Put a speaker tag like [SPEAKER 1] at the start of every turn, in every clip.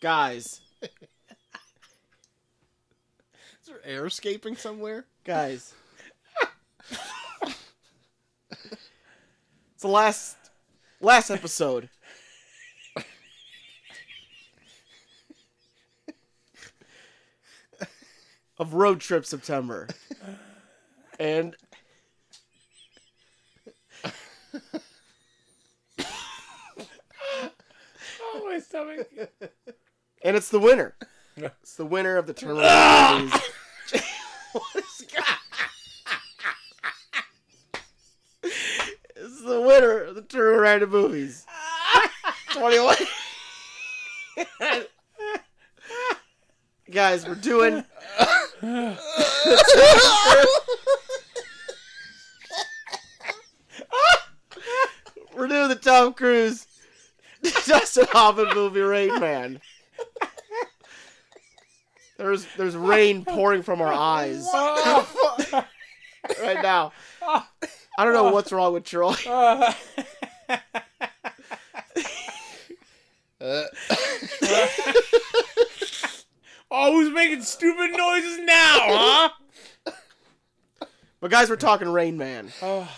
[SPEAKER 1] Guys,
[SPEAKER 2] Is there air escaping somewhere?
[SPEAKER 1] guys. it's the last last episode. of Road Trip September. And
[SPEAKER 3] Oh, my stomach.
[SPEAKER 1] and it's the winner. It's the winner
[SPEAKER 3] Ah!
[SPEAKER 1] of the tournament movies. It's the winner of the turnaround of movies. 21. Guys, we're doing. we're doing the Tom Cruise, Dustin Hoffman movie, Rain Man. There's there's rain pouring from our eyes
[SPEAKER 3] Oh,
[SPEAKER 1] right now. I don't know what's wrong with Troy.
[SPEAKER 3] oh.
[SPEAKER 2] Uh,
[SPEAKER 3] Oh, who's making stupid noises now, huh?
[SPEAKER 1] But guys, we're talking Rain Man.
[SPEAKER 3] Oh,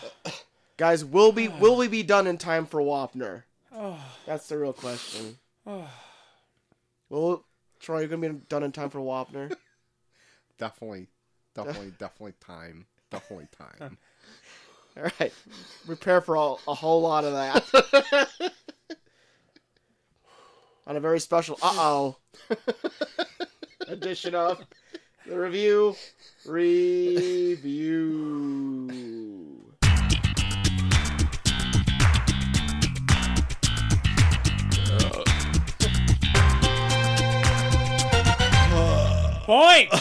[SPEAKER 1] Guys, will be will we be done in time for Wapner?
[SPEAKER 3] oh,
[SPEAKER 1] That's the real question.
[SPEAKER 3] oh.
[SPEAKER 1] Well, Troy, you're gonna be done in time for Wapner.
[SPEAKER 2] definitely, definitely, definitely time. Definitely time.
[SPEAKER 1] All right, prepare for all, a whole lot of that. On a very special uh oh edition of the review review.
[SPEAKER 3] Point.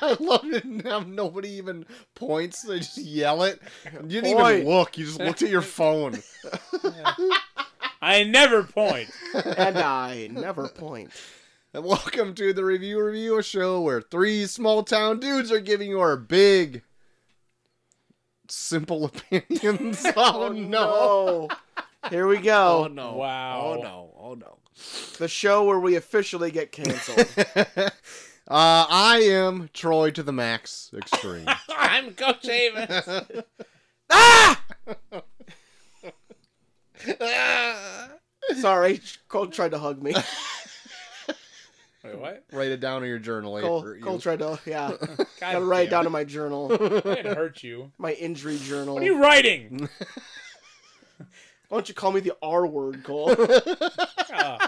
[SPEAKER 2] I love it. and Now nobody even points. They just yell it. You didn't
[SPEAKER 1] Point.
[SPEAKER 2] even look. You just looked at your phone.
[SPEAKER 3] I never point.
[SPEAKER 1] And I never point.
[SPEAKER 2] And welcome to the Review Review, a show where three small town dudes are giving you our big, simple opinions. oh,
[SPEAKER 1] no.
[SPEAKER 2] no.
[SPEAKER 1] Here we go.
[SPEAKER 2] no. Oh,
[SPEAKER 3] Wow.
[SPEAKER 2] no. Oh, no.
[SPEAKER 1] The show where we officially get canceled.
[SPEAKER 2] uh, I am Troy to the max extreme.
[SPEAKER 3] I'm Coach Amos.
[SPEAKER 1] ah! Sorry, Cole tried to hug me.
[SPEAKER 3] Wait, what?
[SPEAKER 2] Write it down in your journal. later.
[SPEAKER 1] Cole,
[SPEAKER 2] You-
[SPEAKER 1] Cole tried to, yeah.
[SPEAKER 3] God
[SPEAKER 1] Gotta write it down
[SPEAKER 3] damn
[SPEAKER 1] Oh. in my journal,
[SPEAKER 3] it. I didn't hurt you.
[SPEAKER 1] my injury journal.
[SPEAKER 3] What are you writing?
[SPEAKER 1] Why don't you call me the R word, Cole?
[SPEAKER 3] Oh.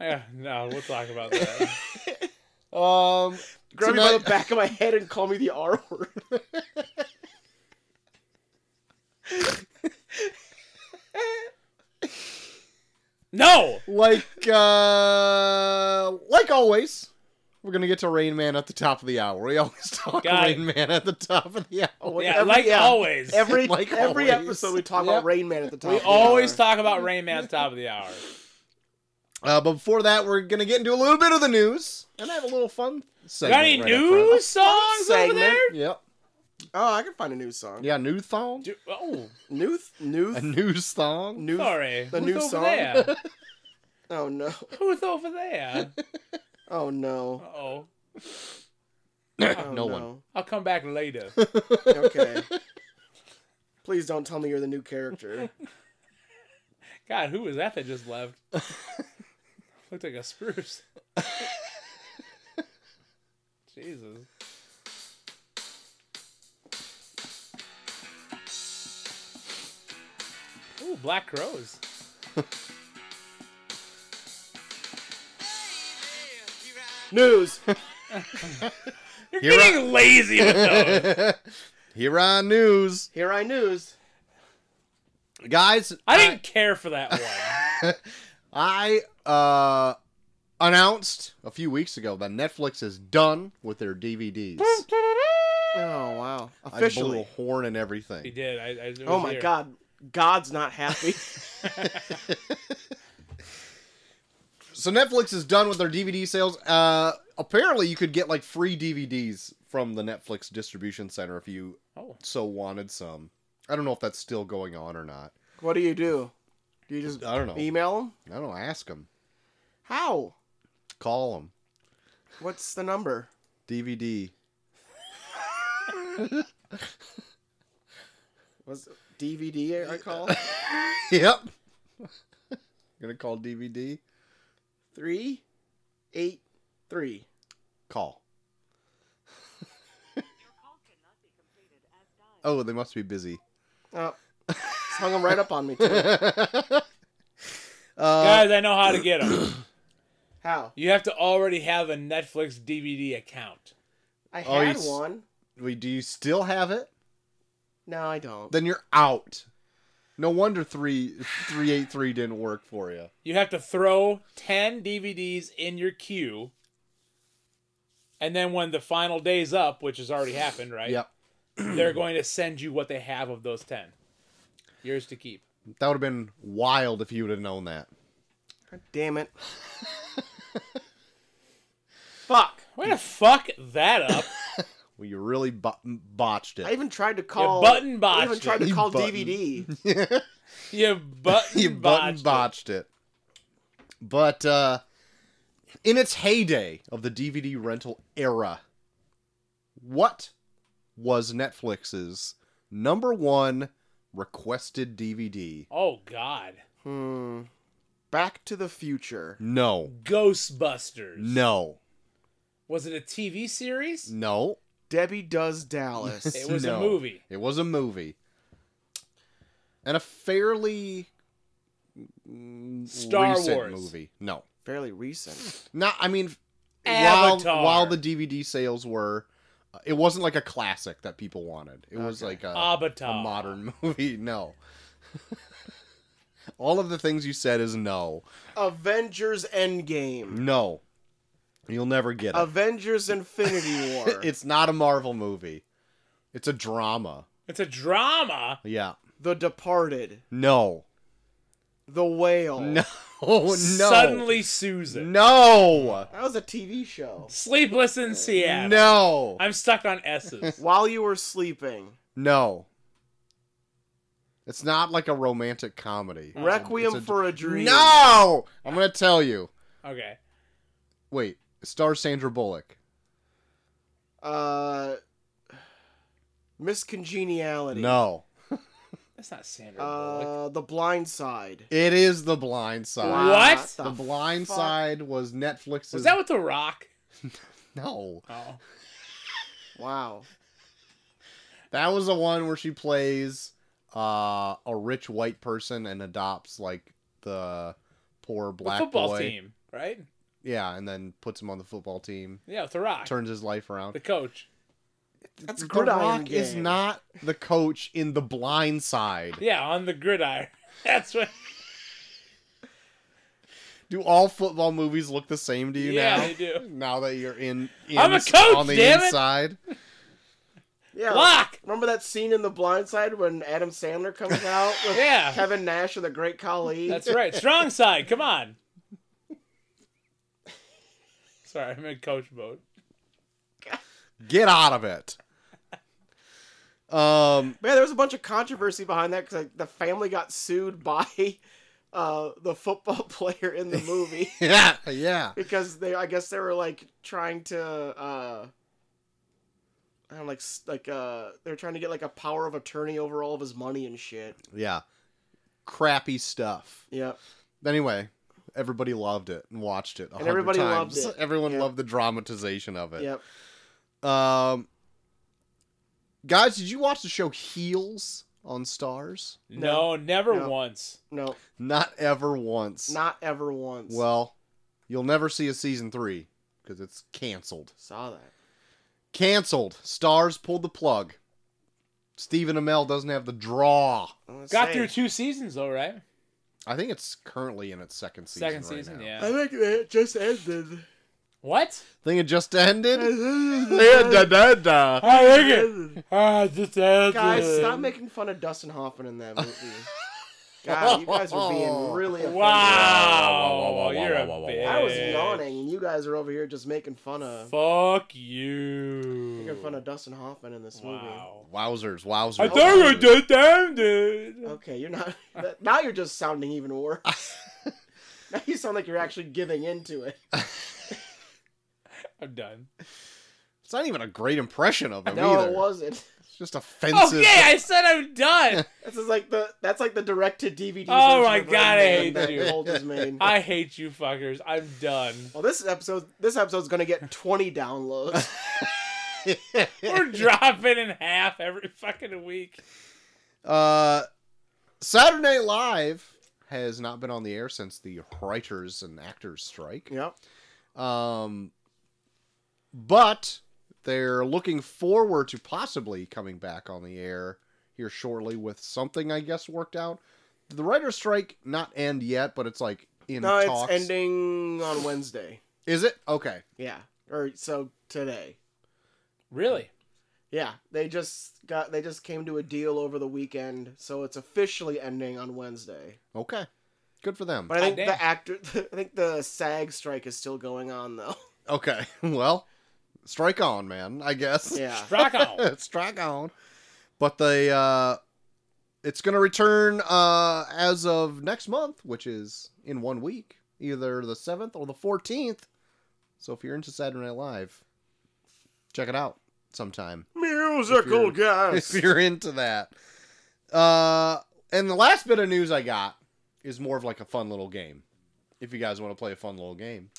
[SPEAKER 3] Yeah, no, we'll talk about that.
[SPEAKER 2] Um,
[SPEAKER 1] Grab me by the
[SPEAKER 2] Tonight-
[SPEAKER 1] back of my head and call me the R word.
[SPEAKER 3] No.
[SPEAKER 2] like uh, like always, we're gonna get to Rain Man at the top of the hour. We always talk
[SPEAKER 3] Got it.
[SPEAKER 2] Rain Man at the top of the hour.
[SPEAKER 1] Well,
[SPEAKER 3] yeah, like always.
[SPEAKER 1] Every,
[SPEAKER 2] Like
[SPEAKER 1] every
[SPEAKER 2] always.
[SPEAKER 1] episode we talk
[SPEAKER 2] Yep.
[SPEAKER 1] about Rain Man at the top.
[SPEAKER 3] we always talk about Rain Man at the top of the hour.
[SPEAKER 2] Uh, but before that, we're gonna get into a little bit of the news and I have a little fun.
[SPEAKER 3] Got
[SPEAKER 2] Segment
[SPEAKER 3] any
[SPEAKER 2] right up front.
[SPEAKER 3] news songs
[SPEAKER 1] Segment.
[SPEAKER 3] over there?
[SPEAKER 2] Yep.
[SPEAKER 1] Oh, I can find a new song.
[SPEAKER 2] Yeah, new thong.
[SPEAKER 3] Do- oh,
[SPEAKER 1] New, new,
[SPEAKER 2] A news thong.
[SPEAKER 1] new.
[SPEAKER 3] sorry.
[SPEAKER 1] The
[SPEAKER 3] Who's
[SPEAKER 1] new
[SPEAKER 3] over
[SPEAKER 1] song?
[SPEAKER 3] There?
[SPEAKER 1] Oh no.
[SPEAKER 3] Who's over there?
[SPEAKER 1] Oh no.
[SPEAKER 3] Oh,
[SPEAKER 1] Oh,
[SPEAKER 2] no one.
[SPEAKER 1] no.
[SPEAKER 3] I'll come back later.
[SPEAKER 1] Okay. Please don't tell me you're the new character.
[SPEAKER 3] God, who was that that just left? Looked like a spruce. Jesus. Ooh, black crows.
[SPEAKER 1] News.
[SPEAKER 3] You're
[SPEAKER 2] Here
[SPEAKER 3] getting lazy with those.
[SPEAKER 2] Here on news,
[SPEAKER 1] Here I news.
[SPEAKER 2] guys.
[SPEAKER 3] I didn't care for that one.
[SPEAKER 2] I uh announced a few weeks ago that Netflix is done with their DVDs.
[SPEAKER 1] Oh wow.
[SPEAKER 2] I blew
[SPEAKER 1] Officially.
[SPEAKER 2] a horn and
[SPEAKER 3] He
[SPEAKER 2] everything.
[SPEAKER 3] did. I, I, it was
[SPEAKER 1] Oh my
[SPEAKER 3] here.
[SPEAKER 1] god. God's not happy.
[SPEAKER 2] So Netflix is done with their DVD sales. Uh apparently you could get like free DVDs from the Netflix distribution center if you
[SPEAKER 3] Oh,
[SPEAKER 2] so wanted some. I don't know if that's still going on or not.
[SPEAKER 1] what do you do? Do you just
[SPEAKER 2] I don't know.
[SPEAKER 1] email them?
[SPEAKER 2] I don't know, ask them.
[SPEAKER 1] How?
[SPEAKER 2] Call them.
[SPEAKER 1] What's the number?
[SPEAKER 2] DVD.
[SPEAKER 1] Was DVD I call?
[SPEAKER 2] Yep. Gonna call DVD.
[SPEAKER 1] three, eight, three.
[SPEAKER 2] Call.
[SPEAKER 4] Your call cannot be completed as dialed.
[SPEAKER 2] Oh, they must be busy.
[SPEAKER 1] Oh, it's hung them right up on me. Too.
[SPEAKER 2] Uh,
[SPEAKER 3] Guys, I know how to get them.
[SPEAKER 1] How?
[SPEAKER 3] You have to already have a Netflix DVD account.
[SPEAKER 1] I
[SPEAKER 2] Oh, you
[SPEAKER 1] had
[SPEAKER 2] s-
[SPEAKER 1] one.
[SPEAKER 2] we do you still have it?
[SPEAKER 1] No, I don't.
[SPEAKER 2] Then you're out. No wonder three three eight three didn't work for you.
[SPEAKER 3] You have to throw 10 DVDs in your queue. And then when the final day's up, which has already happened, right?
[SPEAKER 2] Yep.
[SPEAKER 3] They're going to send you what they have of those 10. Yours to keep.
[SPEAKER 2] That would have been wild if you would have known that.
[SPEAKER 1] God damn it. Fuck.
[SPEAKER 3] Way to fuck that up.
[SPEAKER 2] Well, you really bo- botched
[SPEAKER 1] I
[SPEAKER 2] it.
[SPEAKER 1] even tried to call.
[SPEAKER 3] button
[SPEAKER 1] I even
[SPEAKER 3] botched
[SPEAKER 1] tried
[SPEAKER 3] it.
[SPEAKER 1] to
[SPEAKER 2] You
[SPEAKER 1] call
[SPEAKER 2] button-
[SPEAKER 1] DVD.
[SPEAKER 3] you button
[SPEAKER 2] you button botched
[SPEAKER 3] botched. it.
[SPEAKER 2] it. But uh, in its heyday of the DVD rental era, what was Netflix's number one requested DVD?
[SPEAKER 3] Oh, God.
[SPEAKER 1] Hmm. Back to the Future.
[SPEAKER 2] No,
[SPEAKER 3] Ghostbusters.
[SPEAKER 2] no,
[SPEAKER 3] Was it a TV series?
[SPEAKER 2] no.
[SPEAKER 1] Debbie Does Dallas.
[SPEAKER 3] It was
[SPEAKER 2] No.
[SPEAKER 3] a movie.
[SPEAKER 2] It was a movie, and a fairly mm,
[SPEAKER 3] Star
[SPEAKER 2] recent
[SPEAKER 3] Wars.
[SPEAKER 2] movie. No,
[SPEAKER 1] Fairly recent.
[SPEAKER 2] Not, I mean,
[SPEAKER 3] Avatar.
[SPEAKER 2] while while the DVD sales were, uh, it wasn't like a classic that people wanted. It was
[SPEAKER 1] Okay.
[SPEAKER 2] like a, a
[SPEAKER 3] Avatar.
[SPEAKER 2] modern movie. No. All of the things you said is no,
[SPEAKER 1] Avengers Endgame.
[SPEAKER 2] no. You'll never get it.
[SPEAKER 1] Avengers Infinity War.
[SPEAKER 2] It's not a Marvel movie. It's a drama.
[SPEAKER 3] It's a drama.
[SPEAKER 2] Yeah.
[SPEAKER 1] The Departed.
[SPEAKER 2] No.
[SPEAKER 1] The Whale.
[SPEAKER 2] No. No.
[SPEAKER 3] Suddenly Susan.
[SPEAKER 2] No.
[SPEAKER 1] That was a TV show.
[SPEAKER 3] Sleepless in Seattle.
[SPEAKER 2] No.
[SPEAKER 3] I'm stuck on S's.
[SPEAKER 1] While you were sleeping.
[SPEAKER 2] No. It's not like a romantic comedy.
[SPEAKER 3] Oh,
[SPEAKER 1] Requiem
[SPEAKER 2] it's a-
[SPEAKER 1] for a Dream.
[SPEAKER 2] No! I'm gonna tell you.
[SPEAKER 3] Okay.
[SPEAKER 2] Wait, star Sandra Bullock.
[SPEAKER 1] Uh. Miss Congeniality.
[SPEAKER 2] No,
[SPEAKER 3] That's not Sandra Bullock.
[SPEAKER 1] Uh, The Blind Side.
[SPEAKER 2] it is The Blind Side.
[SPEAKER 3] What?
[SPEAKER 2] The,
[SPEAKER 1] the
[SPEAKER 2] Blind
[SPEAKER 1] fuck?
[SPEAKER 2] Side was Netflix's.
[SPEAKER 3] Was that with The Rock?
[SPEAKER 2] No,
[SPEAKER 3] Oh.
[SPEAKER 1] Wow.
[SPEAKER 2] that was the one where she plays uh, a rich white person and adopts like the poor
[SPEAKER 3] The
[SPEAKER 2] black
[SPEAKER 3] football
[SPEAKER 2] boy.
[SPEAKER 3] team, right?
[SPEAKER 2] Yeah, and then puts him on the football team.
[SPEAKER 3] Yeah, with The Rock.
[SPEAKER 2] Turns his life around.
[SPEAKER 3] The coach.
[SPEAKER 1] That's
[SPEAKER 2] the
[SPEAKER 1] Gridiron
[SPEAKER 2] Rock is
[SPEAKER 1] Gang.
[SPEAKER 2] not the coach in The Blind Side.
[SPEAKER 3] Yeah, on the gridiron. That's what.
[SPEAKER 2] Do all football movies look the same to you
[SPEAKER 3] Yeah,
[SPEAKER 2] now?
[SPEAKER 3] they do.
[SPEAKER 2] Now that you're in, in
[SPEAKER 3] I'm a coach,
[SPEAKER 2] on the
[SPEAKER 3] damn it!
[SPEAKER 2] inside.
[SPEAKER 1] Yeah.
[SPEAKER 3] Lock!
[SPEAKER 1] Remember that scene in The Blind Side when Adam Sandler comes out with
[SPEAKER 3] Yeah.
[SPEAKER 1] Kevin Nash and the Great Khali?
[SPEAKER 3] That's right. Strong side. Come on. Sorry, I'm in coach mode.
[SPEAKER 2] Get out of it. Um,
[SPEAKER 1] Man, there was a bunch of controversy behind that because like, the family got sued by uh, the football player in the movie
[SPEAKER 2] yeah, yeah.
[SPEAKER 1] because they, I guess, they were like trying to, uh, I don't know, like s- like uh, they're trying to get like a power of attorney over all of his money and shit.
[SPEAKER 2] Yeah. Crappy stuff.
[SPEAKER 1] Yeah,
[SPEAKER 2] Anyway, everybody loved it and watched it. a
[SPEAKER 1] And
[SPEAKER 2] hundred
[SPEAKER 1] everybody
[SPEAKER 2] times.
[SPEAKER 1] loved it.
[SPEAKER 2] Everyone
[SPEAKER 1] Yeah.
[SPEAKER 2] loved the dramatization of it.
[SPEAKER 1] yep.
[SPEAKER 2] Um, guys, did you watch the show Heels on Stars?
[SPEAKER 1] No.
[SPEAKER 3] No, never
[SPEAKER 1] No.
[SPEAKER 3] once.
[SPEAKER 1] No,
[SPEAKER 2] Not ever once.
[SPEAKER 1] not ever once.
[SPEAKER 2] Well, you'll never see a season three because it's canceled.
[SPEAKER 1] saw that.
[SPEAKER 2] Canceled. Stars pulled the plug. Stephen Amell doesn't have the draw.
[SPEAKER 1] I was
[SPEAKER 3] Got
[SPEAKER 1] saying.
[SPEAKER 3] through two seasons though, right?
[SPEAKER 2] I think it's currently in its second season.
[SPEAKER 3] Second
[SPEAKER 2] right
[SPEAKER 3] season,
[SPEAKER 2] now.
[SPEAKER 3] yeah.
[SPEAKER 1] I think it just ended.
[SPEAKER 3] What?
[SPEAKER 2] Think it just ended.
[SPEAKER 1] Guys,
[SPEAKER 3] I think it. Ah, just
[SPEAKER 1] stop making fun of Dustin Hoffman in that movie. God, you guys were being really offensive.
[SPEAKER 3] Wow, you're a bitch.
[SPEAKER 1] I was yawning, and you guys are over here just making fun of
[SPEAKER 3] Fuck you.
[SPEAKER 1] making fun of Dustin Hoffman in this
[SPEAKER 3] Wow.
[SPEAKER 2] Wowzers, wowzers.
[SPEAKER 3] I think I just damned it.
[SPEAKER 1] movie. Okay, you're not. Now you're just sounding even worse. Now you sound like you're actually giving into it.
[SPEAKER 3] I'm done.
[SPEAKER 2] It's not even a great impression of him
[SPEAKER 1] no,
[SPEAKER 2] either.
[SPEAKER 1] it wasn't.
[SPEAKER 2] It's just offensive.
[SPEAKER 3] Okay, Oh, I said I'm done.
[SPEAKER 1] This is like the that's like the direct to DVD.
[SPEAKER 3] Oh
[SPEAKER 1] version
[SPEAKER 3] my
[SPEAKER 1] of Rain
[SPEAKER 3] God, I
[SPEAKER 1] Man
[SPEAKER 3] hate
[SPEAKER 1] that
[SPEAKER 3] you.
[SPEAKER 1] Holt is main.
[SPEAKER 3] I hate you fuckers. I'm done.
[SPEAKER 1] Well, this episode this episode's gonna get twenty downloads.
[SPEAKER 3] We're dropping in half every fucking week.
[SPEAKER 2] Uh, Saturday Night Live has not been on the air since the writers and actors strike.
[SPEAKER 1] yep.
[SPEAKER 2] Um, but they're looking forward to possibly coming back on the air here shortly with something I guess worked out. The writers' strike not end yet, but it's like in
[SPEAKER 1] No,
[SPEAKER 2] talks.
[SPEAKER 1] it's ending on Wednesday.
[SPEAKER 2] Is it okay?
[SPEAKER 1] Yeah, or so today.
[SPEAKER 3] Really?
[SPEAKER 1] Yeah, they just got they just came to a deal over the weekend, so it's officially ending on Wednesday.
[SPEAKER 2] Okay, good for them.
[SPEAKER 1] But I think
[SPEAKER 3] Goddamn.
[SPEAKER 1] the actor, I think the SAG strike is still going on though.
[SPEAKER 2] Okay, well, strike on, man. I guess.
[SPEAKER 1] Yeah.
[SPEAKER 3] Rock on.
[SPEAKER 2] strike on. But they, uh, it's going to return uh, as of next month, which is in one week, either the seventh or the fourteenth. So if you're into Saturday Night Live, check it out sometime
[SPEAKER 1] Musical
[SPEAKER 2] If if
[SPEAKER 1] guest.
[SPEAKER 2] you're into that. Uh, and the last bit of news I got is more of like a fun little game. If you guys want to play a fun little game.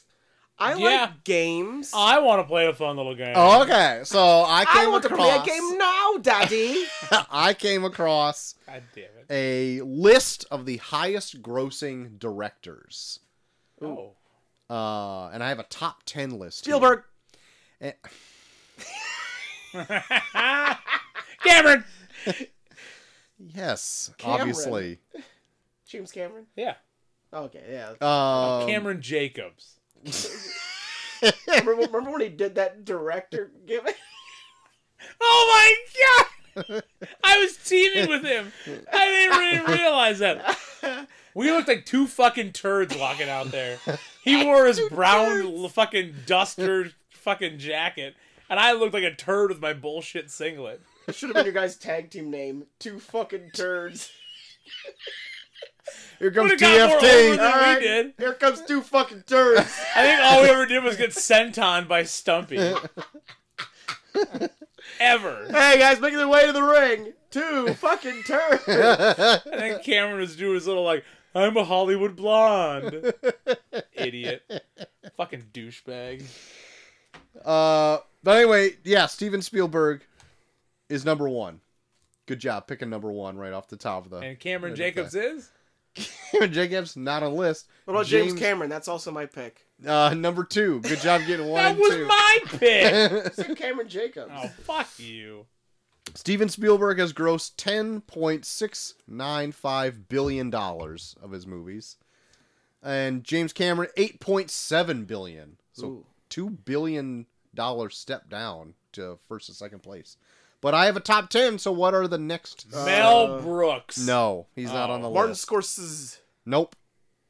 [SPEAKER 1] I
[SPEAKER 3] Yeah.
[SPEAKER 1] like games.
[SPEAKER 3] I want to play a fun little game.
[SPEAKER 2] Oh, Okay, so I
[SPEAKER 1] I
[SPEAKER 2] came
[SPEAKER 1] want to play a
[SPEAKER 2] across
[SPEAKER 1] game now, Daddy.
[SPEAKER 2] I came across
[SPEAKER 3] God damn it.
[SPEAKER 2] a list of the highest grossing directors.
[SPEAKER 3] Oh.
[SPEAKER 2] Uh, and I have a top 10 list. here.
[SPEAKER 1] Spielberg.
[SPEAKER 2] Eh,
[SPEAKER 3] Cameron.
[SPEAKER 2] yes,
[SPEAKER 1] Cameron.
[SPEAKER 2] obviously.
[SPEAKER 1] James Cameron.
[SPEAKER 3] Yeah.
[SPEAKER 1] Okay, yeah.
[SPEAKER 2] Um,
[SPEAKER 3] Oh, Cameron Jacobs.
[SPEAKER 1] remember, remember when he did that director gimmick?
[SPEAKER 3] Oh my god! I was teaming with him. I didn't really realize that. We looked like two fucking turds walking out there. He wore his brown l- fucking duster fucking jacket, and I looked like a turd with my bullshit singlet.
[SPEAKER 1] It should have been your guys' tag team name. Two fucking turds.
[SPEAKER 2] Here comes
[SPEAKER 3] Would've got more over
[SPEAKER 2] TFT.
[SPEAKER 3] than-
[SPEAKER 1] Alright,
[SPEAKER 3] did.
[SPEAKER 1] Here comes two fucking turds.
[SPEAKER 3] I think all we ever did was get sent on by Stumpy. Ever.
[SPEAKER 1] hey guys, making their way to the ring. Two fucking turds.
[SPEAKER 3] And then Cameron was doing his little like, I'm a Hollywood blonde. Idiot. Fucking douchebag.
[SPEAKER 2] uh, but anyway, yeah, Steven Spielberg is number one. Good job picking number one right off the top of the.
[SPEAKER 3] And
[SPEAKER 2] right
[SPEAKER 3] Cameron
[SPEAKER 2] off
[SPEAKER 3] Jacobs is?
[SPEAKER 2] the- Cameron Jacobs, not on the list.
[SPEAKER 1] What about James, Cameron? That's also my pick.
[SPEAKER 2] Uh, number two. Good job getting one
[SPEAKER 3] That
[SPEAKER 2] and
[SPEAKER 3] was
[SPEAKER 2] two.
[SPEAKER 3] my pick.
[SPEAKER 1] Said Cameron Jacobs.
[SPEAKER 3] oh, fuck you.
[SPEAKER 2] Steven Spielberg has grossed ten point six nine five billion dollars of his movies, and James Cameron eight point seven billion. So
[SPEAKER 1] Ooh.
[SPEAKER 2] two billion dollar step down to first and second place. But I have a top ten. So what are the next?
[SPEAKER 1] Uh,
[SPEAKER 3] Mel Brooks.
[SPEAKER 2] no, he's not on the
[SPEAKER 3] Oh.
[SPEAKER 1] Martin
[SPEAKER 2] list.
[SPEAKER 1] Scorsese.
[SPEAKER 2] Nope.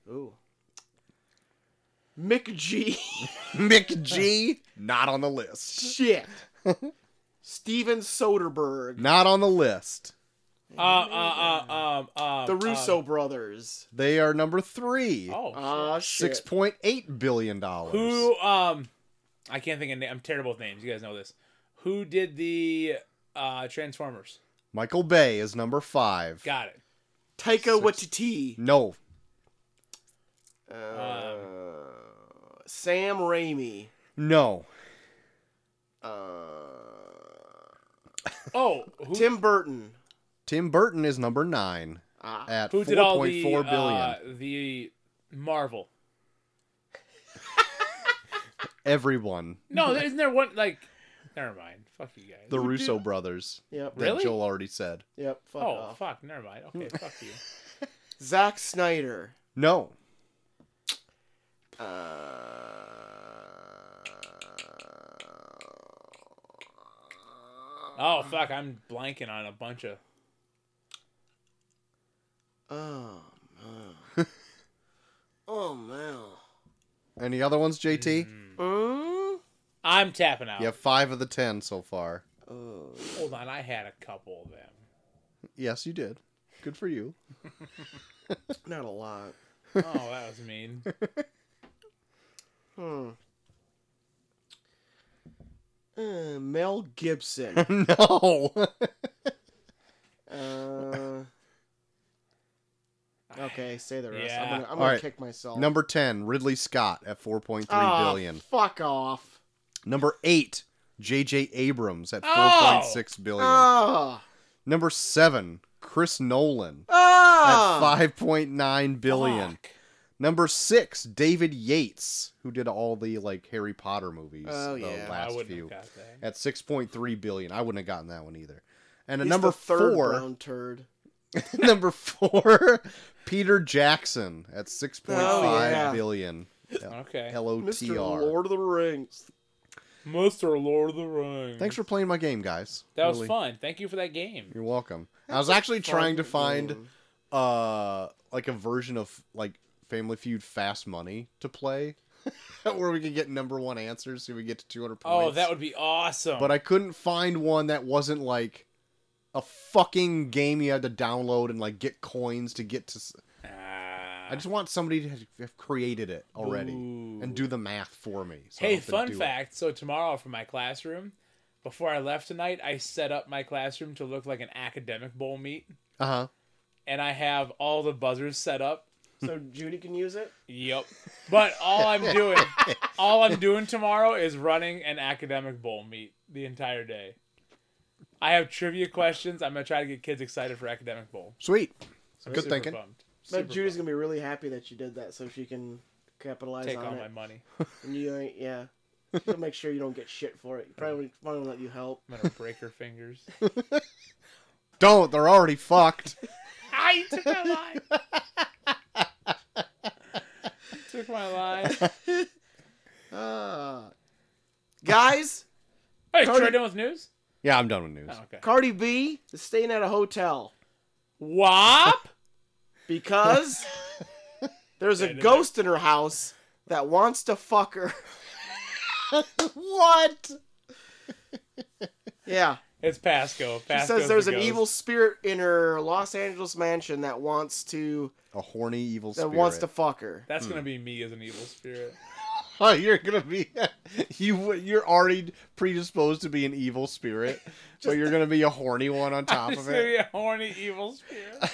[SPEAKER 1] Ooh. Mick G.
[SPEAKER 2] Mick G. not on the list.
[SPEAKER 1] Shit. Steven Soderbergh.
[SPEAKER 2] Not on the list.
[SPEAKER 3] Uh, uh, uh, um, um,
[SPEAKER 1] The
[SPEAKER 3] um,
[SPEAKER 1] Russo brothers.
[SPEAKER 2] They are number three.
[SPEAKER 3] oh,
[SPEAKER 1] Ah, shit.
[SPEAKER 2] Six point eight billion dollars.
[SPEAKER 3] who? Um, I can't think of name. I'm terrible with names. You guys know this. Who did the uh Transformers?
[SPEAKER 2] Michael Bay is number five.
[SPEAKER 3] Got it.
[SPEAKER 1] Taika
[SPEAKER 2] Six.
[SPEAKER 1] Waititi.
[SPEAKER 2] No,
[SPEAKER 1] Uh, Sam Raimi.
[SPEAKER 2] no.
[SPEAKER 1] Uh,
[SPEAKER 3] Oh, who,
[SPEAKER 1] Tim Burton.
[SPEAKER 2] Tim Burton is number nine
[SPEAKER 1] Ah.
[SPEAKER 2] at
[SPEAKER 3] who
[SPEAKER 2] four
[SPEAKER 3] did all
[SPEAKER 2] point
[SPEAKER 3] the
[SPEAKER 2] four billion.
[SPEAKER 3] uh, the Marvel?
[SPEAKER 2] Everyone,
[SPEAKER 3] No, isn't there one like? Never mind. Fuck you guys.
[SPEAKER 2] the Russo brothers,
[SPEAKER 1] Yep.
[SPEAKER 2] that
[SPEAKER 3] Really?
[SPEAKER 2] Joel already said.
[SPEAKER 1] Yep. Fuck
[SPEAKER 3] oh,
[SPEAKER 1] off.
[SPEAKER 3] fuck. Never mind. Okay, fuck you.
[SPEAKER 1] Zack Snyder.
[SPEAKER 2] No,
[SPEAKER 1] Uh,
[SPEAKER 3] Oh fuck, I'm blanking on a bunch of.
[SPEAKER 1] oh man. oh man.
[SPEAKER 2] any other ones? JT,
[SPEAKER 1] Mm?
[SPEAKER 3] I'm tapping out.
[SPEAKER 2] you have five of the ten so far.
[SPEAKER 1] Oh.
[SPEAKER 3] Hold on, I had a couple of them.
[SPEAKER 2] Yes, you did. Good for you.
[SPEAKER 1] Not a lot.
[SPEAKER 3] Oh, that was mean.
[SPEAKER 1] Hmm. Uh, Mel Gibson.
[SPEAKER 2] no.
[SPEAKER 1] Uh, okay, say the rest.
[SPEAKER 3] Yeah.
[SPEAKER 1] I'm gonna, I'm gonna
[SPEAKER 2] Alright.
[SPEAKER 1] kick myself.
[SPEAKER 2] Number 10, Ridley Scott at four point three billion.
[SPEAKER 1] Ah, Fuck off.
[SPEAKER 2] Number 8, J.J. Abrams at
[SPEAKER 3] Oh.
[SPEAKER 2] 4.6 billion.
[SPEAKER 1] Ah.
[SPEAKER 2] Number 7, Chris Nolan
[SPEAKER 1] Ah.
[SPEAKER 2] at 5.9 billion.
[SPEAKER 3] Fuck.
[SPEAKER 2] Number 6, David Yates, who did all the like Harry Potter movies
[SPEAKER 1] Oh,
[SPEAKER 2] the
[SPEAKER 1] yeah.
[SPEAKER 3] I
[SPEAKER 2] last
[SPEAKER 3] wouldn't
[SPEAKER 2] few
[SPEAKER 3] have got that.
[SPEAKER 2] at 6.3 billion. I wouldn't have gotten that one either. And at
[SPEAKER 1] He's
[SPEAKER 2] number
[SPEAKER 1] the third
[SPEAKER 2] 4,
[SPEAKER 1] brown turd.
[SPEAKER 2] number 4, Peter Jackson at six point
[SPEAKER 1] Oh, yeah.
[SPEAKER 2] five billion.
[SPEAKER 3] Okay.
[SPEAKER 2] L O T
[SPEAKER 1] Mr.
[SPEAKER 2] R.
[SPEAKER 1] Lord of the Rings.
[SPEAKER 3] Mr. Lord of the Rings.
[SPEAKER 2] Thanks for playing my game, guys.
[SPEAKER 3] That was
[SPEAKER 2] Really.
[SPEAKER 3] fun. Thank you for that game.
[SPEAKER 2] You're welcome. I was actually trying to find
[SPEAKER 1] Fucking-
[SPEAKER 2] uh like a version of like Family Feud Fast Money to play where we could get number one answers so we get to 200 points.
[SPEAKER 3] Oh, that would be awesome.
[SPEAKER 2] But I couldn't find one that wasn't like a fucking game you had to download and like get coins to get to s-
[SPEAKER 3] Ah,
[SPEAKER 2] I just want somebody to have- have created it already and do the math for me. so I
[SPEAKER 3] Hey,
[SPEAKER 2] don't have to
[SPEAKER 3] fun
[SPEAKER 2] do it.
[SPEAKER 3] fact. So tomorrow for my classroom, before I left tonight, I set up my classroom to look like an academic bowl meet,
[SPEAKER 2] Uh-huh.
[SPEAKER 3] and I have all the buzzers set up.
[SPEAKER 1] So Judy can use it.
[SPEAKER 3] Yep. But all I'm doing, all I'm doing tomorrow is running an academic bowl meet the entire day. I have trivia questions. I'm gonna try to get kids excited for academic bowl.
[SPEAKER 2] Sweet.
[SPEAKER 3] So I'm
[SPEAKER 2] Good
[SPEAKER 3] super
[SPEAKER 2] thinking.
[SPEAKER 3] Bummed.
[SPEAKER 1] But
[SPEAKER 3] Super
[SPEAKER 1] Judy's
[SPEAKER 3] bummed.
[SPEAKER 1] gonna be really happy that you did that, so she can capitalize
[SPEAKER 3] take
[SPEAKER 1] on
[SPEAKER 3] all
[SPEAKER 1] it.
[SPEAKER 3] my money.
[SPEAKER 1] And you ain't, yeah. She'll make sure you don't get shit for it. Probably, probably won't let you help.
[SPEAKER 3] I'm gonna break her fingers.
[SPEAKER 2] Don't, they're already fucked.
[SPEAKER 3] I took my line. took my line.
[SPEAKER 1] Uh, guys,
[SPEAKER 3] Hey,
[SPEAKER 1] Cardi-
[SPEAKER 3] Troy done with news?
[SPEAKER 2] Yeah, I'm done with news.
[SPEAKER 3] Oh, okay.
[SPEAKER 1] Cardi B is staying at a hotel
[SPEAKER 3] Wop.
[SPEAKER 1] because there's a
[SPEAKER 3] Wait a
[SPEAKER 1] ghost in her house that wants to fuck her.
[SPEAKER 3] Oh.
[SPEAKER 2] What?
[SPEAKER 1] Yeah.
[SPEAKER 3] It's Pasco.
[SPEAKER 1] She
[SPEAKER 3] Pasco's
[SPEAKER 1] says there's
[SPEAKER 3] the
[SPEAKER 1] an
[SPEAKER 3] ghost.
[SPEAKER 1] evil spirit in her Los Angeles mansion that wants to
[SPEAKER 2] A horny evil
[SPEAKER 1] that
[SPEAKER 2] spirit.
[SPEAKER 1] wants to fuck her.
[SPEAKER 3] That's
[SPEAKER 2] Hmm.
[SPEAKER 3] gonna be me as an evil spirit.
[SPEAKER 2] Oh, you're gonna be you. You're already predisposed to be an evil spirit, but you're gonna be a horny one on top
[SPEAKER 3] Just
[SPEAKER 2] of
[SPEAKER 3] gonna
[SPEAKER 2] it.
[SPEAKER 3] be a horny evil spirit.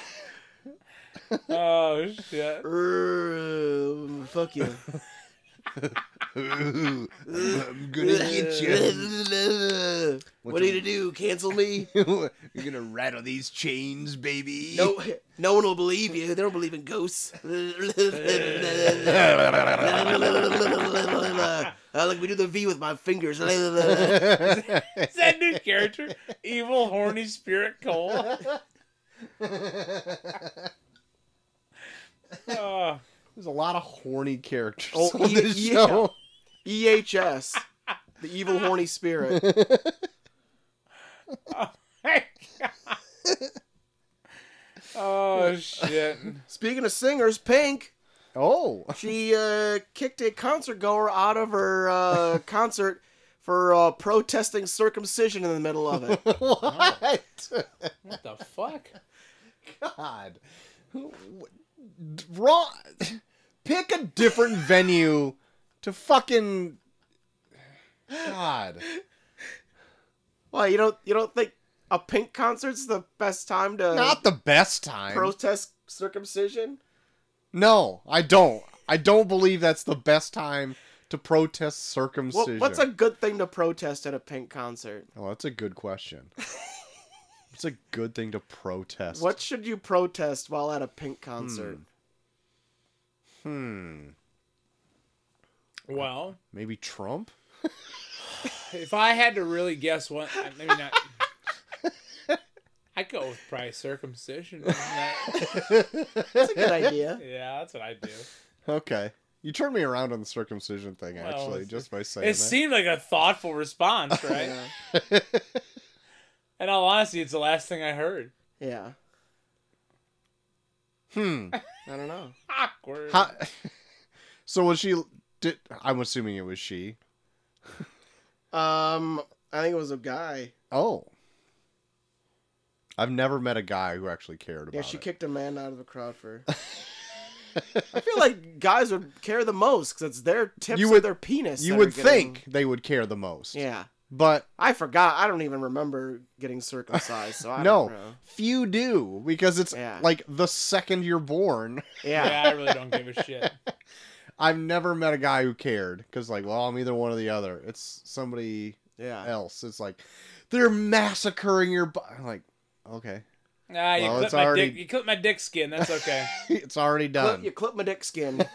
[SPEAKER 3] oh shit.
[SPEAKER 1] Err, fuck you.
[SPEAKER 2] Ooh, I'm gonna get you.
[SPEAKER 1] What are you to do? Cancel me?
[SPEAKER 2] you're gonna rattle these chains, baby.
[SPEAKER 1] No, no one will believe you. They don't believe in ghosts. uh, like we do the V with my fingers. E
[SPEAKER 3] Is that new character? Evil horny spirit Cole. Oh,
[SPEAKER 2] There's a lot of horny characters
[SPEAKER 1] Oh,
[SPEAKER 2] on
[SPEAKER 1] yeah,
[SPEAKER 2] this
[SPEAKER 1] yeah.
[SPEAKER 2] show.
[SPEAKER 1] EHS, the evil horny spirit.
[SPEAKER 3] my God. oh shit.
[SPEAKER 1] Speaking of singers, Pink,
[SPEAKER 2] Oh,
[SPEAKER 1] she uh, kicked a concert goer out of her uh, concert for uh, protesting circumcision in the middle of it.
[SPEAKER 2] what?
[SPEAKER 3] What the fuck?
[SPEAKER 2] God. Who- d- Raw. Pick a different venue to fucking. God.
[SPEAKER 1] Why you don't you don't think a Pink concert's the best time to
[SPEAKER 2] Not the best time.
[SPEAKER 1] protest circumcision?
[SPEAKER 2] no, I don't. I don't believe that's the best time to protest
[SPEAKER 1] What,
[SPEAKER 2] circumcision.
[SPEAKER 1] what's a good thing to protest at a Pink concert?
[SPEAKER 2] Oh, that's a good question. it's a good thing to protest.
[SPEAKER 1] What should you protest while at a Pink concert?
[SPEAKER 2] Hmm.
[SPEAKER 3] Well,
[SPEAKER 2] Maybe Trump?
[SPEAKER 3] if I had to really guess one, I- maybe not. I go with probably circumcision. isn't that-
[SPEAKER 1] That's a good idea.
[SPEAKER 3] yeah, that's what I do.
[SPEAKER 2] Okay. You turned me around on the circumcision thing,
[SPEAKER 3] Well,
[SPEAKER 2] actually,
[SPEAKER 3] it's-
[SPEAKER 2] just by saying
[SPEAKER 3] It
[SPEAKER 2] that.
[SPEAKER 3] seemed like a thoughtful response, right?
[SPEAKER 1] Yeah.
[SPEAKER 3] In all honesty, it's the last thing I heard.
[SPEAKER 1] yeah.
[SPEAKER 2] hmm.
[SPEAKER 1] I don't know.
[SPEAKER 3] Awkward.
[SPEAKER 2] How, so was she? Did I'm assuming it was she?
[SPEAKER 1] Um, I think it was a guy.
[SPEAKER 2] Oh, I've never met a guy who actually cared about
[SPEAKER 1] Yeah, she
[SPEAKER 2] it.
[SPEAKER 1] kicked a man out of the crowd for I feel like guys would care the most because it's their tips
[SPEAKER 2] You
[SPEAKER 1] you
[SPEAKER 2] would-
[SPEAKER 1] their penis.
[SPEAKER 2] you
[SPEAKER 1] that
[SPEAKER 2] would
[SPEAKER 1] are getting-
[SPEAKER 2] think they would care the most.
[SPEAKER 1] Yeah,
[SPEAKER 2] But
[SPEAKER 1] I forgot. I don't even remember getting circumcised, so I
[SPEAKER 2] no,
[SPEAKER 1] don't know.
[SPEAKER 2] few do because it's
[SPEAKER 1] Yeah.
[SPEAKER 2] like the second you're born.
[SPEAKER 1] Yeah,
[SPEAKER 3] Yeah, I really don't give a shit.
[SPEAKER 2] I've never met a guy who cared because, like, well, I'm either one or the other. It's somebody
[SPEAKER 1] yeah.
[SPEAKER 2] else. It's like they're massacring your. bo- I'm like, okay,
[SPEAKER 3] Nah, Ah, you
[SPEAKER 2] Well,
[SPEAKER 3] clip
[SPEAKER 2] it's
[SPEAKER 3] my
[SPEAKER 2] already-
[SPEAKER 3] dick. You clip my dick skin. That's okay.
[SPEAKER 2] it's already
[SPEAKER 1] Clip, you
[SPEAKER 2] done.
[SPEAKER 1] clip my dick skin.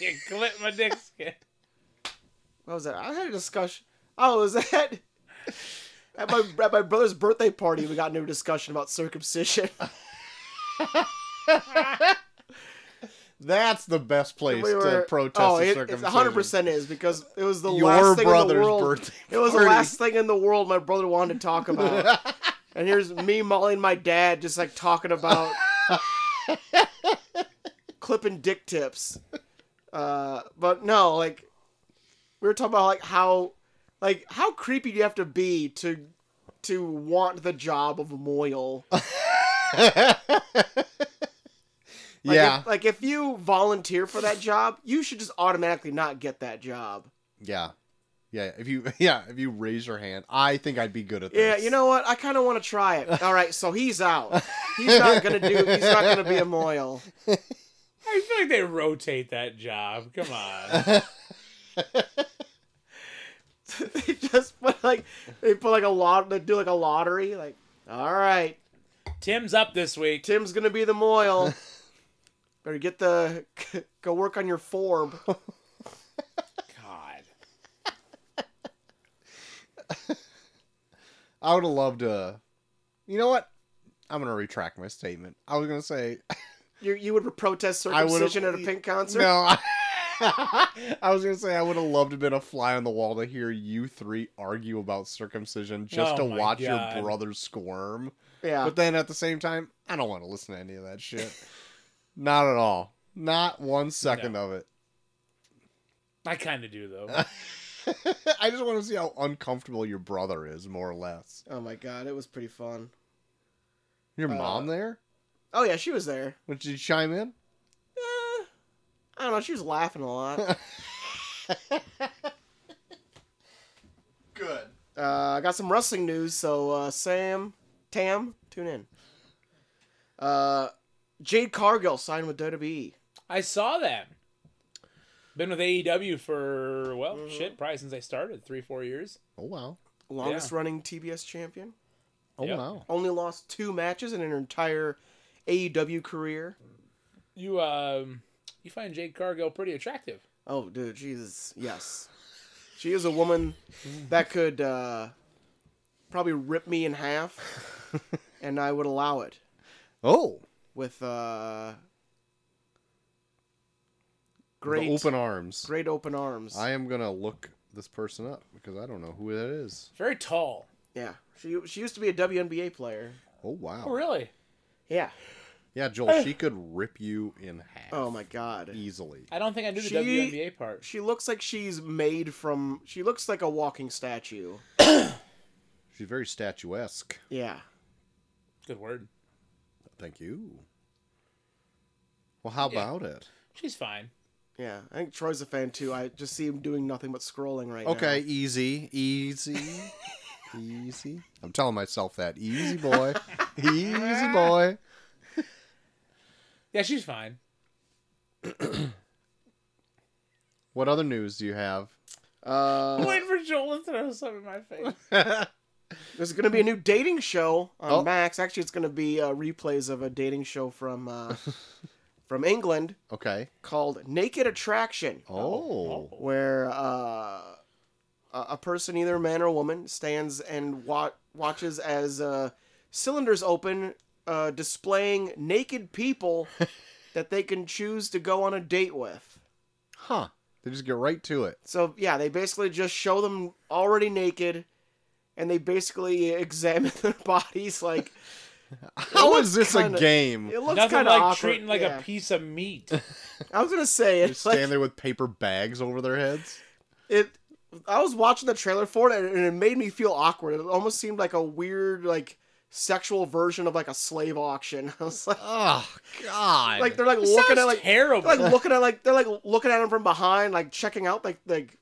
[SPEAKER 3] you clip my dick skin.
[SPEAKER 1] What was that? I had a discussion. Oh, was that at my at my brother's birthday party? We got into a discussion about circumcision.
[SPEAKER 2] That's the best place
[SPEAKER 1] we
[SPEAKER 2] to
[SPEAKER 1] were
[SPEAKER 2] protest
[SPEAKER 1] oh,
[SPEAKER 2] the
[SPEAKER 1] it, it's
[SPEAKER 2] circumcision.
[SPEAKER 1] 100 percent is because it was the
[SPEAKER 2] Your
[SPEAKER 1] last thing in the
[SPEAKER 2] brother's
[SPEAKER 1] world.
[SPEAKER 2] birthday
[SPEAKER 1] It was the
[SPEAKER 2] party.
[SPEAKER 1] last thing in the world my brother wanted to talk about. and here's me, Molly, and my dad just like talking about clipping dick tips. Uh, but no, like we were talking about like how like how creepy do you have to be to to want the job of Moyle. Like,
[SPEAKER 2] yeah,
[SPEAKER 1] If, like if you volunteer for that job, you should just automatically not get that job.
[SPEAKER 2] yeah, yeah. If you yeah, if you raise your hand, I think I'd be good at
[SPEAKER 1] Yeah,
[SPEAKER 2] this.
[SPEAKER 1] you know what? I kind of want to try it. All right, so he's out. He's not gonna do. He's not gonna be a Moyle.
[SPEAKER 3] I feel like they rotate that job. Come on.
[SPEAKER 1] they just put like they put like a lot. They do like a lottery. Like, all right,
[SPEAKER 3] Tim's up this week.
[SPEAKER 1] Tim's gonna be the Moyle. Better get the go work on your form.
[SPEAKER 3] God.
[SPEAKER 2] I would have loved to. You know what? I'm gonna retract my statement. I was gonna say
[SPEAKER 1] You you would protest
[SPEAKER 2] I would've-
[SPEAKER 1] circumcision at a pink concert.
[SPEAKER 2] no. I, I was gonna say I would have loved to been a fly on the wall to hear you three argue about circumcision just
[SPEAKER 3] Oh
[SPEAKER 2] to
[SPEAKER 3] my
[SPEAKER 2] watch your
[SPEAKER 3] God.
[SPEAKER 2] brother squirm.
[SPEAKER 1] Yeah,
[SPEAKER 2] But then at the same time, I don't want to listen to any of that shit. Not at all. Not one second of it.
[SPEAKER 3] I kind of do though.
[SPEAKER 2] I just want to see how uncomfortable your brother is, more or less.
[SPEAKER 1] Oh my god, it was pretty fun.
[SPEAKER 2] Your
[SPEAKER 1] Uh,
[SPEAKER 2] mom there?
[SPEAKER 1] Oh yeah, she was there.
[SPEAKER 2] Did she chime in?
[SPEAKER 1] Eh, I don't know. She was laughing a lot.
[SPEAKER 2] Good.
[SPEAKER 1] Uh, I got some wrestling news, so uh, Sam, Tam, tune in. Uh, Jade Cargill signed with E, WWE.
[SPEAKER 3] I saw that. Been with AEW for well, shit, probably since I started three, four years.
[SPEAKER 2] Oh wow.
[SPEAKER 1] Longest running TBS champion.
[SPEAKER 2] Oh
[SPEAKER 3] Yeah.
[SPEAKER 2] wow.
[SPEAKER 1] Only lost two matches in her entire AEW career.
[SPEAKER 3] You um, you find Jade Cargill pretty attractive.
[SPEAKER 1] Oh, dude, Jesus. Yes. She is a woman that could uh, probably rip me in half, and I would allow it
[SPEAKER 2] Oh.
[SPEAKER 1] with uh,
[SPEAKER 2] Great.
[SPEAKER 1] great,
[SPEAKER 2] open arms.
[SPEAKER 1] great open arms.
[SPEAKER 2] I am gonna look this person up because I don't know who that is.
[SPEAKER 3] Very tall.
[SPEAKER 1] Yeah, she she used to be a WNBA player.
[SPEAKER 2] Oh wow.
[SPEAKER 3] Oh, really?
[SPEAKER 1] Yeah.
[SPEAKER 2] Yeah, Joel, she could rip you in half.
[SPEAKER 1] Oh my god.
[SPEAKER 2] Easily.
[SPEAKER 3] I don't think I knew the
[SPEAKER 1] She-
[SPEAKER 3] WNBA part.
[SPEAKER 1] She looks like she's made from. She looks like a walking statue.
[SPEAKER 2] She's very statuesque.
[SPEAKER 1] Yeah.
[SPEAKER 3] Good word.
[SPEAKER 2] Thank you. Well, how
[SPEAKER 3] Yeah.
[SPEAKER 2] about it?
[SPEAKER 3] She's fine.
[SPEAKER 1] Yeah. I think Troy's a fan too. I just see him doing nothing but scrolling right now.
[SPEAKER 2] Okay, easy, easy, easy. I'm telling myself that. Easy boy, easy boy.
[SPEAKER 3] Yeah, she's fine.
[SPEAKER 2] What other news do you have?
[SPEAKER 3] I'm
[SPEAKER 1] Uh,
[SPEAKER 3] waiting for Joel to throw something in my face.
[SPEAKER 1] there's gonna be a new dating show on
[SPEAKER 2] Oh.
[SPEAKER 1] Max. Actually, it's gonna be uh, replays of a dating show from uh, from England
[SPEAKER 2] Okay.
[SPEAKER 1] called Naked Attraction.
[SPEAKER 2] Oh.
[SPEAKER 1] where uh, a a person, either man or woman, stands and wa- watches as uh, cylinders open, uh, displaying naked people that they can choose to go on a date with.
[SPEAKER 2] Huh. They just get right to it.
[SPEAKER 1] So yeah, they basically just show them already naked, and they basically examine their bodies. Like
[SPEAKER 2] How
[SPEAKER 1] looks
[SPEAKER 2] is this
[SPEAKER 1] kinda-
[SPEAKER 2] a game?
[SPEAKER 1] it looks
[SPEAKER 3] Nothing
[SPEAKER 1] kind of
[SPEAKER 3] like
[SPEAKER 1] awkward.
[SPEAKER 3] treating like
[SPEAKER 1] yeah.
[SPEAKER 3] a piece of meat.
[SPEAKER 1] I was gonna say
[SPEAKER 2] They
[SPEAKER 1] it's
[SPEAKER 2] stand
[SPEAKER 1] like
[SPEAKER 2] there with paper bags over their heads.
[SPEAKER 1] it I was watching the trailer for it and it made me feel awkward. It almost seemed like a weird like sexual version of like a slave auction. I was like,
[SPEAKER 2] Oh God!
[SPEAKER 1] like they're like
[SPEAKER 3] This
[SPEAKER 1] looking
[SPEAKER 3] sounds
[SPEAKER 1] at like
[SPEAKER 3] terrible.
[SPEAKER 1] they're like looking at like they're like looking at him from behind, like checking out like like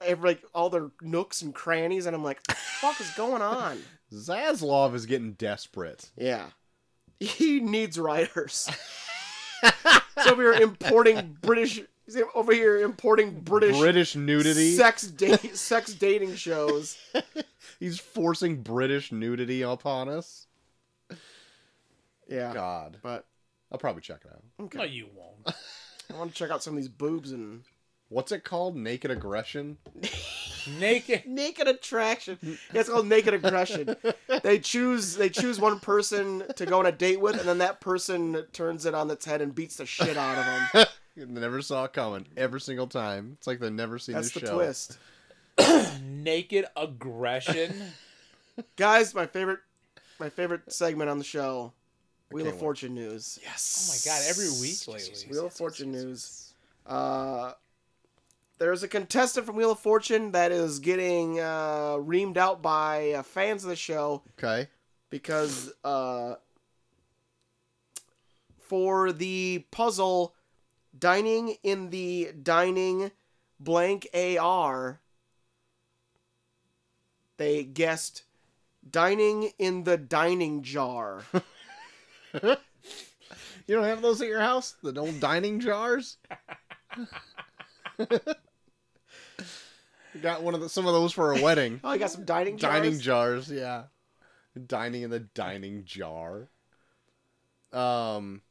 [SPEAKER 1] every like all their nooks and crannies, and I'm like, what the fuck is going on?
[SPEAKER 2] Zaslov is getting desperate.
[SPEAKER 1] Yeah, he needs writers. so over here importing British, he's over here importing British,
[SPEAKER 2] British nudity.
[SPEAKER 1] sex date sex dating shows.
[SPEAKER 2] He's forcing British nudity upon us.
[SPEAKER 1] Yeah,
[SPEAKER 2] God,
[SPEAKER 1] but
[SPEAKER 2] I'll probably check it out.
[SPEAKER 1] okay.
[SPEAKER 3] no, you won't.
[SPEAKER 1] I want to check out some of these boobs and
[SPEAKER 2] What's it called? Naked aggression.
[SPEAKER 3] Naked.
[SPEAKER 1] naked attraction. Yeah, it's called naked aggression. they choose they choose one person to go on a date with, and then that person turns it on its head and beats the shit out of them.
[SPEAKER 2] You never saw it coming. Every single time. It's like they've never seen
[SPEAKER 1] That's
[SPEAKER 2] the
[SPEAKER 1] the
[SPEAKER 2] show.
[SPEAKER 1] twist,
[SPEAKER 3] Naked aggression.
[SPEAKER 1] guys. My favorite my favorite segment on the show, Wheel
[SPEAKER 2] can't
[SPEAKER 1] of
[SPEAKER 2] wait.
[SPEAKER 1] Fortune news.
[SPEAKER 3] Oh my
[SPEAKER 2] Yes.
[SPEAKER 3] god, every week lately.
[SPEAKER 1] Wheel of Fortune news. Uh, there's a contestant from Wheel of Fortune that is getting uh, reamed out by uh, fans of the show
[SPEAKER 2] Okay.
[SPEAKER 1] because uh, for the puzzle dining in the dining blank AR they guessed dining in the dining jar. Oh,
[SPEAKER 2] You don't have those at your house? The old dining jars? You got one of the, some of those for a wedding.
[SPEAKER 1] Oh, I got some dining jars.
[SPEAKER 2] dining jars, yeah. Dining in the dining jar. Um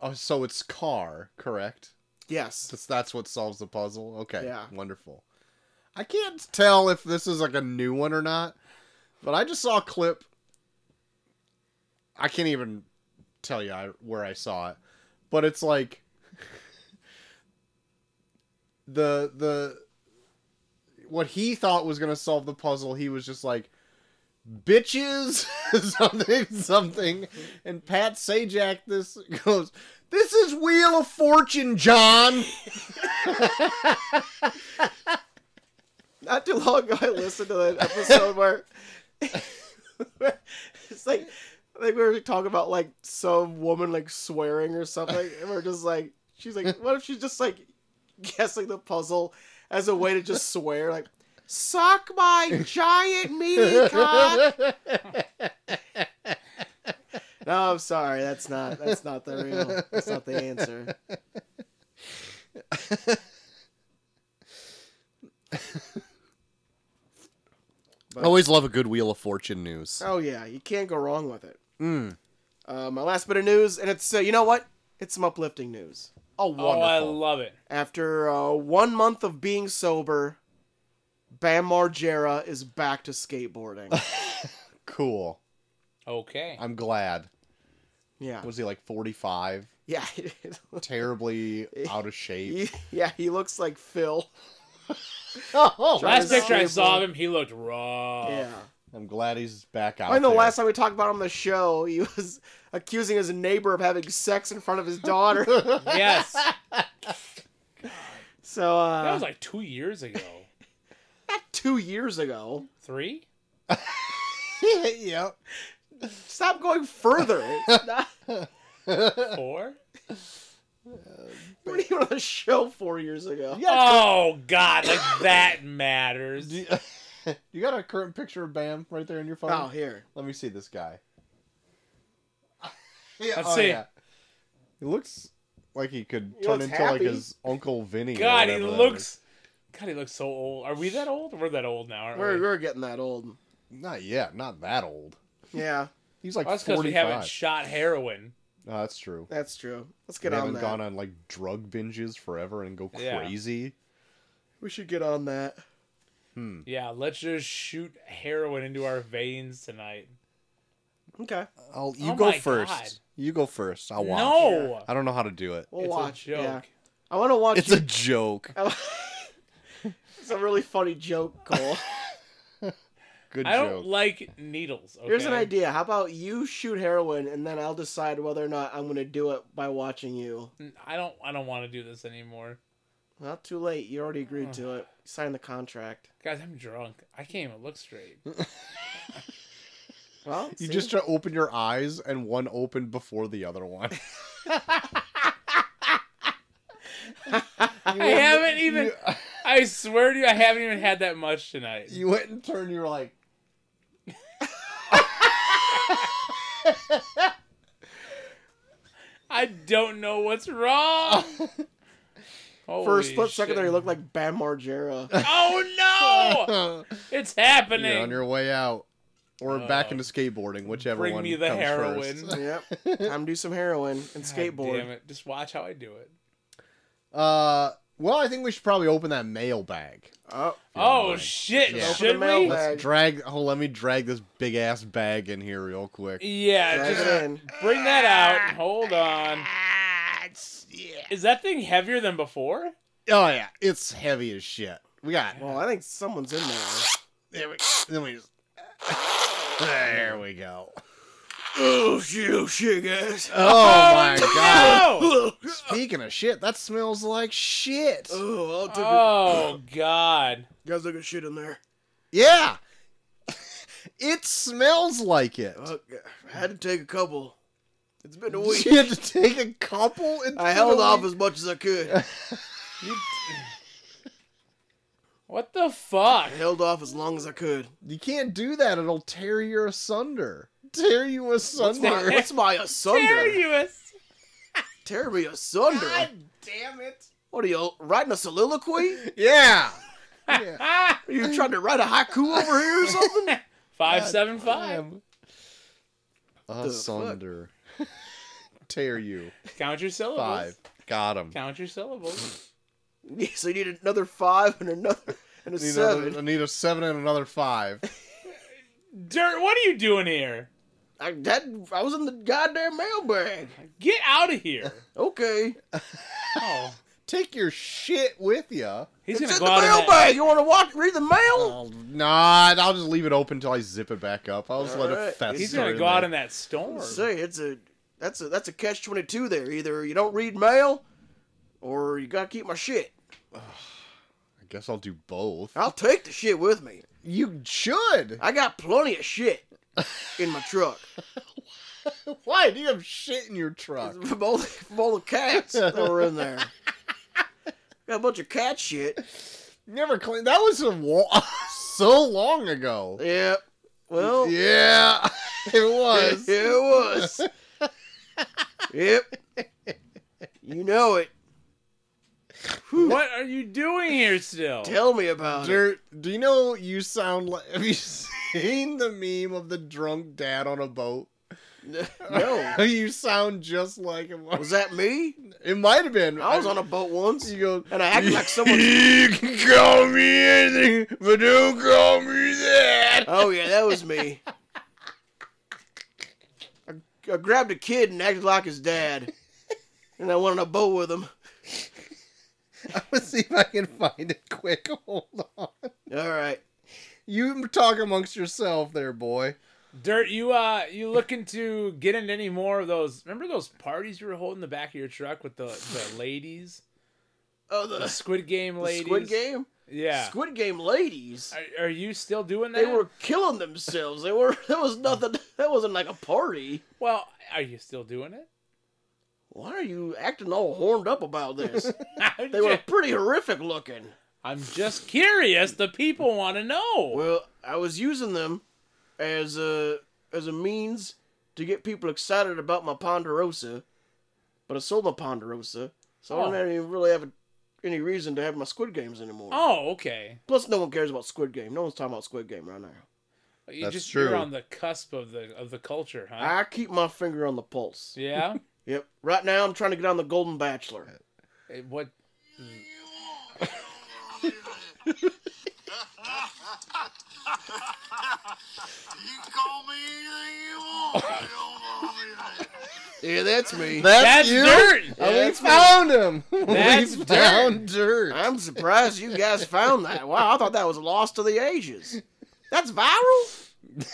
[SPEAKER 2] oh, so it's car, correct?
[SPEAKER 1] Yes.
[SPEAKER 2] That's that's what solves the puzzle. Okay.
[SPEAKER 1] Yeah.
[SPEAKER 2] Wonderful. I can't tell if this is like a new one or not, but I just saw a clip. I can't even tell you I, where I saw it, but it's like the the what he thought was gonna solve the puzzle. He was just like bitches something something and pat sajak this goes this is wheel of fortune john
[SPEAKER 1] Not too long ago, I listened to an episode where it's like I think we were talking about like some woman like swearing or something, and we're just like, she's like, what if she's just like guessing the puzzle as a way to just swear, like, suck my giant meaty cock. No, I'm sorry, that's not that's not the real that's not the answer. But-
[SPEAKER 2] Always love a good Wheel of Fortune news.
[SPEAKER 1] Oh yeah, you can't go wrong with it.
[SPEAKER 2] Mm.
[SPEAKER 1] Uh, my last bit of news, and it's uh, you know what? It's some uplifting news.
[SPEAKER 2] Oh,
[SPEAKER 3] Oh, I
[SPEAKER 2] wonderful.
[SPEAKER 3] love it.
[SPEAKER 1] After uh, one month of being sober, Bam Margera is back to skateboarding.
[SPEAKER 2] cool.
[SPEAKER 3] Okay.
[SPEAKER 2] I'm glad.
[SPEAKER 1] Yeah,
[SPEAKER 2] Was he like 45?
[SPEAKER 1] yeah,
[SPEAKER 2] Terribly out of shape.
[SPEAKER 1] he, yeah. He looks like Phil.
[SPEAKER 2] oh,
[SPEAKER 3] Last
[SPEAKER 1] Trying to
[SPEAKER 3] picture I
[SPEAKER 1] save
[SPEAKER 3] saw
[SPEAKER 1] him.
[SPEAKER 3] of him, he looked raw.
[SPEAKER 1] Yeah.
[SPEAKER 2] I'm glad he's back Oh, out.
[SPEAKER 1] I know.
[SPEAKER 2] there.
[SPEAKER 1] Last time we talked about him on the show, he was accusing his neighbor of having sex in front of his daughter.
[SPEAKER 3] Yes.
[SPEAKER 1] so uh,
[SPEAKER 3] That was like two years ago.
[SPEAKER 1] not two years ago.
[SPEAKER 3] Three?
[SPEAKER 2] yep.
[SPEAKER 1] Stop going further. It's not,
[SPEAKER 3] Four?
[SPEAKER 1] we were even on the show four years ago.
[SPEAKER 3] Oh god, like that matters.
[SPEAKER 2] Do you, you got a current picture of Bam right there in your phone?
[SPEAKER 1] Oh, here.
[SPEAKER 2] Let me see this guy. Yeah,
[SPEAKER 3] Let's
[SPEAKER 2] oh,
[SPEAKER 3] see.
[SPEAKER 2] yeah. He looks like he could
[SPEAKER 1] He
[SPEAKER 2] turn
[SPEAKER 1] looks
[SPEAKER 2] into like
[SPEAKER 1] happy.
[SPEAKER 2] his Uncle Vinny. or
[SPEAKER 3] God, he
[SPEAKER 2] whatever that
[SPEAKER 3] looks. God, he looks so old. Are we that old? We're that old now, aren't
[SPEAKER 1] We're,
[SPEAKER 3] we?
[SPEAKER 1] we're getting that old.
[SPEAKER 2] is. Not yet. Not that old.
[SPEAKER 1] Yeah,
[SPEAKER 2] He's like
[SPEAKER 3] Well, that's because
[SPEAKER 2] 45.
[SPEAKER 3] we haven't shot heroin.
[SPEAKER 2] No, Oh, that's true.
[SPEAKER 1] that's true. Let's
[SPEAKER 2] We
[SPEAKER 1] get on
[SPEAKER 2] haven't
[SPEAKER 1] that.
[SPEAKER 2] gone on like drug binges forever and go
[SPEAKER 3] Yeah.
[SPEAKER 2] crazy.
[SPEAKER 1] We should get on that.
[SPEAKER 2] Hmm.
[SPEAKER 3] Yeah, let's just shoot heroin into our veins tonight.
[SPEAKER 1] Okay.
[SPEAKER 2] I'll you
[SPEAKER 3] Oh
[SPEAKER 2] go
[SPEAKER 3] my
[SPEAKER 2] first.
[SPEAKER 3] God.
[SPEAKER 2] You go first. I'll watch.
[SPEAKER 3] No,
[SPEAKER 2] I don't know how to do it.
[SPEAKER 1] We'll
[SPEAKER 3] it's
[SPEAKER 1] watch.
[SPEAKER 3] a joke.
[SPEAKER 1] Yeah. I want to watch.
[SPEAKER 2] It's a joke.
[SPEAKER 1] you- it's a really funny joke, Cole.
[SPEAKER 2] Good
[SPEAKER 3] I don't
[SPEAKER 2] joke.
[SPEAKER 3] like needles. Okay?
[SPEAKER 1] Here's an idea. How about you shoot heroin, and then I'll decide whether or not I'm going to do it by watching you.
[SPEAKER 3] I don't. I don't want to do this anymore,
[SPEAKER 1] Not too late. You already agreed to it. You signed the contract.
[SPEAKER 3] guys. I'm drunk. I can't even look straight.
[SPEAKER 1] Well, see?
[SPEAKER 2] You just try to open your eyes, and one opened before the other one.
[SPEAKER 3] I haven't even.
[SPEAKER 2] You-
[SPEAKER 3] I swear to you, I haven't even had that much tonight.
[SPEAKER 2] You went and turned. You were like,
[SPEAKER 3] I don't know what's wrong.
[SPEAKER 1] for
[SPEAKER 3] Holy
[SPEAKER 1] a split second there,
[SPEAKER 3] shit.
[SPEAKER 1] you look like Bam Margera.
[SPEAKER 3] Oh no!
[SPEAKER 2] "You're
[SPEAKER 3] It's happening.
[SPEAKER 2] on your way out, or back
[SPEAKER 3] Oh.
[SPEAKER 2] into skateboarding, whichever
[SPEAKER 3] Bring
[SPEAKER 2] one
[SPEAKER 3] me the
[SPEAKER 2] comes
[SPEAKER 3] heroin.
[SPEAKER 2] first."
[SPEAKER 1] yep. Time to do some heroin and
[SPEAKER 3] God
[SPEAKER 1] skateboard.
[SPEAKER 3] Damn it! Just watch how I do it.
[SPEAKER 2] Uh, well, I think we should probably open that mailbag.
[SPEAKER 1] Oh,
[SPEAKER 3] Oh
[SPEAKER 2] mind.
[SPEAKER 3] shit!
[SPEAKER 2] Yeah.
[SPEAKER 1] Open
[SPEAKER 3] Should
[SPEAKER 1] the
[SPEAKER 3] we?
[SPEAKER 1] mailbag.
[SPEAKER 2] Let's drag. Oh, let me drag this big ass bag in here real quick.
[SPEAKER 3] Yeah,
[SPEAKER 1] drag
[SPEAKER 3] just
[SPEAKER 1] it in.
[SPEAKER 3] bring that out. Hold on. Is that thing heavier than before?
[SPEAKER 2] Oh yeah, it's heavy as shit. We got.
[SPEAKER 1] Well, I think someone's in there.
[SPEAKER 2] There we. Then we just. There we go.
[SPEAKER 1] Oh shit, shit, guys.
[SPEAKER 2] Oh, my god.
[SPEAKER 3] Oh.
[SPEAKER 2] Speaking of shit, that smells like shit.
[SPEAKER 1] Oh,
[SPEAKER 3] No! Oh god!
[SPEAKER 1] guys look at shit in there.
[SPEAKER 2] Yeah. it smells like it.
[SPEAKER 1] I had to take a couple. It's been a
[SPEAKER 2] you had to take a couple. and put away-
[SPEAKER 1] as much as I could.
[SPEAKER 3] You... What the fuck?
[SPEAKER 1] held off as long as I could.
[SPEAKER 2] You can't do that. It'll tear you asunder. Tear you asunder.
[SPEAKER 1] What's my asunder?
[SPEAKER 3] Dare you? ass-
[SPEAKER 1] Tear me asunder.
[SPEAKER 2] damn it.
[SPEAKER 1] What are you writing a soliloquy?
[SPEAKER 2] Yeah. Yeah.
[SPEAKER 3] Ah!
[SPEAKER 1] Are you trying to write a haiku over here or something?
[SPEAKER 3] Five seven five.
[SPEAKER 1] fuck?
[SPEAKER 2] Asunder. tear you.
[SPEAKER 3] Count your syllables.
[SPEAKER 2] Five. Got him.
[SPEAKER 3] Count your syllables.
[SPEAKER 1] Yeah, so you need another five and another and a
[SPEAKER 2] Need
[SPEAKER 1] seven.
[SPEAKER 2] Another, I need a seven and another five.
[SPEAKER 3] Dirt, what are you doing here?
[SPEAKER 1] I that I was in the goddamn mailbag.
[SPEAKER 3] Get out of here.
[SPEAKER 1] Okay,
[SPEAKER 3] Oh.
[SPEAKER 2] Take your shit with you.
[SPEAKER 3] He's
[SPEAKER 1] it's
[SPEAKER 3] gonna
[SPEAKER 1] in
[SPEAKER 3] go
[SPEAKER 1] the
[SPEAKER 3] out of that-
[SPEAKER 1] mailbag. You want to walk read the mail?
[SPEAKER 2] Oh, nah, I'll just leave it open until I zip it back up. I'll just let
[SPEAKER 1] All
[SPEAKER 2] it
[SPEAKER 1] right.
[SPEAKER 2] fester.
[SPEAKER 3] He's gonna
[SPEAKER 2] in
[SPEAKER 3] go out
[SPEAKER 2] there.
[SPEAKER 3] in that storm.
[SPEAKER 1] Say it's a that's a that's a catch twenty two there. Either you don't read mail, or you gotta keep my shit.
[SPEAKER 2] I guess I'll do both.
[SPEAKER 1] I'll take the shit with me.
[SPEAKER 2] You should.
[SPEAKER 1] I got plenty of shit in my truck.
[SPEAKER 2] Why do you have shit in your truck?
[SPEAKER 1] From all, the- from all the cats that were in there. Got a bunch of cat shit.
[SPEAKER 2] Never clean. That was a wa- so long ago.
[SPEAKER 1] Yeah. Well,
[SPEAKER 2] Yeah, it
[SPEAKER 1] it,
[SPEAKER 2] was.
[SPEAKER 1] it was. yep. You know it. Whew.
[SPEAKER 3] What are you doing here still?
[SPEAKER 1] Tell me about it.
[SPEAKER 2] Dirt. Do you know you sound like? Have you seen the meme of the drunk dad on a boat?
[SPEAKER 1] No.
[SPEAKER 2] you sound just like him.
[SPEAKER 1] Was that me?
[SPEAKER 2] It might have been.
[SPEAKER 1] I was on a boat once.
[SPEAKER 2] You go.
[SPEAKER 1] And I acted like someone-
[SPEAKER 2] You can call me anything, but don't call me that.
[SPEAKER 1] Oh yeah, that was me. I, I grabbed a kid and acted like his dad, and I went on a boat with him.
[SPEAKER 2] I'm gonna see if I can find it quick. Hold on.
[SPEAKER 1] All right.
[SPEAKER 2] You talk amongst yourself, there, boy.
[SPEAKER 3] Dirt, you uh you looking to get into any more of those remember those parties you were holding in the back of your truck with the, the ladies?
[SPEAKER 1] Oh,
[SPEAKER 3] The
[SPEAKER 1] the,
[SPEAKER 3] Squid Game
[SPEAKER 1] the
[SPEAKER 3] ladies.
[SPEAKER 1] Squid Game.
[SPEAKER 3] Yeah.
[SPEAKER 1] Squid Game ladies.
[SPEAKER 3] Are, are you still doing that?
[SPEAKER 1] They were killing themselves. They were. That was nothing. That wasn't like a party.
[SPEAKER 3] Well, are you still doing it?
[SPEAKER 1] Why are you acting all horned up about this?
[SPEAKER 3] I'm,
[SPEAKER 1] They were
[SPEAKER 3] just,
[SPEAKER 1] pretty horrific looking.
[SPEAKER 3] I'm just curious. The people want to know.
[SPEAKER 1] Well, I was using them as a as a means to get people excited about my ponderosa, but I sold my ponderosa, so I
[SPEAKER 3] Oh.
[SPEAKER 1] don't even really have a, any reason to have my Squid Games anymore.
[SPEAKER 3] oh, okay.
[SPEAKER 1] Plus, no one cares about Squid Game. No one's talking about Squid Game right now.
[SPEAKER 3] You
[SPEAKER 2] That's
[SPEAKER 3] just
[SPEAKER 2] true.
[SPEAKER 3] you're on the cusp of the of the culture, huh?
[SPEAKER 1] I keep my finger on the pulse.
[SPEAKER 3] yeah.
[SPEAKER 1] Yep. Right now, I'm trying to get on the Golden Bachelor.
[SPEAKER 3] Eh, what?
[SPEAKER 5] You call me anything you want. You don't call me that.
[SPEAKER 1] Yeah, that's me.
[SPEAKER 3] That's dirt.
[SPEAKER 2] Oh, we
[SPEAKER 1] That's me.
[SPEAKER 2] found him.
[SPEAKER 3] That's
[SPEAKER 2] we
[SPEAKER 3] dirt.
[SPEAKER 2] found dirt.
[SPEAKER 1] I'm surprised you guys found that. Wow, I thought that was lost to the ages. That's viral.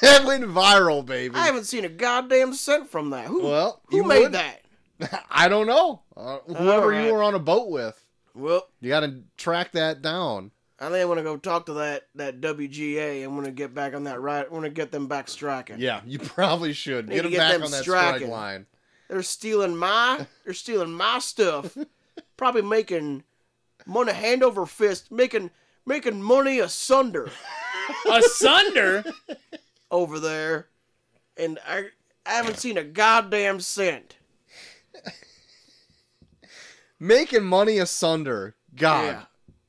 [SPEAKER 2] That went viral, baby.
[SPEAKER 1] I haven't seen a goddamn cent from that. Who
[SPEAKER 2] Well,
[SPEAKER 1] who
[SPEAKER 2] you
[SPEAKER 1] made
[SPEAKER 2] would-
[SPEAKER 1] that?
[SPEAKER 2] I don't know. Uh, whoever
[SPEAKER 1] right.
[SPEAKER 2] you were on a boat with,
[SPEAKER 1] Well,
[SPEAKER 2] you got to track that down.
[SPEAKER 1] I think I'm gonna go talk to that that WGA. I'm gonna get back on that right. I'm gonna get them back striking.
[SPEAKER 2] Yeah, you probably should
[SPEAKER 1] Need
[SPEAKER 2] get
[SPEAKER 1] to
[SPEAKER 2] him
[SPEAKER 1] get
[SPEAKER 2] back
[SPEAKER 1] them
[SPEAKER 2] on that
[SPEAKER 1] striking.
[SPEAKER 2] strike line.
[SPEAKER 1] They're stealing my they're stealing my stuff. Probably making money hand over fist, making making money asunder
[SPEAKER 3] Asunder?
[SPEAKER 1] over there. And I I haven't seen a goddamn cent.
[SPEAKER 2] Making money asunder. God,
[SPEAKER 1] Yeah.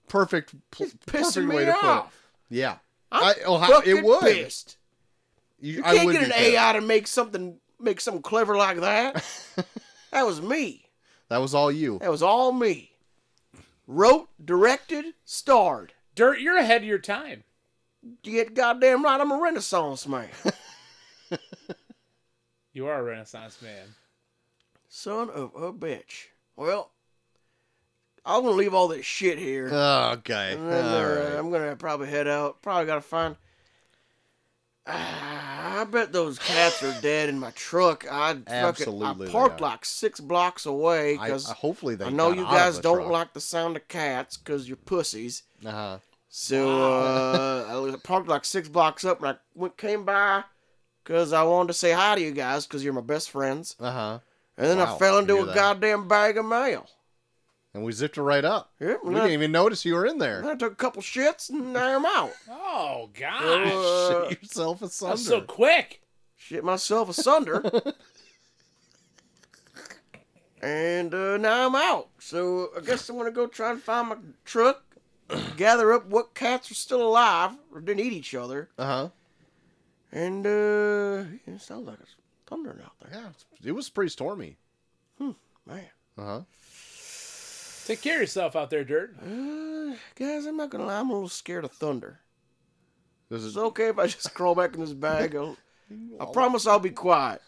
[SPEAKER 2] perfect, pl-
[SPEAKER 1] It's pissing
[SPEAKER 2] perfect
[SPEAKER 1] me
[SPEAKER 2] way to put it.
[SPEAKER 1] off.
[SPEAKER 2] Yeah,
[SPEAKER 1] I'm
[SPEAKER 2] I- oh, how-
[SPEAKER 1] fucking
[SPEAKER 2] it would.
[SPEAKER 1] pissed.
[SPEAKER 2] you,
[SPEAKER 1] You
[SPEAKER 2] I
[SPEAKER 1] can't
[SPEAKER 2] would
[SPEAKER 1] get
[SPEAKER 2] be
[SPEAKER 1] an
[SPEAKER 2] pissed.
[SPEAKER 1] AI to make something make something clever like that. that was me.
[SPEAKER 2] That was all you.
[SPEAKER 1] That was all me. Wrote, directed, starred.
[SPEAKER 3] Dirt, you're ahead of your time.
[SPEAKER 1] You get goddamn right, I'm a renaissance man.
[SPEAKER 3] You are a Renaissance man.
[SPEAKER 1] Son of a bitch. Well, I'm gonna leave all this shit here.
[SPEAKER 2] Okay,
[SPEAKER 1] and then,
[SPEAKER 2] Uh, all
[SPEAKER 1] uh,
[SPEAKER 2] right.
[SPEAKER 1] I'm gonna probably head out. Probably gotta find. Ah, I bet those cats are dead in my truck. I fucking I
[SPEAKER 2] Absolutely they
[SPEAKER 1] parked
[SPEAKER 2] are.
[SPEAKER 1] like six blocks away
[SPEAKER 2] I, I-
[SPEAKER 1] because
[SPEAKER 2] hopefully they.
[SPEAKER 1] I, know
[SPEAKER 2] got
[SPEAKER 1] you
[SPEAKER 2] out of
[SPEAKER 1] guys
[SPEAKER 2] the
[SPEAKER 1] don't
[SPEAKER 2] truck.
[SPEAKER 1] like the sound of cats because you're pussies.
[SPEAKER 2] Uh-huh.
[SPEAKER 1] So uh, I parked like six blocks up, and I went, came by because I wanted to say hi to you guys because you're my best friends.
[SPEAKER 2] Uh huh.
[SPEAKER 1] And then I
[SPEAKER 2] Wow,
[SPEAKER 1] fell into
[SPEAKER 2] hear
[SPEAKER 1] a
[SPEAKER 2] that.
[SPEAKER 1] goddamn bag of mail.
[SPEAKER 2] And we zipped it right up.
[SPEAKER 1] Yeah,
[SPEAKER 2] We
[SPEAKER 1] and I,
[SPEAKER 2] didn't even notice you were in
[SPEAKER 1] and
[SPEAKER 2] there.
[SPEAKER 1] I took a couple shits, and now I'm out.
[SPEAKER 3] Oh,
[SPEAKER 1] Uh,
[SPEAKER 3] gosh.
[SPEAKER 2] Shit yourself asunder.
[SPEAKER 3] That's so quick.
[SPEAKER 1] Shit myself asunder. and uh, now I'm out. So I guess I'm going to go try and find my truck, gather up what cats are still alive or didn't eat each other.
[SPEAKER 2] Uh huh.
[SPEAKER 1] And uh, it sounds like it's thundering out there.
[SPEAKER 2] Yeah, it was pretty stormy.
[SPEAKER 1] Man.
[SPEAKER 2] Uh huh.
[SPEAKER 3] Take care of yourself out there, Dirt.
[SPEAKER 1] Uh, guys, I'm not gonna lie, I'm a little scared of thunder.
[SPEAKER 2] This is
[SPEAKER 1] It's okay if I just crawl back in this bag. I'll, I promise I'll be quiet.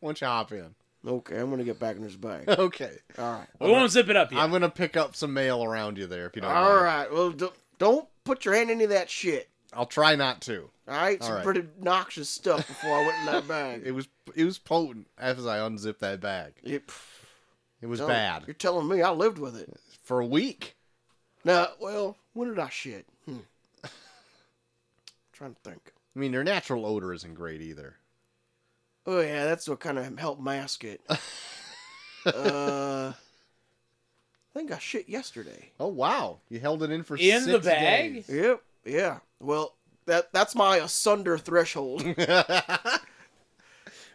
[SPEAKER 2] once you hop in.
[SPEAKER 1] Okay, I'm gonna get back in this bag.
[SPEAKER 2] Okay.
[SPEAKER 1] All right.
[SPEAKER 3] We won't zip it up yet.
[SPEAKER 2] I'm gonna pick up some mail around you there if you don't.
[SPEAKER 1] All
[SPEAKER 2] mind.
[SPEAKER 1] right. Well, d- don't put your hand in any of that shit.
[SPEAKER 2] I'll try not to.
[SPEAKER 1] I ate some
[SPEAKER 2] All right.
[SPEAKER 1] pretty noxious stuff before I went in that bag.
[SPEAKER 2] It was it was potent as I unzipped that bag.
[SPEAKER 1] It-
[SPEAKER 2] It was
[SPEAKER 1] no, You're
[SPEAKER 2] bad
[SPEAKER 1] telling me I lived with it.
[SPEAKER 2] for a week.
[SPEAKER 1] Now, well, when did I shit? Hmm. trying to think.
[SPEAKER 2] I mean, your natural odor isn't great either.
[SPEAKER 1] Oh yeah, that's what kind of helped mask it. uh, I think I shit yesterday.
[SPEAKER 2] Oh wow, you held it in for
[SPEAKER 3] In
[SPEAKER 2] six
[SPEAKER 3] the bag?
[SPEAKER 2] days.
[SPEAKER 1] Yep. Yeah. Well, that that's my asunder threshold.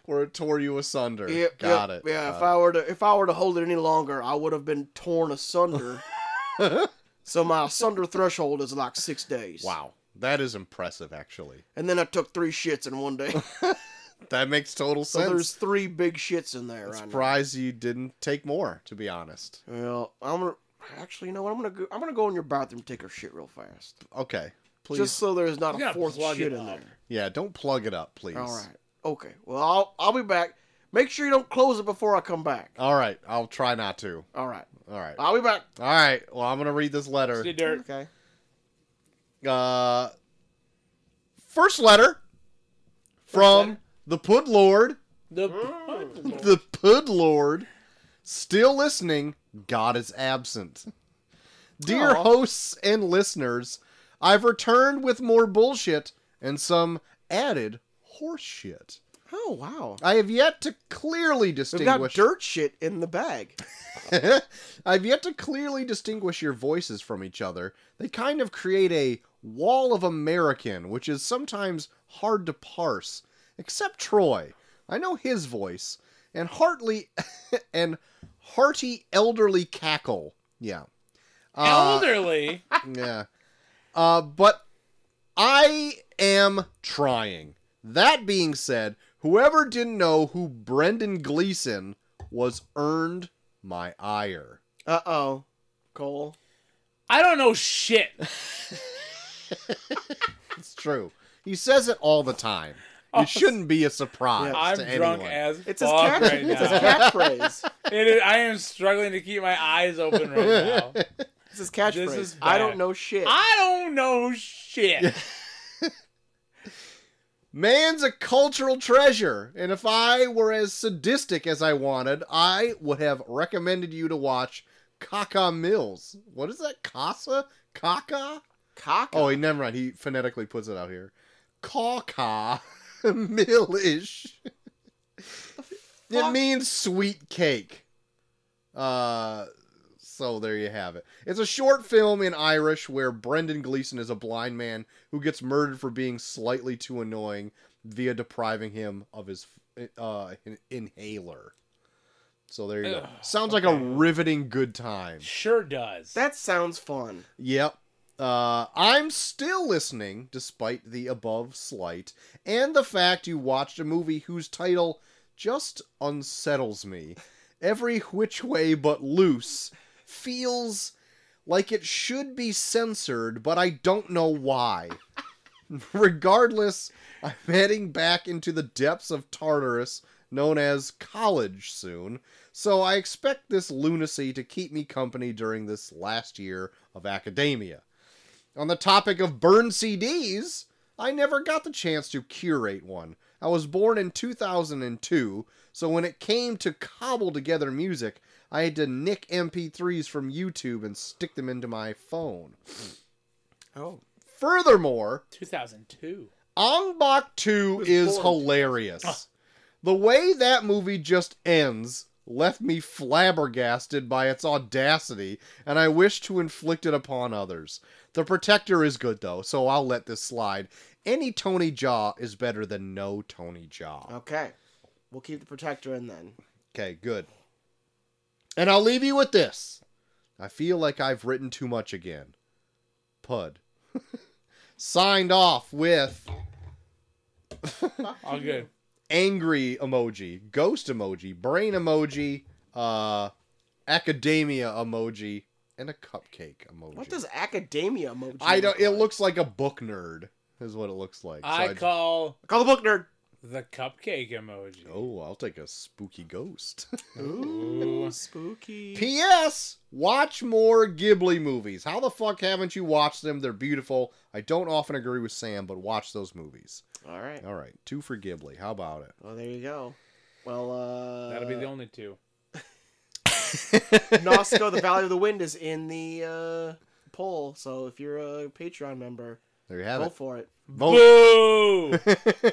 [SPEAKER 2] where it tore you asunder.
[SPEAKER 1] Yep.
[SPEAKER 2] Got
[SPEAKER 1] yep,
[SPEAKER 2] it. Uh,
[SPEAKER 1] Yeah. if
[SPEAKER 2] Got
[SPEAKER 1] I were to if I were to hold it any longer, I would have been torn asunder. so my asunder threshold is like six days.
[SPEAKER 2] it. wow, that is impressive actually.
[SPEAKER 1] And then I took three shits in one day.
[SPEAKER 2] That makes total
[SPEAKER 1] so there's
[SPEAKER 2] sense.
[SPEAKER 1] three big shits in there
[SPEAKER 2] I'm
[SPEAKER 1] right
[SPEAKER 2] surprised you didn't take more. To be honest.
[SPEAKER 1] now. Well, I'm gonna actually you know what I'm gonna go I'm gonna go in your bathroom take a shit real fast.
[SPEAKER 2] Okay, please.
[SPEAKER 1] Just so there's not
[SPEAKER 3] You
[SPEAKER 1] a
[SPEAKER 3] gotta
[SPEAKER 1] fourth
[SPEAKER 3] plug
[SPEAKER 1] shit
[SPEAKER 3] it
[SPEAKER 1] in
[SPEAKER 3] up.
[SPEAKER 1] there.
[SPEAKER 2] yeah, don't plug it up, please.
[SPEAKER 1] All right. Okay. Well I'll I'll be back. Make sure you don't close it before I come back.
[SPEAKER 2] All right, I'll try not to.
[SPEAKER 1] All right.
[SPEAKER 2] All right.
[SPEAKER 1] I'll be back.
[SPEAKER 2] All right. Well, I'm gonna read this letter.
[SPEAKER 3] Stay Dirt.
[SPEAKER 1] Okay.
[SPEAKER 2] Uh, first letter from
[SPEAKER 3] letter.
[SPEAKER 2] the Pud Lord.
[SPEAKER 3] The,
[SPEAKER 2] The Pud Lord, still listening. God is absent. Dear
[SPEAKER 1] Aw.
[SPEAKER 2] hosts and listeners, I've returned with more bullshit and some added horseshit.
[SPEAKER 1] Oh wow.
[SPEAKER 2] I have yet to clearly
[SPEAKER 1] We've got
[SPEAKER 2] distinguish.
[SPEAKER 1] dirt shit in the bag.
[SPEAKER 2] I've yet to clearly distinguish your voices from each other. They kind of create a wall of American, which is sometimes hard to parse. Except Troy. I know his voice. And heartily and hearty elderly cackle. Yeah. Uh,
[SPEAKER 3] elderly.
[SPEAKER 2] yeah. Uh, but I am trying. That being said, whoever didn't know who Brendan Gleeson was earned my ire.
[SPEAKER 1] Uh oh, Cole.
[SPEAKER 3] I don't know shit.
[SPEAKER 2] It's true. He says it all the time.
[SPEAKER 3] Oh,
[SPEAKER 2] It shouldn't be a surprise.
[SPEAKER 1] yeah.
[SPEAKER 2] to
[SPEAKER 3] I'm drunk
[SPEAKER 2] anyone.
[SPEAKER 3] as
[SPEAKER 1] It's his,
[SPEAKER 3] fuck
[SPEAKER 1] catch-
[SPEAKER 3] right
[SPEAKER 1] it's his
[SPEAKER 3] now.
[SPEAKER 1] catchphrase.
[SPEAKER 3] It is, I am struggling to keep my eyes open right now.
[SPEAKER 1] It's his catchphrase.
[SPEAKER 3] This is
[SPEAKER 1] I
[SPEAKER 3] bad.
[SPEAKER 1] don't know shit.
[SPEAKER 3] I don't know shit.
[SPEAKER 2] Man's a cultural treasure, and if I were as sadistic as I wanted, I would have recommended you to watch Kaka Mills. What is that? Casa? Kaka?
[SPEAKER 1] Caca.
[SPEAKER 2] Oh, he never mind. He phonetically puts it out here. Caca millish. It
[SPEAKER 1] fuck?
[SPEAKER 2] means sweet cake. Uh, so there you have it. It's a short film in Irish where Brendan Gleeson is a blind man who gets murdered for being slightly too annoying via depriving him of his uh in- inhaler. So there you go.
[SPEAKER 3] Ugh,
[SPEAKER 2] Sounds like a
[SPEAKER 3] okay.
[SPEAKER 2] riveting good time.
[SPEAKER 3] Sure does.
[SPEAKER 1] that sounds fun.
[SPEAKER 2] Yep. Uh, I'm still listening, despite the above slight, and the fact you watched a movie whose title just unsettles me. Every which way but loose feels like it should be censored, but I don't know why. Regardless, I'm heading back into the depths of Tartarus, known as college soon, so I expect this lunacy to keep me company during this last year of academia. On the topic of burn CDs, I never got the chance to curate one. I was born in 2002, so when it came to cobble together music, I had to nick MP3s from YouTube and stick them into my phone.
[SPEAKER 1] Oh,
[SPEAKER 2] Furthermore,
[SPEAKER 3] 2002.
[SPEAKER 2] Ong Bak 2
[SPEAKER 1] was
[SPEAKER 2] is
[SPEAKER 1] born.
[SPEAKER 2] hilarious. the way that movie just ends left me flabbergasted by its audacity, and I wish to inflict it upon others. The Protector is good, though, so I'll let this slide. Any Tony Jaw is better than no Tony Jaw.
[SPEAKER 1] okay. We'll keep the protector in then.
[SPEAKER 2] Okay, good. And I'll leave you with this. I feel like I've written too much again. Pud. Signed off with.
[SPEAKER 3] All good.
[SPEAKER 2] angry emoji, ghost emoji, brain emoji, uh, academia emoji, and a cupcake emoji.
[SPEAKER 1] What does academia emoji?
[SPEAKER 2] I don't?
[SPEAKER 1] look
[SPEAKER 2] It
[SPEAKER 1] like?
[SPEAKER 2] looks like a book nerd. Is what it looks like. So
[SPEAKER 3] I
[SPEAKER 2] ju-
[SPEAKER 3] call
[SPEAKER 1] Call the book nerd.
[SPEAKER 3] the cupcake emoji.
[SPEAKER 2] Oh, I'll take a spooky ghost.
[SPEAKER 1] Ooh, spooky.
[SPEAKER 2] P.S. Watch more Ghibli movies. How the fuck haven't you watched them? They're beautiful. I don't often agree with Sam, but watch those movies.
[SPEAKER 1] All right.
[SPEAKER 2] All right, two for Ghibli. How about it?
[SPEAKER 1] Well, there you go. Well, uh,
[SPEAKER 3] That'll be the only two.
[SPEAKER 1] Nosco, the Valley of the Wind, is in the uh, poll. So if you're a Patreon member,
[SPEAKER 2] There you have
[SPEAKER 1] go
[SPEAKER 2] it.
[SPEAKER 1] for it.
[SPEAKER 2] Vote. Oh.
[SPEAKER 3] Boo!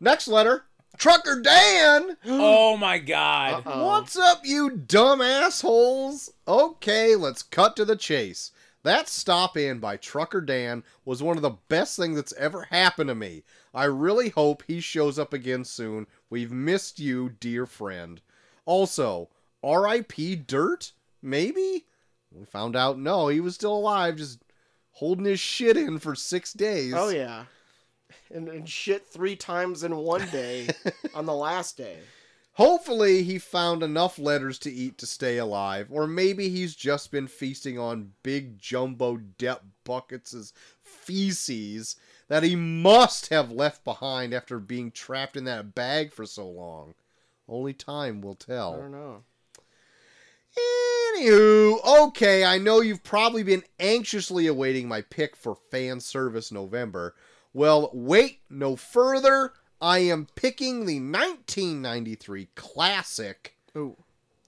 [SPEAKER 2] Next letter. Trucker Dan!
[SPEAKER 3] oh my
[SPEAKER 2] Uh,
[SPEAKER 3] god.
[SPEAKER 1] Uh-oh.
[SPEAKER 2] What's up, you dumb assholes? Okay, let's cut to the chase. That stop in by Trucker Dan was one of the best things that's ever happened to me. I really hope he shows up again soon. We've missed you, dear friend. Also, RIP Dirt? Maybe? We found out no, he was still alive, just holding his shit in for six days.
[SPEAKER 1] Oh yeah, and, and shit three times in one day on the last day.
[SPEAKER 2] Hopefully, he found enough letters to eat to stay alive, or maybe he's just been feasting on big jumbo dep buckets' feces that he must have left behind after being trapped in that bag for so long. Only time will
[SPEAKER 1] I
[SPEAKER 2] tell.
[SPEAKER 1] don't know.
[SPEAKER 2] Anywho, okay, I know you've probably been anxiously awaiting my pick for fan service November. Well, wait no further. I am picking the 1993 classic
[SPEAKER 1] Ooh.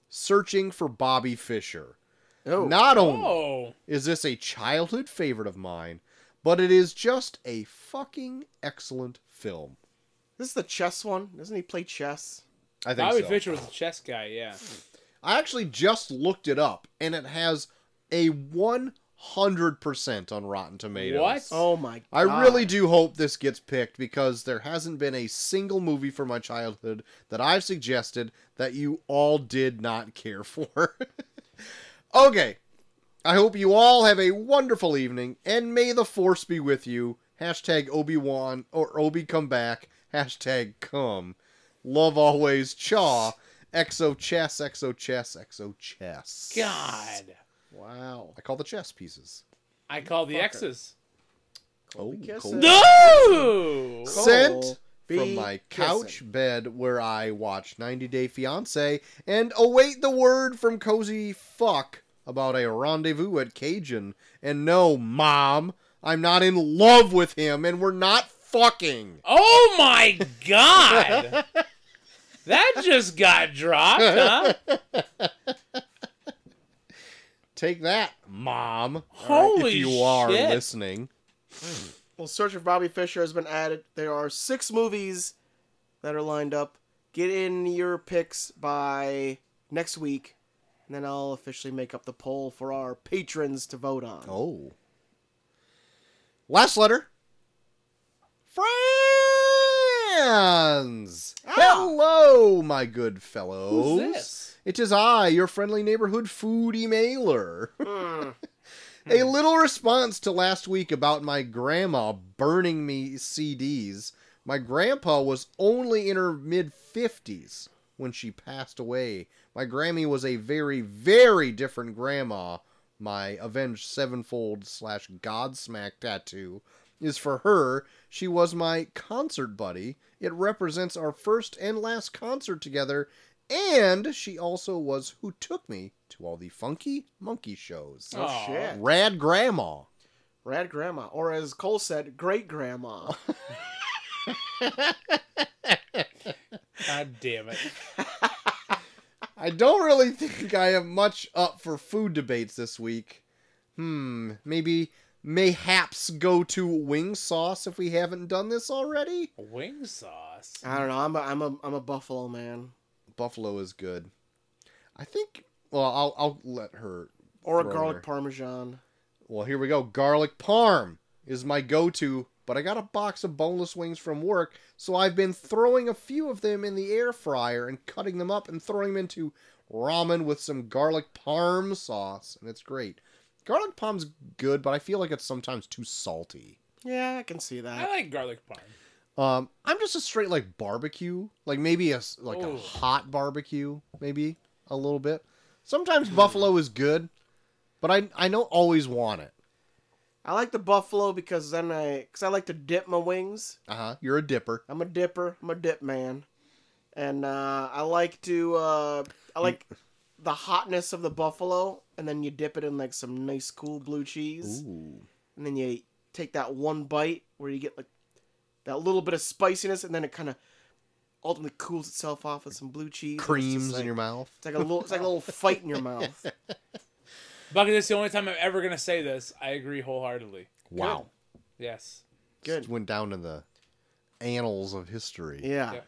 [SPEAKER 2] Searching for Bobby Fischer.
[SPEAKER 1] Oh.
[SPEAKER 2] Not only
[SPEAKER 3] Oh.
[SPEAKER 2] is this a childhood favorite of mine, but it is just a fucking excellent film.
[SPEAKER 1] This is the chess one. Doesn't he play chess?
[SPEAKER 2] I think
[SPEAKER 3] Bobby
[SPEAKER 2] so.
[SPEAKER 3] Fischer was a chess guy, yeah.
[SPEAKER 2] I actually just looked it up, and it has a 100% on Rotten Tomatoes.
[SPEAKER 3] What?
[SPEAKER 1] Oh my god.
[SPEAKER 2] I really do hope this gets picked because there hasn't been a single movie from my childhood that I've suggested that you all did not care for. okay. I hope you all have a wonderful evening and may the force be with you. Hashtag Obi Wan or Obi come back. Hashtag come. Love always chaw. Exo chess, exo chess, exo chess.
[SPEAKER 3] God.
[SPEAKER 1] Wow.
[SPEAKER 2] I call the chess pieces.
[SPEAKER 3] I call the
[SPEAKER 1] Fucker.
[SPEAKER 3] X's.
[SPEAKER 2] Oh,
[SPEAKER 1] kisses.
[SPEAKER 2] cold.
[SPEAKER 3] No!
[SPEAKER 1] Cool.
[SPEAKER 2] sent
[SPEAKER 1] Be
[SPEAKER 2] from my couch
[SPEAKER 1] kissing.
[SPEAKER 2] bed where I watch 90 Day Fiance and await the word from Cozy Fuck about a rendezvous at Cajun. And no, Mom, I'm not in love with him and we're not fucking.
[SPEAKER 3] Oh my god! that just got dropped, huh?
[SPEAKER 2] Take that, mom.
[SPEAKER 3] Holy
[SPEAKER 2] if you are
[SPEAKER 3] shit.
[SPEAKER 2] listening.
[SPEAKER 1] Well, Search for Bobby Fischer has been added. There are six movies that are lined up. Get in your picks by next week, and then I'll officially make up the poll for our patrons to vote on.
[SPEAKER 2] Oh. Last letter. Friends. Hello, my good fellows.
[SPEAKER 3] Who's this?
[SPEAKER 2] It is I, your friendly neighborhood foodie mailer.
[SPEAKER 1] Hmm.
[SPEAKER 2] A little response to last week about my grandma burning me CDs. My grandpa was only in her mid 50s when she passed away. My Grammy was a very, very different grandma. My Avenged Sevenfold slash Godsmack tattoo is for her. She was my concert buddy. It represents our first and last concert together. And she also was who took me to all the funky monkey shows.
[SPEAKER 1] Oh,
[SPEAKER 3] Aw.
[SPEAKER 1] shit.
[SPEAKER 2] Rad Grandma.
[SPEAKER 1] Rad Grandma, or as Cole said, Great Grandma.
[SPEAKER 3] God damn it.
[SPEAKER 2] I don't really think I have much up for food debates this week. Hmm, maybe mayhaps go to wing sauce if we haven't done this already.
[SPEAKER 3] Wing sauce.
[SPEAKER 2] Uh,
[SPEAKER 1] I don't know. I'm a, I'm a I'm a Buffalo man,
[SPEAKER 2] Buffalo is good. I think. Well, I'll I'll let her.
[SPEAKER 1] or a
[SPEAKER 2] throw
[SPEAKER 1] garlic
[SPEAKER 2] her.
[SPEAKER 1] parmesan.
[SPEAKER 2] Well, here we go. Garlic parm is my go-to, but I got a box of boneless wings from work, so I've been throwing a few of them in the air fryer and cutting them up and throwing them into ramen with some garlic parm sauce, and it's great. Garlic parm's good, but I feel like it's sometimes too salty.
[SPEAKER 1] Yeah, I can see
[SPEAKER 3] I
[SPEAKER 1] that.
[SPEAKER 3] like garlic parm.
[SPEAKER 2] Um, I'm just a straight like barbecue, like maybe a s- like
[SPEAKER 3] Oh.
[SPEAKER 2] a hot barbecue, maybe a little bit. Sometimes buffalo is good, but I I don't always want it.
[SPEAKER 1] I like the Buffalo because then I because I like to dip my wings.
[SPEAKER 2] Uh huh. You're a dipper.
[SPEAKER 1] I'm a dipper. I'm a dip man, and uh, I like to uh, I like the hotness of the Buffalo, and then you dip it in like some nice cool blue cheese,
[SPEAKER 2] Ooh.
[SPEAKER 1] and then you take that one bite where you get like that little bit of spiciness, and then it kind of ultimately cools itself off with some blue cheese. and it's just
[SPEAKER 2] creams
[SPEAKER 1] like-
[SPEAKER 2] in your mouth.
[SPEAKER 1] It's like a little, it's like a little fight in your mouth.
[SPEAKER 3] Bucket, this is the only time I'm ever going to say this. I agree wholeheartedly.
[SPEAKER 2] Wow.
[SPEAKER 3] Yes.
[SPEAKER 1] Good.
[SPEAKER 2] Just went down in the annals of history.
[SPEAKER 1] Yeah.
[SPEAKER 3] Yeah.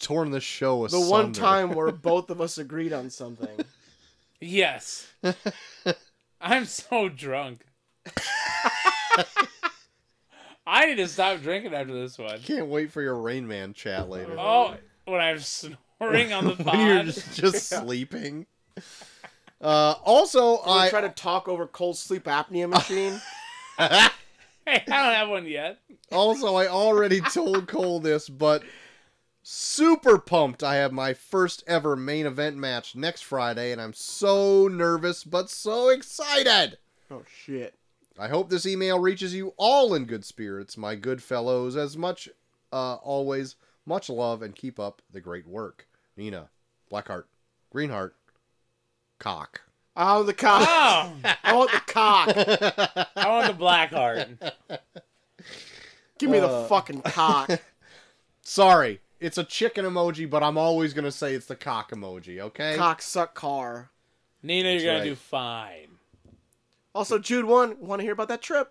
[SPEAKER 2] Torn the show
[SPEAKER 1] The
[SPEAKER 2] asunder.
[SPEAKER 1] one time where both of us agreed on something.
[SPEAKER 3] Yes. I'm so drunk. I need to stop drinking after this one.
[SPEAKER 2] Can't wait for your Rain Man chat later.
[SPEAKER 3] Oh, when I'm snoring on the
[SPEAKER 2] when you're
[SPEAKER 3] pod.
[SPEAKER 2] just, just sleeping. Uh, also,
[SPEAKER 1] I
[SPEAKER 2] I
[SPEAKER 1] try to talk over cold sleep apnea machine.
[SPEAKER 3] Hey, I don't have one yet.
[SPEAKER 2] also I already told Cole this, but super pumped! I have my first ever main event match next Friday, and I'm so nervous but so excited.
[SPEAKER 1] oh shit.
[SPEAKER 2] I hope this email reaches you all in good spirits, my good fellows, as much uh, always, much love, and keep up the great work. Nina, Blackheart, Greenheart, Cock.
[SPEAKER 1] I want the cock.
[SPEAKER 3] Oh,
[SPEAKER 1] I want the cock.
[SPEAKER 3] I want the black heart.
[SPEAKER 1] Give me the
[SPEAKER 2] Uh.
[SPEAKER 1] fucking cock.
[SPEAKER 2] Sorry, it's a chicken emoji, but I'm always going to say it's the cock emoji, okay?
[SPEAKER 1] cock suck car.
[SPEAKER 3] Nina,
[SPEAKER 2] That's
[SPEAKER 3] you're gonna
[SPEAKER 2] right.
[SPEAKER 3] do fine.
[SPEAKER 1] Also, Jude one. Want to hear about that trip?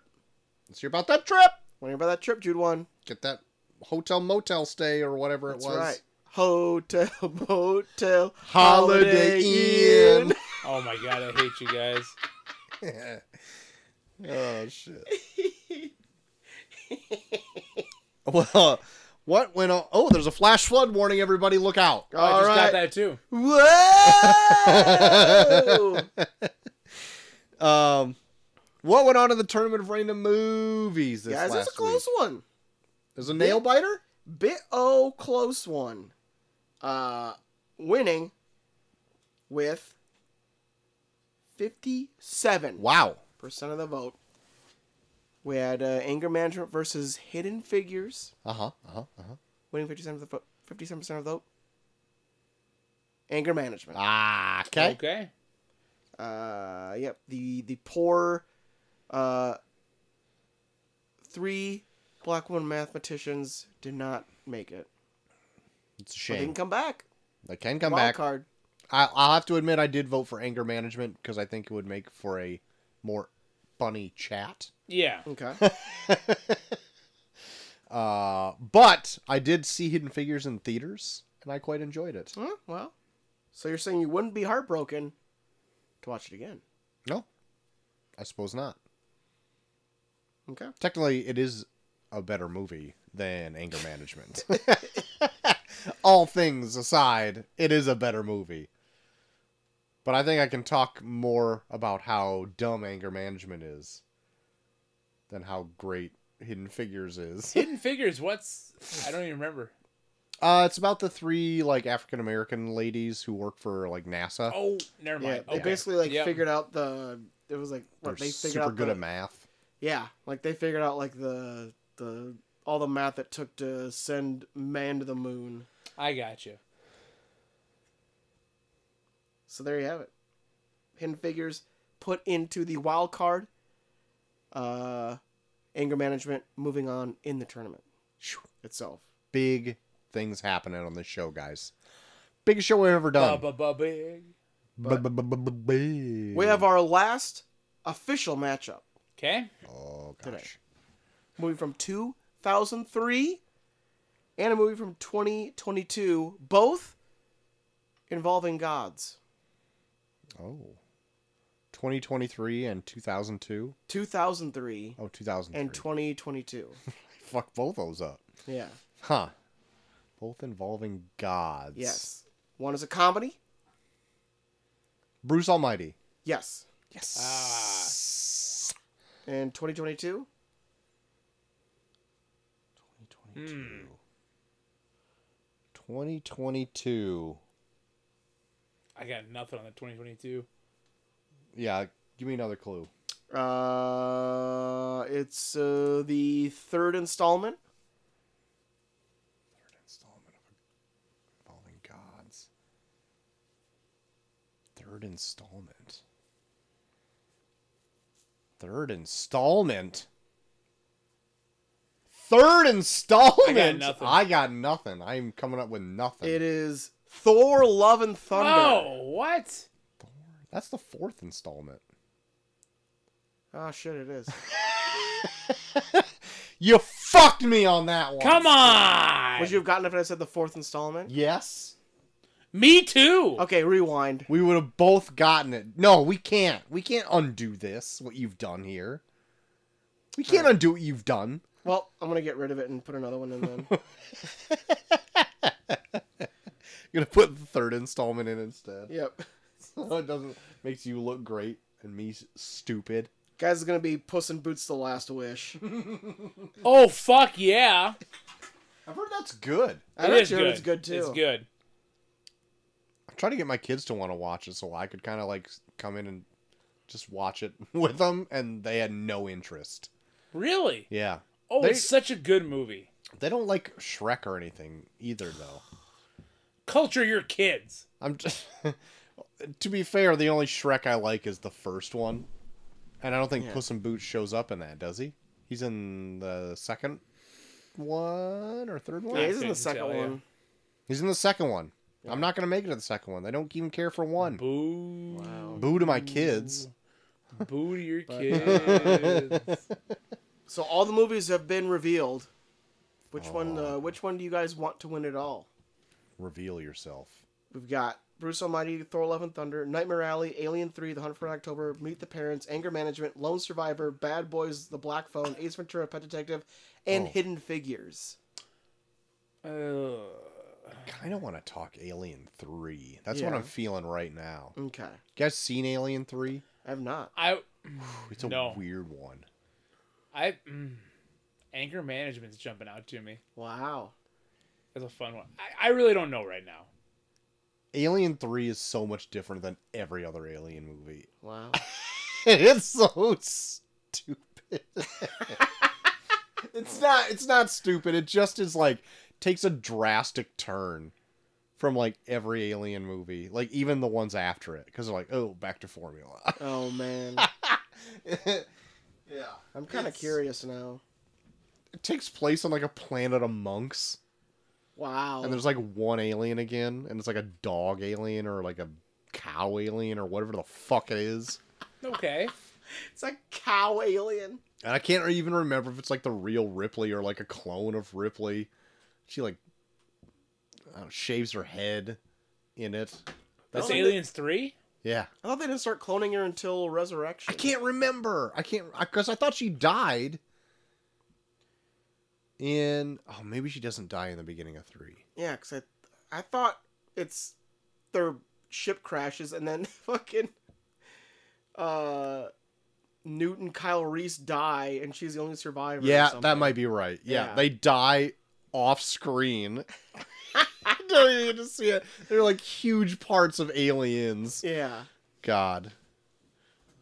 [SPEAKER 2] Let's hear about that trip.
[SPEAKER 1] Want to hear about that trip, Jude one?
[SPEAKER 2] Get that hotel motel stay or whatever
[SPEAKER 1] That's
[SPEAKER 2] it was.
[SPEAKER 1] right. Hotel, motel,
[SPEAKER 2] Holiday Inn.
[SPEAKER 3] Oh my god, I hate you guys.
[SPEAKER 2] oh shit. well, what went on? Oh, there's a flash flood warning. Everybody, look out!
[SPEAKER 3] Oh, I
[SPEAKER 1] All
[SPEAKER 3] just got
[SPEAKER 1] right.
[SPEAKER 3] that too.
[SPEAKER 1] Whoa.
[SPEAKER 2] Um, what went on in the tournament of random movies this
[SPEAKER 1] Guys,
[SPEAKER 2] last
[SPEAKER 1] that's a close
[SPEAKER 2] week?
[SPEAKER 1] one.
[SPEAKER 2] There's a nail biter.
[SPEAKER 1] bit oh close one uh winning with 57%
[SPEAKER 2] Wow.
[SPEAKER 1] of the vote we had uh, anger management versus hidden figures
[SPEAKER 2] Uh huh. Uh huh. Uh huh.
[SPEAKER 1] winning 57% of the vote 57% of the vote anger management
[SPEAKER 2] Ah. Okay.
[SPEAKER 3] Okay.
[SPEAKER 1] uh yep the the poor uh three black woman mathematicians did not make it
[SPEAKER 2] It's a
[SPEAKER 1] but they
[SPEAKER 2] shame.
[SPEAKER 1] can come back
[SPEAKER 2] They can come
[SPEAKER 1] Wild
[SPEAKER 2] back.
[SPEAKER 1] card
[SPEAKER 2] I, I'll have to admit, I did vote for anger management because I think it would make for a more funny chat.
[SPEAKER 3] Yeah.
[SPEAKER 1] Okay.
[SPEAKER 2] Uh, but I did see Hidden Figures in theaters, and I quite enjoyed it.
[SPEAKER 1] Hmm, well, so you're saying you wouldn't be heartbroken to watch it again?
[SPEAKER 2] No, I suppose not.
[SPEAKER 1] Okay.
[SPEAKER 2] Technically, it is a better movie than Anger Management. All things aside, it is a better movie. But I think I can talk more about how dumb Anger Management is than how great Hidden Figures is.
[SPEAKER 3] Hidden Figures. What's I don't even remember.
[SPEAKER 2] Uh, it's about the three like African American ladies who work for like NASA.
[SPEAKER 3] Oh, never
[SPEAKER 1] Yeah.
[SPEAKER 3] mind.
[SPEAKER 1] They
[SPEAKER 3] okay.
[SPEAKER 1] basically like
[SPEAKER 3] Yep.
[SPEAKER 1] figured out the. It was like
[SPEAKER 2] They're
[SPEAKER 1] what they figured
[SPEAKER 2] super
[SPEAKER 1] out.
[SPEAKER 2] good
[SPEAKER 1] the,
[SPEAKER 2] at math.
[SPEAKER 1] Yeah, like they figured out like the the all the math it took to send man to the moon.
[SPEAKER 3] I got you.
[SPEAKER 1] So there you have it. Hidden figures put into the wild card. Uh, anger management moving on in the tournament itself.
[SPEAKER 2] Big things happening on this show, guys. Biggest show we've ever done.
[SPEAKER 3] Ba-ba-ba-big.
[SPEAKER 2] We
[SPEAKER 1] We have our last official matchup.
[SPEAKER 3] Okay.
[SPEAKER 2] Oh gosh.
[SPEAKER 1] movie from 2003 and a movie from 2022, both involving gods.
[SPEAKER 2] Oh. 2023 and 2002.
[SPEAKER 1] 2003
[SPEAKER 2] Oh, 2003.
[SPEAKER 1] and 2022.
[SPEAKER 2] Fuck both those up.
[SPEAKER 1] Yeah.
[SPEAKER 2] Huh. Both involving gods.
[SPEAKER 1] Yes. One is a comedy.
[SPEAKER 2] Bruce Almighty.
[SPEAKER 1] Yes.
[SPEAKER 3] Ah.
[SPEAKER 1] And 2022.
[SPEAKER 2] Ah.
[SPEAKER 3] Hmm.
[SPEAKER 2] 2022.
[SPEAKER 3] I got nothing on the 2022.
[SPEAKER 2] Yeah, give me another clue.
[SPEAKER 1] Uh, it's uh, the third installment.
[SPEAKER 2] Third installment of Involving Gods. Third installment. Third installment. Third installment.
[SPEAKER 3] nothing.
[SPEAKER 2] I got nothing. I'm coming up with nothing.
[SPEAKER 1] It is Thor: Love and Thunder.
[SPEAKER 3] Oh, what?
[SPEAKER 2] That's the fourth installment.
[SPEAKER 1] Oh shit! It is.
[SPEAKER 2] You fucked me on that one.
[SPEAKER 3] Come on.
[SPEAKER 1] Would you have gotten it if I said the fourth installment?
[SPEAKER 2] Yes.
[SPEAKER 3] Me too.
[SPEAKER 1] Okay, rewind.
[SPEAKER 2] We would have both gotten it. No, we can't. We can't undo this, what you've done here. We can't undo what you've done.
[SPEAKER 1] Well, I'm gonna get rid of it and put another one in then.
[SPEAKER 2] You're gonna put the third installment in instead.
[SPEAKER 1] yep.
[SPEAKER 2] So it doesn't makes you look great and me s- stupid.
[SPEAKER 1] Guys is gonna be Puss in Boots: The Last Wish.
[SPEAKER 3] Oh fuck yeah.
[SPEAKER 2] I've heard that's good.
[SPEAKER 1] I
[SPEAKER 3] It
[SPEAKER 1] heard
[SPEAKER 3] is
[SPEAKER 1] you, It's good too.
[SPEAKER 3] It's good.
[SPEAKER 2] I'm trying to get my kids to want to watch it so I could kind of like s- come in and just watch it with them, and they had no interest.
[SPEAKER 3] Really?
[SPEAKER 2] Yeah,
[SPEAKER 3] Oh,
[SPEAKER 2] They-
[SPEAKER 3] it's such a good movie.
[SPEAKER 2] they don't like Shrek or anything either, though.
[SPEAKER 3] Culture your kids.
[SPEAKER 2] I'm just, to be fair, the only Shrek I like is the first one, and I don't think
[SPEAKER 1] Yeah.
[SPEAKER 2] Puss in Boots shows up in that, does he? He's in the second one or third one.
[SPEAKER 1] Yeah, he's in
[SPEAKER 3] couldn't
[SPEAKER 1] the second
[SPEAKER 3] tell, yeah.
[SPEAKER 1] one.
[SPEAKER 2] He's in the second one. I'm not gonna make it to the second one. They don't even care for one.
[SPEAKER 3] Boo.
[SPEAKER 2] Boo to my kids.
[SPEAKER 3] Boo to your kids.
[SPEAKER 1] So all the movies have been revealed. Which one? Uh, which one do you guys want to win it all?
[SPEAKER 2] Reveal yourself.
[SPEAKER 1] We've got Bruce Almighty, Thor: Love and Thunder, Nightmare Alley, Alien Three, The Hunt for Red October, Meet the Parents, Anger Management, Lone Survivor, Bad Boys, The Black Phone, Ace Ventura: Pet Detective, and
[SPEAKER 2] Oh.
[SPEAKER 1] Hidden Figures.
[SPEAKER 3] Ugh.
[SPEAKER 2] Kind of want to talk Alien Three. That's what
[SPEAKER 1] Yeah.
[SPEAKER 2] I'm feeling right now. You
[SPEAKER 1] Okay,
[SPEAKER 2] guys seen Alien Three?
[SPEAKER 1] I have not.
[SPEAKER 3] I
[SPEAKER 2] It's a
[SPEAKER 3] No.
[SPEAKER 2] weird one.
[SPEAKER 3] I mm, anger management's jumping out to me.
[SPEAKER 1] Wow.
[SPEAKER 3] That's a fun one. I, I really don't know right now.
[SPEAKER 2] Alien Three is so much different than every other Alien movie.
[SPEAKER 1] Wow.
[SPEAKER 2] it's so stupid. it's not it's not stupid. It just is like takes a drastic turn from like every alien movie, like even the ones after it cuz they're like, "Oh, back to formula."
[SPEAKER 1] Oh man,
[SPEAKER 2] yeah.
[SPEAKER 1] I'm kind of
[SPEAKER 2] It's-
[SPEAKER 1] curious now.
[SPEAKER 2] It takes place on like a planet of monks.
[SPEAKER 1] Wow.
[SPEAKER 2] and there's like one alien again, and it's like a dog alien or like a cow alien or whatever the fuck it is.
[SPEAKER 3] Okay.
[SPEAKER 1] it's a cow alien.
[SPEAKER 2] And I can't even remember if it's like the real Ripley or like a clone of Ripley. She like I don't know, shaves her head in it.
[SPEAKER 3] That's
[SPEAKER 1] Oh, they-
[SPEAKER 3] Aliens 3?
[SPEAKER 2] Yeah,
[SPEAKER 1] I thought they didn't start cloning her until
[SPEAKER 2] I
[SPEAKER 1] Resurrection.
[SPEAKER 2] can't remember. I can't because I, thought she died. In oh maybe she doesn't die in the beginning of three.
[SPEAKER 1] Yeah, because I, I thought it's their ship crashes and then fucking uh, Newton Kyle Reese die and she's the only survivor. or
[SPEAKER 2] Yeah, that
[SPEAKER 1] something.
[SPEAKER 2] might be right. Yeah,
[SPEAKER 1] Yeah.
[SPEAKER 2] they die off screen. I don't even get to see it. They're like huge parts of aliens.
[SPEAKER 1] Yeah.
[SPEAKER 2] God.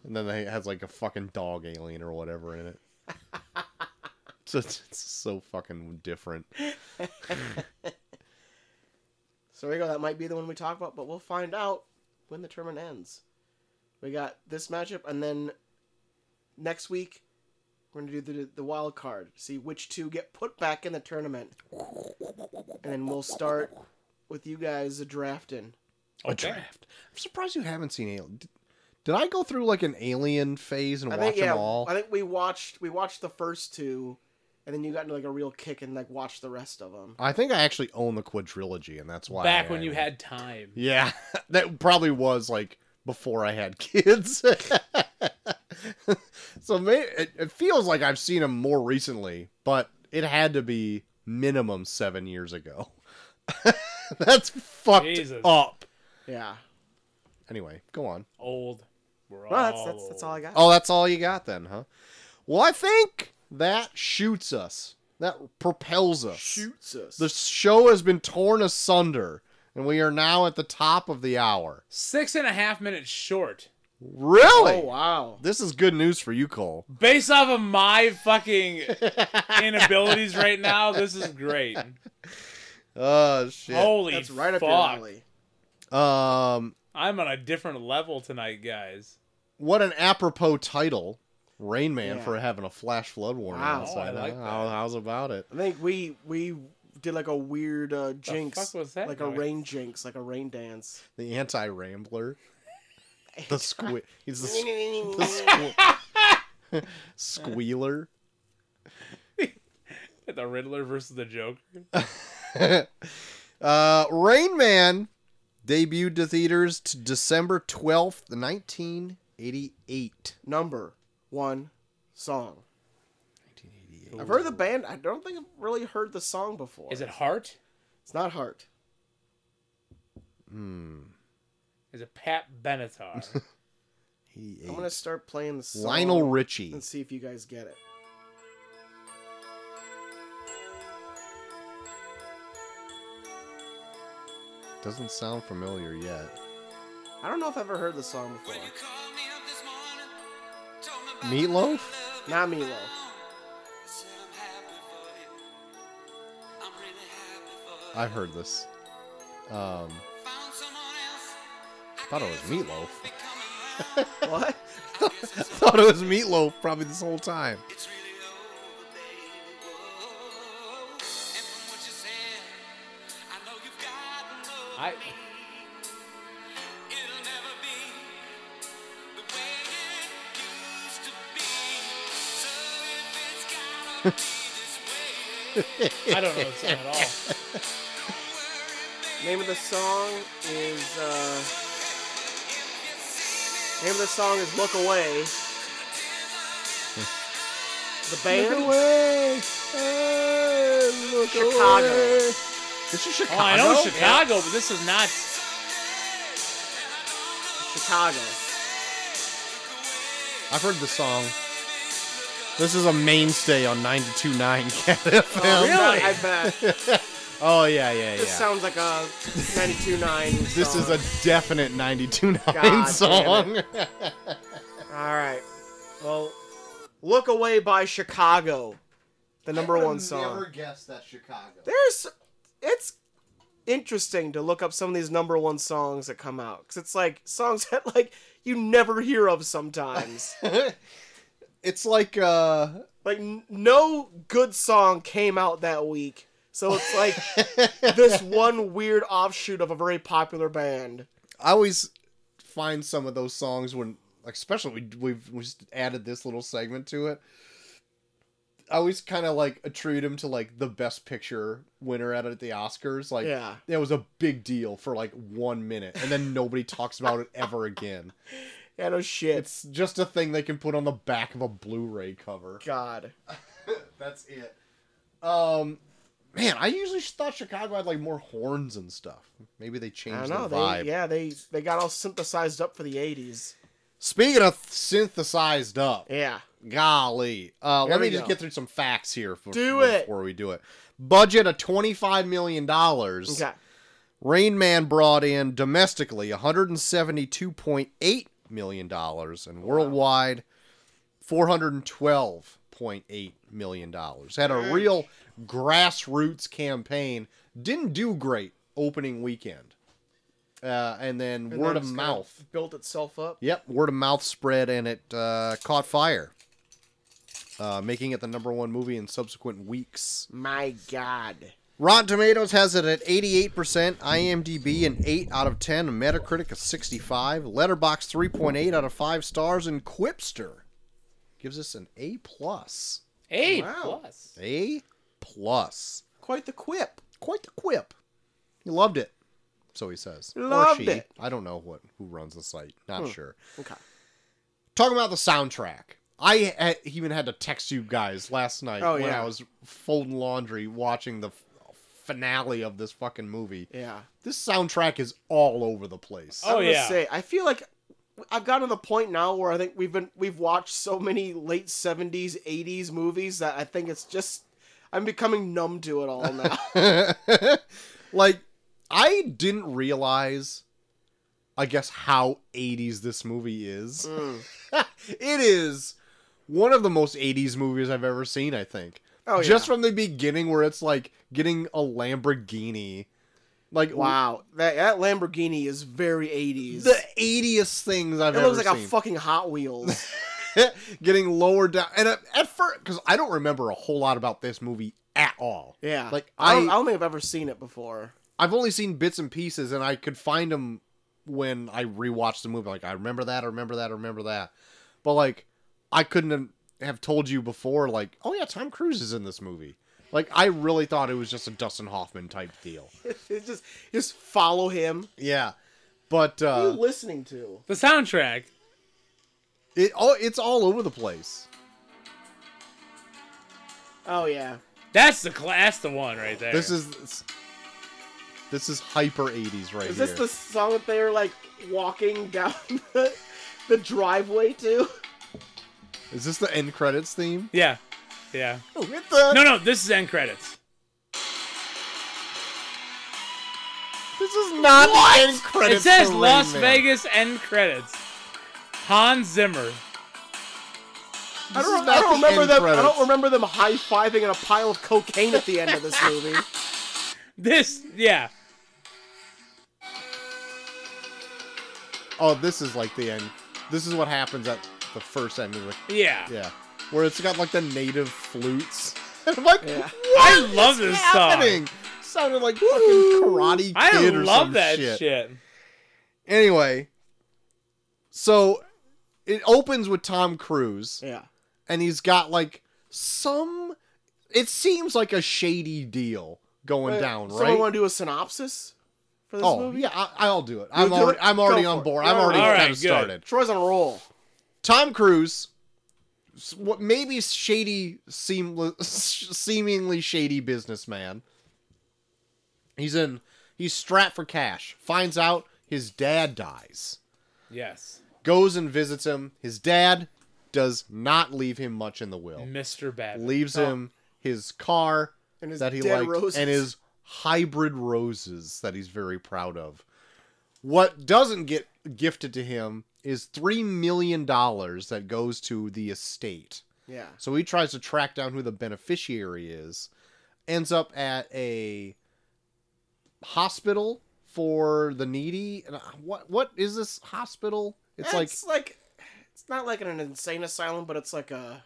[SPEAKER 2] And then they it has like a fucking dog alien or whatever in it. so it's, it's so fucking different.
[SPEAKER 1] So there you go. That might be the one we talk about, but we'll find out when the tournament ends. We got this matchup, and then next week we're gonna do the the wild card. See which two get put back in the tournament, and then we'll start with you guys drafting.
[SPEAKER 2] A
[SPEAKER 3] Okay.
[SPEAKER 2] draft. I'm surprised you haven't seen Alien. Did, did I go through like an alien phase and
[SPEAKER 1] I
[SPEAKER 2] watch
[SPEAKER 1] think yeah.
[SPEAKER 2] them all?
[SPEAKER 1] I think we watched we watched the first two, and then you got into like a real kick and like watched the rest of them.
[SPEAKER 2] I think I actually own the quadrilogy, and that's why.
[SPEAKER 3] Back
[SPEAKER 2] I-
[SPEAKER 3] when you
[SPEAKER 2] I-
[SPEAKER 3] had time.
[SPEAKER 2] Yeah, that probably was like before I had kids. so maybe it, it feels like I've seen him more recently, but it had to be minimum seven years ago. That's fucked
[SPEAKER 3] Jesus.
[SPEAKER 2] up.
[SPEAKER 1] Yeah.
[SPEAKER 2] Anyway, go on.
[SPEAKER 3] Old. We're all
[SPEAKER 1] Well, that's that's, that's all I
[SPEAKER 3] old.
[SPEAKER 1] got.
[SPEAKER 2] Oh, that's all you got then, huh? Well, I think that shoots us. That propels us.
[SPEAKER 1] Shoots us.
[SPEAKER 2] The show has been torn asunder, and we are now at the top of the hour.
[SPEAKER 3] Six and a half minutes short.
[SPEAKER 2] Really?
[SPEAKER 1] oh wow.
[SPEAKER 2] This is good news for you, Cole.
[SPEAKER 3] Based off of my fucking inabilities right now, this is great.
[SPEAKER 2] Oh shit.
[SPEAKER 3] Holy
[SPEAKER 1] That's right up
[SPEAKER 3] fuck.
[SPEAKER 1] your alley.
[SPEAKER 3] Oh.
[SPEAKER 2] Um,
[SPEAKER 3] I'm on a different level tonight, guys.
[SPEAKER 2] what an apropos title, Rain Man
[SPEAKER 1] Yeah.
[SPEAKER 2] for having a flash flood warning
[SPEAKER 1] Wow.
[SPEAKER 2] outside.
[SPEAKER 3] Oh, I like
[SPEAKER 2] huh?
[SPEAKER 3] that.
[SPEAKER 2] How- how's about it?
[SPEAKER 1] I think we we did like a weird uh, jinx,
[SPEAKER 3] fuck was that
[SPEAKER 1] like
[SPEAKER 3] noise?
[SPEAKER 1] a rain jinx, like a rain dance.
[SPEAKER 2] The anti Rambler. The squid. He's the, squ- the
[SPEAKER 1] That's
[SPEAKER 2] squ- squealer.
[SPEAKER 3] The Riddler versus the Joker.
[SPEAKER 2] uh, Rain Man debuted to theaters to December twelfth, nineteen eighty eight.
[SPEAKER 1] number one song. I've heard the band. I don't think I've really heard the song before.
[SPEAKER 3] Is it Hart?
[SPEAKER 1] It's not Heart.
[SPEAKER 2] Hmm.
[SPEAKER 3] Is it Pat Benatar?
[SPEAKER 1] I'm gonna start playing the song
[SPEAKER 2] Lionel Richie.
[SPEAKER 1] and see if you guys get it.
[SPEAKER 2] Doesn't sound familiar yet.
[SPEAKER 1] I don't know if I've ever heard the song before.
[SPEAKER 2] Meatloaf?
[SPEAKER 1] Not Meatloaf.
[SPEAKER 2] I've heard this. Um, thought it was meatloaf.
[SPEAKER 1] What?
[SPEAKER 2] thought it was meatloaf probably this whole time.
[SPEAKER 5] It's really over, baby. Whoa. And from what you said, I know you've got love.
[SPEAKER 3] I
[SPEAKER 5] It'll never be the way it used to be. So if it's gotta be this way,
[SPEAKER 3] I don't know the song at all.
[SPEAKER 1] Name of the song is. uh Name of the song is "Look Away." The band.
[SPEAKER 2] away, look
[SPEAKER 1] Chicago.
[SPEAKER 2] away. This is Chicago.
[SPEAKER 3] Oh, I know Chicago, but this is not.
[SPEAKER 1] Chicago.
[SPEAKER 2] I've heard the song. This is a mainstay on 92.9 Cat FM.
[SPEAKER 1] Oh,
[SPEAKER 2] Oh,
[SPEAKER 1] I bet- I bet.
[SPEAKER 2] yeah, yeah, yeah.
[SPEAKER 1] This sounds like a 92.9
[SPEAKER 2] This
[SPEAKER 1] song.
[SPEAKER 2] is a definite 92.9
[SPEAKER 1] God damn it.
[SPEAKER 2] song.
[SPEAKER 1] Alright. Well, Look Away by Chicago. The number one song.
[SPEAKER 2] guessed that Chicago.
[SPEAKER 1] There's. It's interesting to look up some of these number one songs that come out. Because it's like songs that, like, you never hear of sometimes.
[SPEAKER 2] it's like uh
[SPEAKER 1] like, n- no good song came out that week. So it's like this one weird offshoot of a very popular band.
[SPEAKER 2] I always find some of those songs when, like, especially we we've we just added this little segment to it. I always kind of like attribute him to like the best picture winner at, at the Oscars. Like,
[SPEAKER 1] Yeah.
[SPEAKER 2] that was a big deal for like one minute, and then nobody talks about it ever again.
[SPEAKER 1] Yeah, no oh, shit.
[SPEAKER 2] It's just a thing they can put on the back of a Blu-ray cover.
[SPEAKER 1] God.
[SPEAKER 2] That's it. Um, man, I usually thought Chicago had like more horns and stuff. Maybe they
[SPEAKER 1] I
[SPEAKER 2] changed
[SPEAKER 1] don't know.
[SPEAKER 2] the vibe.
[SPEAKER 1] They, yeah, they they got all synthesized up for the '80s.
[SPEAKER 2] Speaking of synthesized up,
[SPEAKER 1] Yeah.
[SPEAKER 2] golly. Uh,
[SPEAKER 1] Here
[SPEAKER 2] let me
[SPEAKER 1] we
[SPEAKER 2] just
[SPEAKER 1] go.
[SPEAKER 2] get through some facts here for,
[SPEAKER 1] Do
[SPEAKER 2] before
[SPEAKER 1] it.
[SPEAKER 2] we do it. Budget of $25 million.
[SPEAKER 1] Okay.
[SPEAKER 2] Rain Man brought in domestically $172.8 million and worldwide $412.8 million. Had a real grassroots campaign. Didn't do great opening weekend. Uh, and then
[SPEAKER 1] And
[SPEAKER 2] word
[SPEAKER 1] then
[SPEAKER 2] of
[SPEAKER 1] it's kinda
[SPEAKER 2] mouth.
[SPEAKER 1] built itself up.
[SPEAKER 2] Yep, word of mouth spread and it uh, caught fire, uh, making it the number one movie in subsequent weeks.
[SPEAKER 1] My God.
[SPEAKER 2] Rotten Tomatoes has it at 88%, IMDb an 8 out of 10, and Metacritic a 65, Letterbox 3.8 out of 5 stars, and Quipster gives us an A plus.
[SPEAKER 3] Eight
[SPEAKER 1] Wow.
[SPEAKER 3] plus.
[SPEAKER 2] A plus.
[SPEAKER 1] Quite the quip.
[SPEAKER 2] Quite the quip. He loved it, so he says. Or
[SPEAKER 1] Loved
[SPEAKER 2] she.
[SPEAKER 1] it. Hmm.
[SPEAKER 2] I don't know what who runs the site. Not sure.
[SPEAKER 1] Okay.
[SPEAKER 2] talking about the soundtrack i had- even had to text you guys last night
[SPEAKER 1] Oh,
[SPEAKER 2] when
[SPEAKER 1] yeah.
[SPEAKER 2] i was folding laundry watching the f- finale of this fucking movie
[SPEAKER 1] Yeah.
[SPEAKER 2] this soundtrack is all over the place
[SPEAKER 1] I
[SPEAKER 3] Oh,
[SPEAKER 1] was gonna
[SPEAKER 3] yeah.
[SPEAKER 1] Say, I feel like I've gotten to the point now where I think we've been we've watched so many late seventies, eighties movies that I think it's just I'm becoming numb to it all now.
[SPEAKER 2] like i didn't realize i guess how 80s this movie is
[SPEAKER 1] Mm.
[SPEAKER 2] it is one of the most 80s movies i've ever seen i think
[SPEAKER 1] Oh yeah.
[SPEAKER 2] just from the beginning where it's like getting a lamborghini like
[SPEAKER 1] wow. That that Lamborghini is very eighties.
[SPEAKER 2] the 80st things I've
[SPEAKER 1] It
[SPEAKER 2] ever
[SPEAKER 1] looks like
[SPEAKER 2] seen.
[SPEAKER 1] a fucking Hot Wheels.
[SPEAKER 2] Getting lower down, and at, at first, because I don't remember a whole lot about this movie at all.
[SPEAKER 1] Yeah.
[SPEAKER 2] Like,
[SPEAKER 1] I don't,
[SPEAKER 2] I-
[SPEAKER 1] I don't think I've ever seen it before.
[SPEAKER 2] I've only seen bits and pieces, and I could find them when I rewatched the movie. Like, I remember that, I remember that, I remember that. But like, I couldn't have- have told you before. Like, oh yeah, Tom Cruise is in this movie. Like, I really thought it was just a Dustin Hoffman type deal.
[SPEAKER 1] it's just just follow him.
[SPEAKER 2] Yeah, but uh,
[SPEAKER 1] What are you listening to?
[SPEAKER 3] The soundtrack.
[SPEAKER 2] it all it's all over the place.
[SPEAKER 1] Oh yeah.
[SPEAKER 3] That's the cla- that's the one right there.
[SPEAKER 2] This is this is hyper 80s right
[SPEAKER 1] Is
[SPEAKER 2] here.
[SPEAKER 1] this the song that they were like walking down the, the driveway to?
[SPEAKER 2] Is this the end credits theme?
[SPEAKER 3] yeah, yeah.
[SPEAKER 2] With the-
[SPEAKER 3] No, no. This is end credits.
[SPEAKER 2] This is not
[SPEAKER 3] What?
[SPEAKER 2] the end credits.
[SPEAKER 3] it says
[SPEAKER 2] for Rain
[SPEAKER 3] Las
[SPEAKER 2] Man.
[SPEAKER 3] Vegas end credits. Hans Zimmer.
[SPEAKER 1] I
[SPEAKER 2] This is
[SPEAKER 1] don't,
[SPEAKER 2] not
[SPEAKER 1] I don't
[SPEAKER 2] the
[SPEAKER 1] remember
[SPEAKER 2] end
[SPEAKER 1] them. I
[SPEAKER 2] credits.
[SPEAKER 1] don't remember them high fiving in a pile of cocaine at the end of this movie.
[SPEAKER 3] This, yeah.
[SPEAKER 2] Oh, this is like the end. This is what happens at the first end of the
[SPEAKER 3] Yeah.
[SPEAKER 2] yeah, where it's got like the native flutes. I'm like,
[SPEAKER 1] Yeah.
[SPEAKER 2] what
[SPEAKER 3] I love
[SPEAKER 2] is
[SPEAKER 3] this song.
[SPEAKER 2] happening? Sounded like fucking karate kid
[SPEAKER 3] I
[SPEAKER 2] or some
[SPEAKER 3] love that
[SPEAKER 2] shit.
[SPEAKER 3] shit.
[SPEAKER 2] Anyway, so it opens with Tom Cruise.
[SPEAKER 1] Yeah.
[SPEAKER 2] and he's got like some it seems like a shady deal going down
[SPEAKER 1] Someone
[SPEAKER 2] right
[SPEAKER 1] want to do a synopsis for this
[SPEAKER 2] oh
[SPEAKER 1] movie?
[SPEAKER 2] yeah I, i'll do it i'm
[SPEAKER 1] do
[SPEAKER 2] already
[SPEAKER 1] it?
[SPEAKER 2] i'm already
[SPEAKER 1] Go
[SPEAKER 2] on
[SPEAKER 1] for
[SPEAKER 2] board
[SPEAKER 1] it.
[SPEAKER 2] i'm already
[SPEAKER 3] All right,
[SPEAKER 2] kind of
[SPEAKER 3] good.
[SPEAKER 2] started
[SPEAKER 1] Troy's on a roll.
[SPEAKER 2] tom cruise s- what maybe shady seamless, seemingly shady businessman he's in he's strapped for cash finds out his dad dies
[SPEAKER 3] Yes.
[SPEAKER 2] goes and visits him his dad does not leave him much in the will
[SPEAKER 3] Mr. Babbitt.
[SPEAKER 2] leaves him his car
[SPEAKER 1] And his
[SPEAKER 2] that he
[SPEAKER 1] dead
[SPEAKER 2] liked
[SPEAKER 1] roses.
[SPEAKER 2] and his hybrid roses that he's very proud of. What doesn't get gifted to him is three million dollars that goes to the estate.
[SPEAKER 1] Yeah.
[SPEAKER 2] So he tries to track down who the beneficiary is. Ends up at a hospital for the needy. And I- What what is this hospital? It's like
[SPEAKER 1] it's like it's not like an insane asylum, but it's like a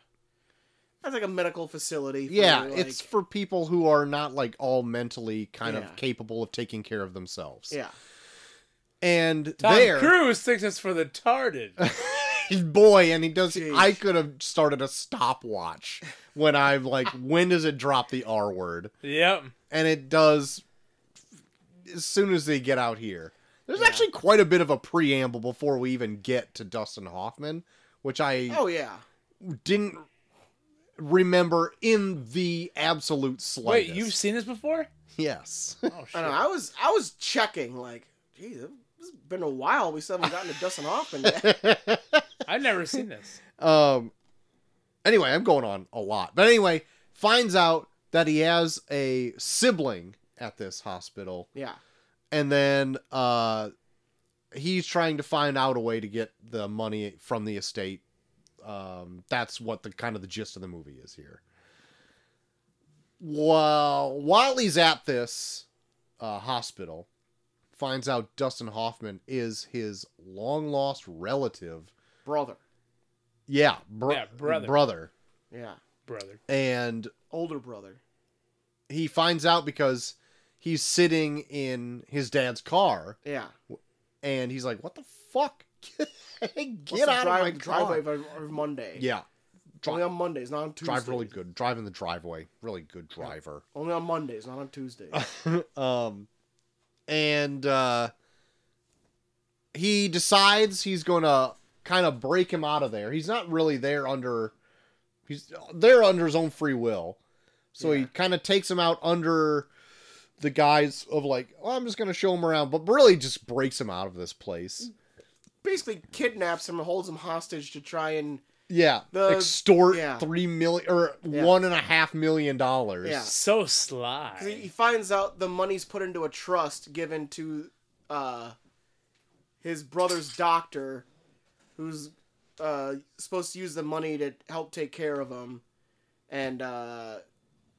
[SPEAKER 1] That's like a medical facility. for,
[SPEAKER 2] yeah,
[SPEAKER 1] like-
[SPEAKER 2] it's for people who are not like all mentally kind
[SPEAKER 1] Yeah.
[SPEAKER 2] of capable of taking care of themselves.
[SPEAKER 1] yeah.
[SPEAKER 2] And
[SPEAKER 3] Tom
[SPEAKER 2] there,
[SPEAKER 3] Cruise thinks it's for the tarded.
[SPEAKER 2] boy, and he does.
[SPEAKER 1] Jeez.
[SPEAKER 2] I could have started a stopwatch when I'm like, when does it drop the R word?
[SPEAKER 3] yep.
[SPEAKER 2] And it does as soon as they get out here. There's actually quite a bit of a preamble before we even get to Dustin Hoffman, which I
[SPEAKER 1] Oh yeah.
[SPEAKER 2] didn't remember in the absolute slightest.
[SPEAKER 3] Wait, you've seen this before?
[SPEAKER 2] yes.
[SPEAKER 3] Oh
[SPEAKER 1] I
[SPEAKER 3] shit.
[SPEAKER 1] know. I was I was checking like, geez, it's been a while. We still haven't gotten to Dustin Hoffman yet.
[SPEAKER 3] I've never seen this.
[SPEAKER 2] Um. Anyway, I'm going on a lot, but anyway, finds out that he has a sibling at this hospital,
[SPEAKER 1] Yeah.
[SPEAKER 2] and then uh, he's trying to find out a way to get the money from the estate. Um, that's what the kind of the gist of the movie is here. While while he's at this uh, hospital, finds out Dustin Hoffman is his long lost relative.
[SPEAKER 1] Brother.
[SPEAKER 2] Yeah, bro-
[SPEAKER 3] Yeah, brother.
[SPEAKER 2] brother.
[SPEAKER 1] Yeah.
[SPEAKER 3] Brother.
[SPEAKER 2] and
[SPEAKER 1] Older brother.
[SPEAKER 2] he finds out because he's sitting in his dad's car
[SPEAKER 1] Yeah.
[SPEAKER 2] and he's like what the fuck get
[SPEAKER 1] What's the
[SPEAKER 2] out
[SPEAKER 1] drive,
[SPEAKER 2] of my
[SPEAKER 1] driveway
[SPEAKER 2] driveway
[SPEAKER 1] of, of Monday.
[SPEAKER 2] yeah
[SPEAKER 1] Only
[SPEAKER 2] drive,
[SPEAKER 1] on Mondays, not on Tuesdays.
[SPEAKER 2] drive really good drive in the driveway really good driver
[SPEAKER 1] Only on Mondays, not on Tuesdays.
[SPEAKER 2] Uh. um and uh he decides he's gonna kind of break him out of there he's not really there under he's there under his own free will so he
[SPEAKER 1] Yeah.
[SPEAKER 2] kind of takes him out under the guise of like oh, i'm just gonna show him around but really just breaks him out of this place
[SPEAKER 1] Basically kidnaps him and holds him hostage to try and
[SPEAKER 2] yeah
[SPEAKER 1] The-
[SPEAKER 2] extort
[SPEAKER 1] yeah.
[SPEAKER 2] three million or
[SPEAKER 1] Yeah.
[SPEAKER 2] one and a half million dollars
[SPEAKER 1] Yeah.
[SPEAKER 3] So
[SPEAKER 1] 'cause he, he
[SPEAKER 3] sly.
[SPEAKER 1] finds out the money's put into a trust given to uh his brother's doctor who's uh supposed to use the money to help take care of him. And uh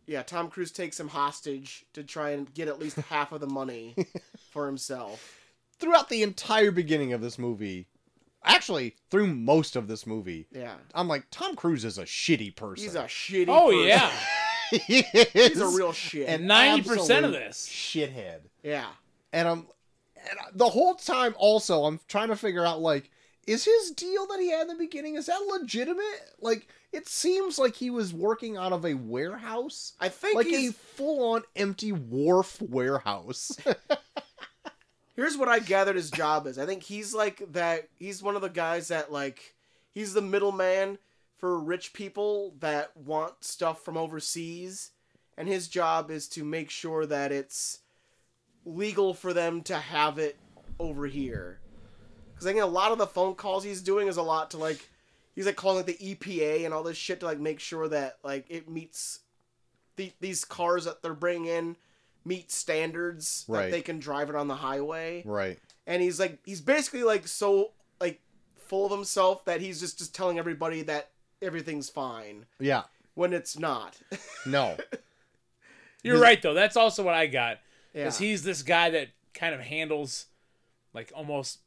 [SPEAKER 1] yeah, Tom Cruise takes him hostage to try and get at least half of the money for himself.
[SPEAKER 2] throughout the entire beginning of this movie actually through most of this movie
[SPEAKER 1] Yeah.
[SPEAKER 2] I'm like, Tom Cruise is a shitty person.
[SPEAKER 1] He's a shitty
[SPEAKER 3] Oh
[SPEAKER 1] person.
[SPEAKER 3] yeah.
[SPEAKER 2] He
[SPEAKER 1] He's
[SPEAKER 2] is
[SPEAKER 1] a real shit.
[SPEAKER 2] an
[SPEAKER 3] 90% of
[SPEAKER 2] absolute
[SPEAKER 3] this.
[SPEAKER 2] shithead.
[SPEAKER 1] yeah.
[SPEAKER 2] And I'm, and I- the whole time also, I'm trying to figure out like, is his deal that he had in the beginning is that legitimate? Like, it seems like he was working out of a warehouse,
[SPEAKER 1] I think
[SPEAKER 2] like
[SPEAKER 1] he's
[SPEAKER 2] a full-on empty wharf warehouse.
[SPEAKER 1] Here's what I gathered his job is. I think he's like that. He's one of the guys that like he's the middleman for rich people that want stuff from overseas, and his job is to make sure that it's legal for them to have it over here. Because I think a lot of the phone calls he's doing is a lot to like he's like calling like the EPA and all this shit to like make sure that like it meets the, these cars that they're bringing in meet standards
[SPEAKER 2] Right.
[SPEAKER 1] that they can drive it on the highway
[SPEAKER 2] right.
[SPEAKER 1] and he's like he's basically like so like full of himself that he's just just telling everybody that everything's fine
[SPEAKER 2] Yeah.
[SPEAKER 1] when it's not
[SPEAKER 2] No.
[SPEAKER 3] You're right though. That's also what I got.
[SPEAKER 1] yeah
[SPEAKER 3] Because he's this guy that kind of handles like almost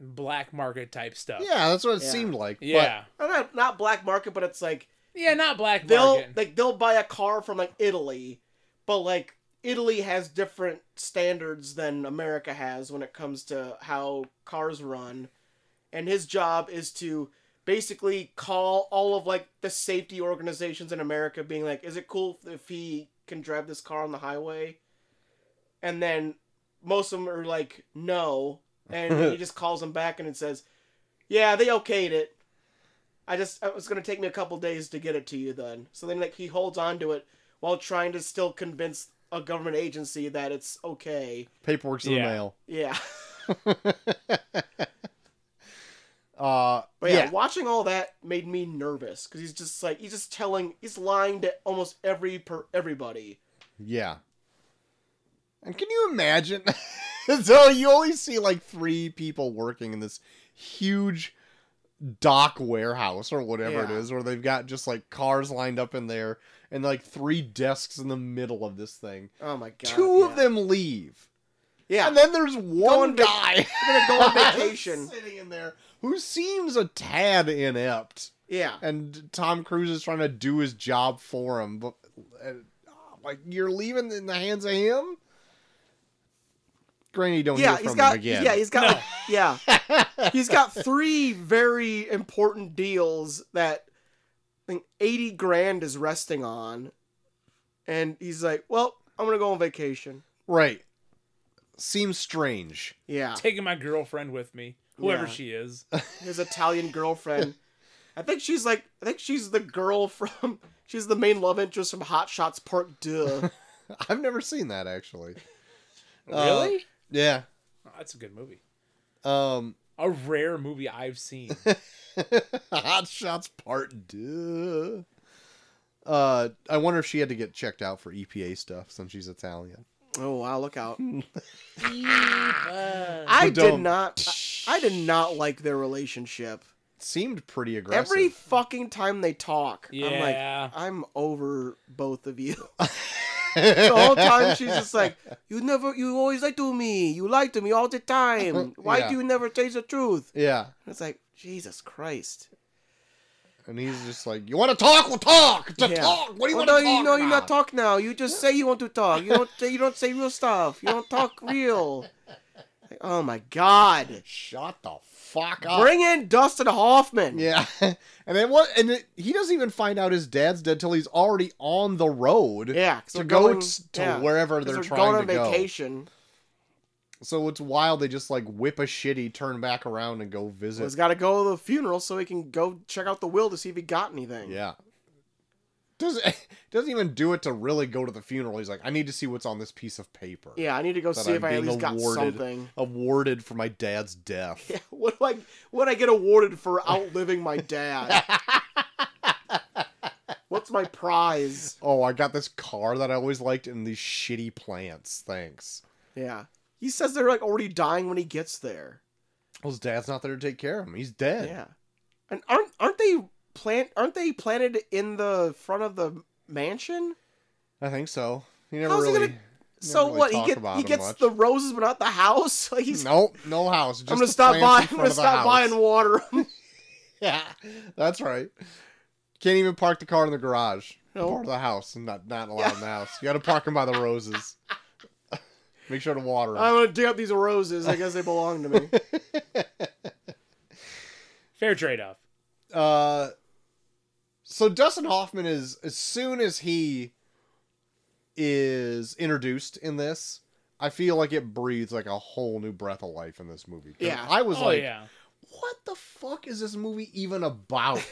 [SPEAKER 3] black market type stuff.
[SPEAKER 2] yeah, that's what it
[SPEAKER 1] Yeah.
[SPEAKER 2] seemed like. but-
[SPEAKER 3] Yeah.
[SPEAKER 1] Uh, not, not black market but it's like
[SPEAKER 3] yeah, not black
[SPEAKER 1] they'll
[SPEAKER 3] market.
[SPEAKER 1] like they'll buy a car from like italy but like italy has different standards than america has when it comes to how cars run and his job is to basically call all of like the safety organizations in america being like is it cool if he can drive this car on the highway and then most of them are like no and he just calls them back and it says yeah they okayed it I just it was gonna take me a couple days to get it to you then. So then like he holds on to it while trying to still convince a government agency that it's okay.
[SPEAKER 2] paperwork's in
[SPEAKER 3] Yeah.
[SPEAKER 2] the mail.
[SPEAKER 1] Yeah.
[SPEAKER 2] Uh,
[SPEAKER 1] But yeah, watching all that made me nervous because he's just like he's just telling he's lying to almost every per everybody.
[SPEAKER 2] Yeah. And can you imagine? so you only see like three people working in this huge dock warehouse or whatever it
[SPEAKER 1] Yeah.
[SPEAKER 2] is, where they've got just like cars lined up in there and like three desks in the middle of this thing.
[SPEAKER 1] Oh my god.
[SPEAKER 2] Two
[SPEAKER 1] yeah.
[SPEAKER 2] of them leave.
[SPEAKER 1] Yeah.
[SPEAKER 2] And then there's
[SPEAKER 1] on
[SPEAKER 2] one
[SPEAKER 1] vac-
[SPEAKER 2] guy
[SPEAKER 1] They're gonna go on vacation.
[SPEAKER 2] sitting in there who seems a tad inept.
[SPEAKER 1] Yeah.
[SPEAKER 2] and Tom Cruise is trying to do his job for him, but uh, like you're leaving in the hands of him. Granny, don't
[SPEAKER 1] Yeah,
[SPEAKER 2] hear
[SPEAKER 1] he's
[SPEAKER 2] from
[SPEAKER 1] got
[SPEAKER 2] him again.
[SPEAKER 1] yeah, he's got
[SPEAKER 3] No.
[SPEAKER 1] like- yeah. he's got three very important deals that I think 80 grand is resting on. And he's like, "Well, I'm going to go on vacation."
[SPEAKER 2] right. Seems strange.
[SPEAKER 1] Yeah.
[SPEAKER 3] Taking my girlfriend with me, whoever
[SPEAKER 1] Yeah. Uh,
[SPEAKER 3] she is.
[SPEAKER 1] his Italian girlfriend. I think she's like I think she's the girl from she's the main love interest from Hot Shots Part Deux.
[SPEAKER 2] I've never seen that actually. Uh,
[SPEAKER 3] Really?
[SPEAKER 2] yeah.
[SPEAKER 3] Oh, that's a good movie.
[SPEAKER 2] Um,
[SPEAKER 3] A rare movie I've seen.
[SPEAKER 2] Hot Shots Part Two. Uh, I wonder if she had to get checked out for EPA stuff since she's Italian.
[SPEAKER 1] oh wow, look out. I did
[SPEAKER 2] Don't.
[SPEAKER 1] not I, I did not like their relationship.
[SPEAKER 2] Seemed pretty aggressive.
[SPEAKER 1] Every fucking time they talk, I'm
[SPEAKER 3] Yeah.
[SPEAKER 1] like I'm over both of you. the whole time she's just like, You never you always lie to me. You lie to me all the time. Why
[SPEAKER 2] Yeah.
[SPEAKER 1] do you never change the truth?
[SPEAKER 2] yeah,
[SPEAKER 1] And it's like, Jesus Christ.
[SPEAKER 2] and he's just like, "You want to talk? We'll talk. To
[SPEAKER 1] Yeah.
[SPEAKER 2] talk. What do you
[SPEAKER 1] Oh,
[SPEAKER 2] want to
[SPEAKER 1] no,
[SPEAKER 2] talk
[SPEAKER 1] you know you not
[SPEAKER 2] about?"
[SPEAKER 1] talk now. You just say you want to talk. You don't. say- you don't say real stuff. You don't talk real. Like, oh my God!
[SPEAKER 2] Shut the fuck up.
[SPEAKER 1] Bring in Dustin Hoffman.
[SPEAKER 2] Oh. yeah, and then what? And it, he doesn't even find out his dad's dead till he's already on the road.
[SPEAKER 1] yeah. 'cause
[SPEAKER 2] to
[SPEAKER 1] they're
[SPEAKER 2] go
[SPEAKER 1] going-
[SPEAKER 2] t- to
[SPEAKER 1] yeah,
[SPEAKER 2] wherever
[SPEAKER 1] 'cause
[SPEAKER 2] they're,
[SPEAKER 1] they're
[SPEAKER 2] trying
[SPEAKER 1] going
[SPEAKER 2] to
[SPEAKER 1] on
[SPEAKER 2] go.
[SPEAKER 1] vacation.
[SPEAKER 2] So it's wild. They just like whip a shitty, turn back around, and go
[SPEAKER 1] So he's
[SPEAKER 2] visit.
[SPEAKER 1] got to go to the funeral so he can go check out the will to see if he got anything.
[SPEAKER 2] Yeah. Does doesn't even do it to really go to the funeral. He's like, I need to see what's on this piece of paper.
[SPEAKER 1] Yeah, I need to go
[SPEAKER 2] That
[SPEAKER 1] see if
[SPEAKER 2] I'm
[SPEAKER 1] I at
[SPEAKER 2] being
[SPEAKER 1] least got
[SPEAKER 2] awarded.
[SPEAKER 1] something.
[SPEAKER 2] Awarded for my dad's death.
[SPEAKER 1] Yeah, what do I what do I get awarded for outliving my dad? What's my prize?
[SPEAKER 2] Oh, I got this car that I always liked and these shitty plants. Thanks.
[SPEAKER 1] Yeah. He says they're like already dying when he gets there.
[SPEAKER 2] Well, his dad's not there to take care of him. He's dead.
[SPEAKER 1] Yeah. And aren't aren't they plant aren't they planted in the front of the mansion?
[SPEAKER 2] I think so. He never
[SPEAKER 1] How's he
[SPEAKER 2] really.
[SPEAKER 1] gonna- so
[SPEAKER 2] really
[SPEAKER 1] what? He
[SPEAKER 2] talk
[SPEAKER 1] get
[SPEAKER 2] about
[SPEAKER 1] he
[SPEAKER 2] it
[SPEAKER 1] gets
[SPEAKER 2] much.
[SPEAKER 1] the roses but not the house? Like he's
[SPEAKER 2] Nope, no house. Just
[SPEAKER 1] I'm
[SPEAKER 2] the
[SPEAKER 1] gonna stop
[SPEAKER 2] plants
[SPEAKER 1] by
[SPEAKER 2] in
[SPEAKER 1] I'm
[SPEAKER 2] front
[SPEAKER 1] gonna
[SPEAKER 2] of the
[SPEAKER 1] stop by
[SPEAKER 2] house.
[SPEAKER 1] and water 'em.
[SPEAKER 2] Yeah, that's right. Can't even park the car in the garage.
[SPEAKER 1] No.
[SPEAKER 2] Part of the house, and not not allowed in the house. You got to park them by the roses. Make sure to water them.
[SPEAKER 1] I'm gonna dig up these roses. I guess they belong to me.
[SPEAKER 3] Fair trade off.
[SPEAKER 2] Uh, so Dustin Hoffman is as soon as he is introduced in this, I feel like it breathes like a whole new breath of life in this movie. 'Cause
[SPEAKER 1] Yeah.
[SPEAKER 2] I was
[SPEAKER 3] Oh
[SPEAKER 2] like,
[SPEAKER 3] yeah.
[SPEAKER 2] what the fuck is this movie even about?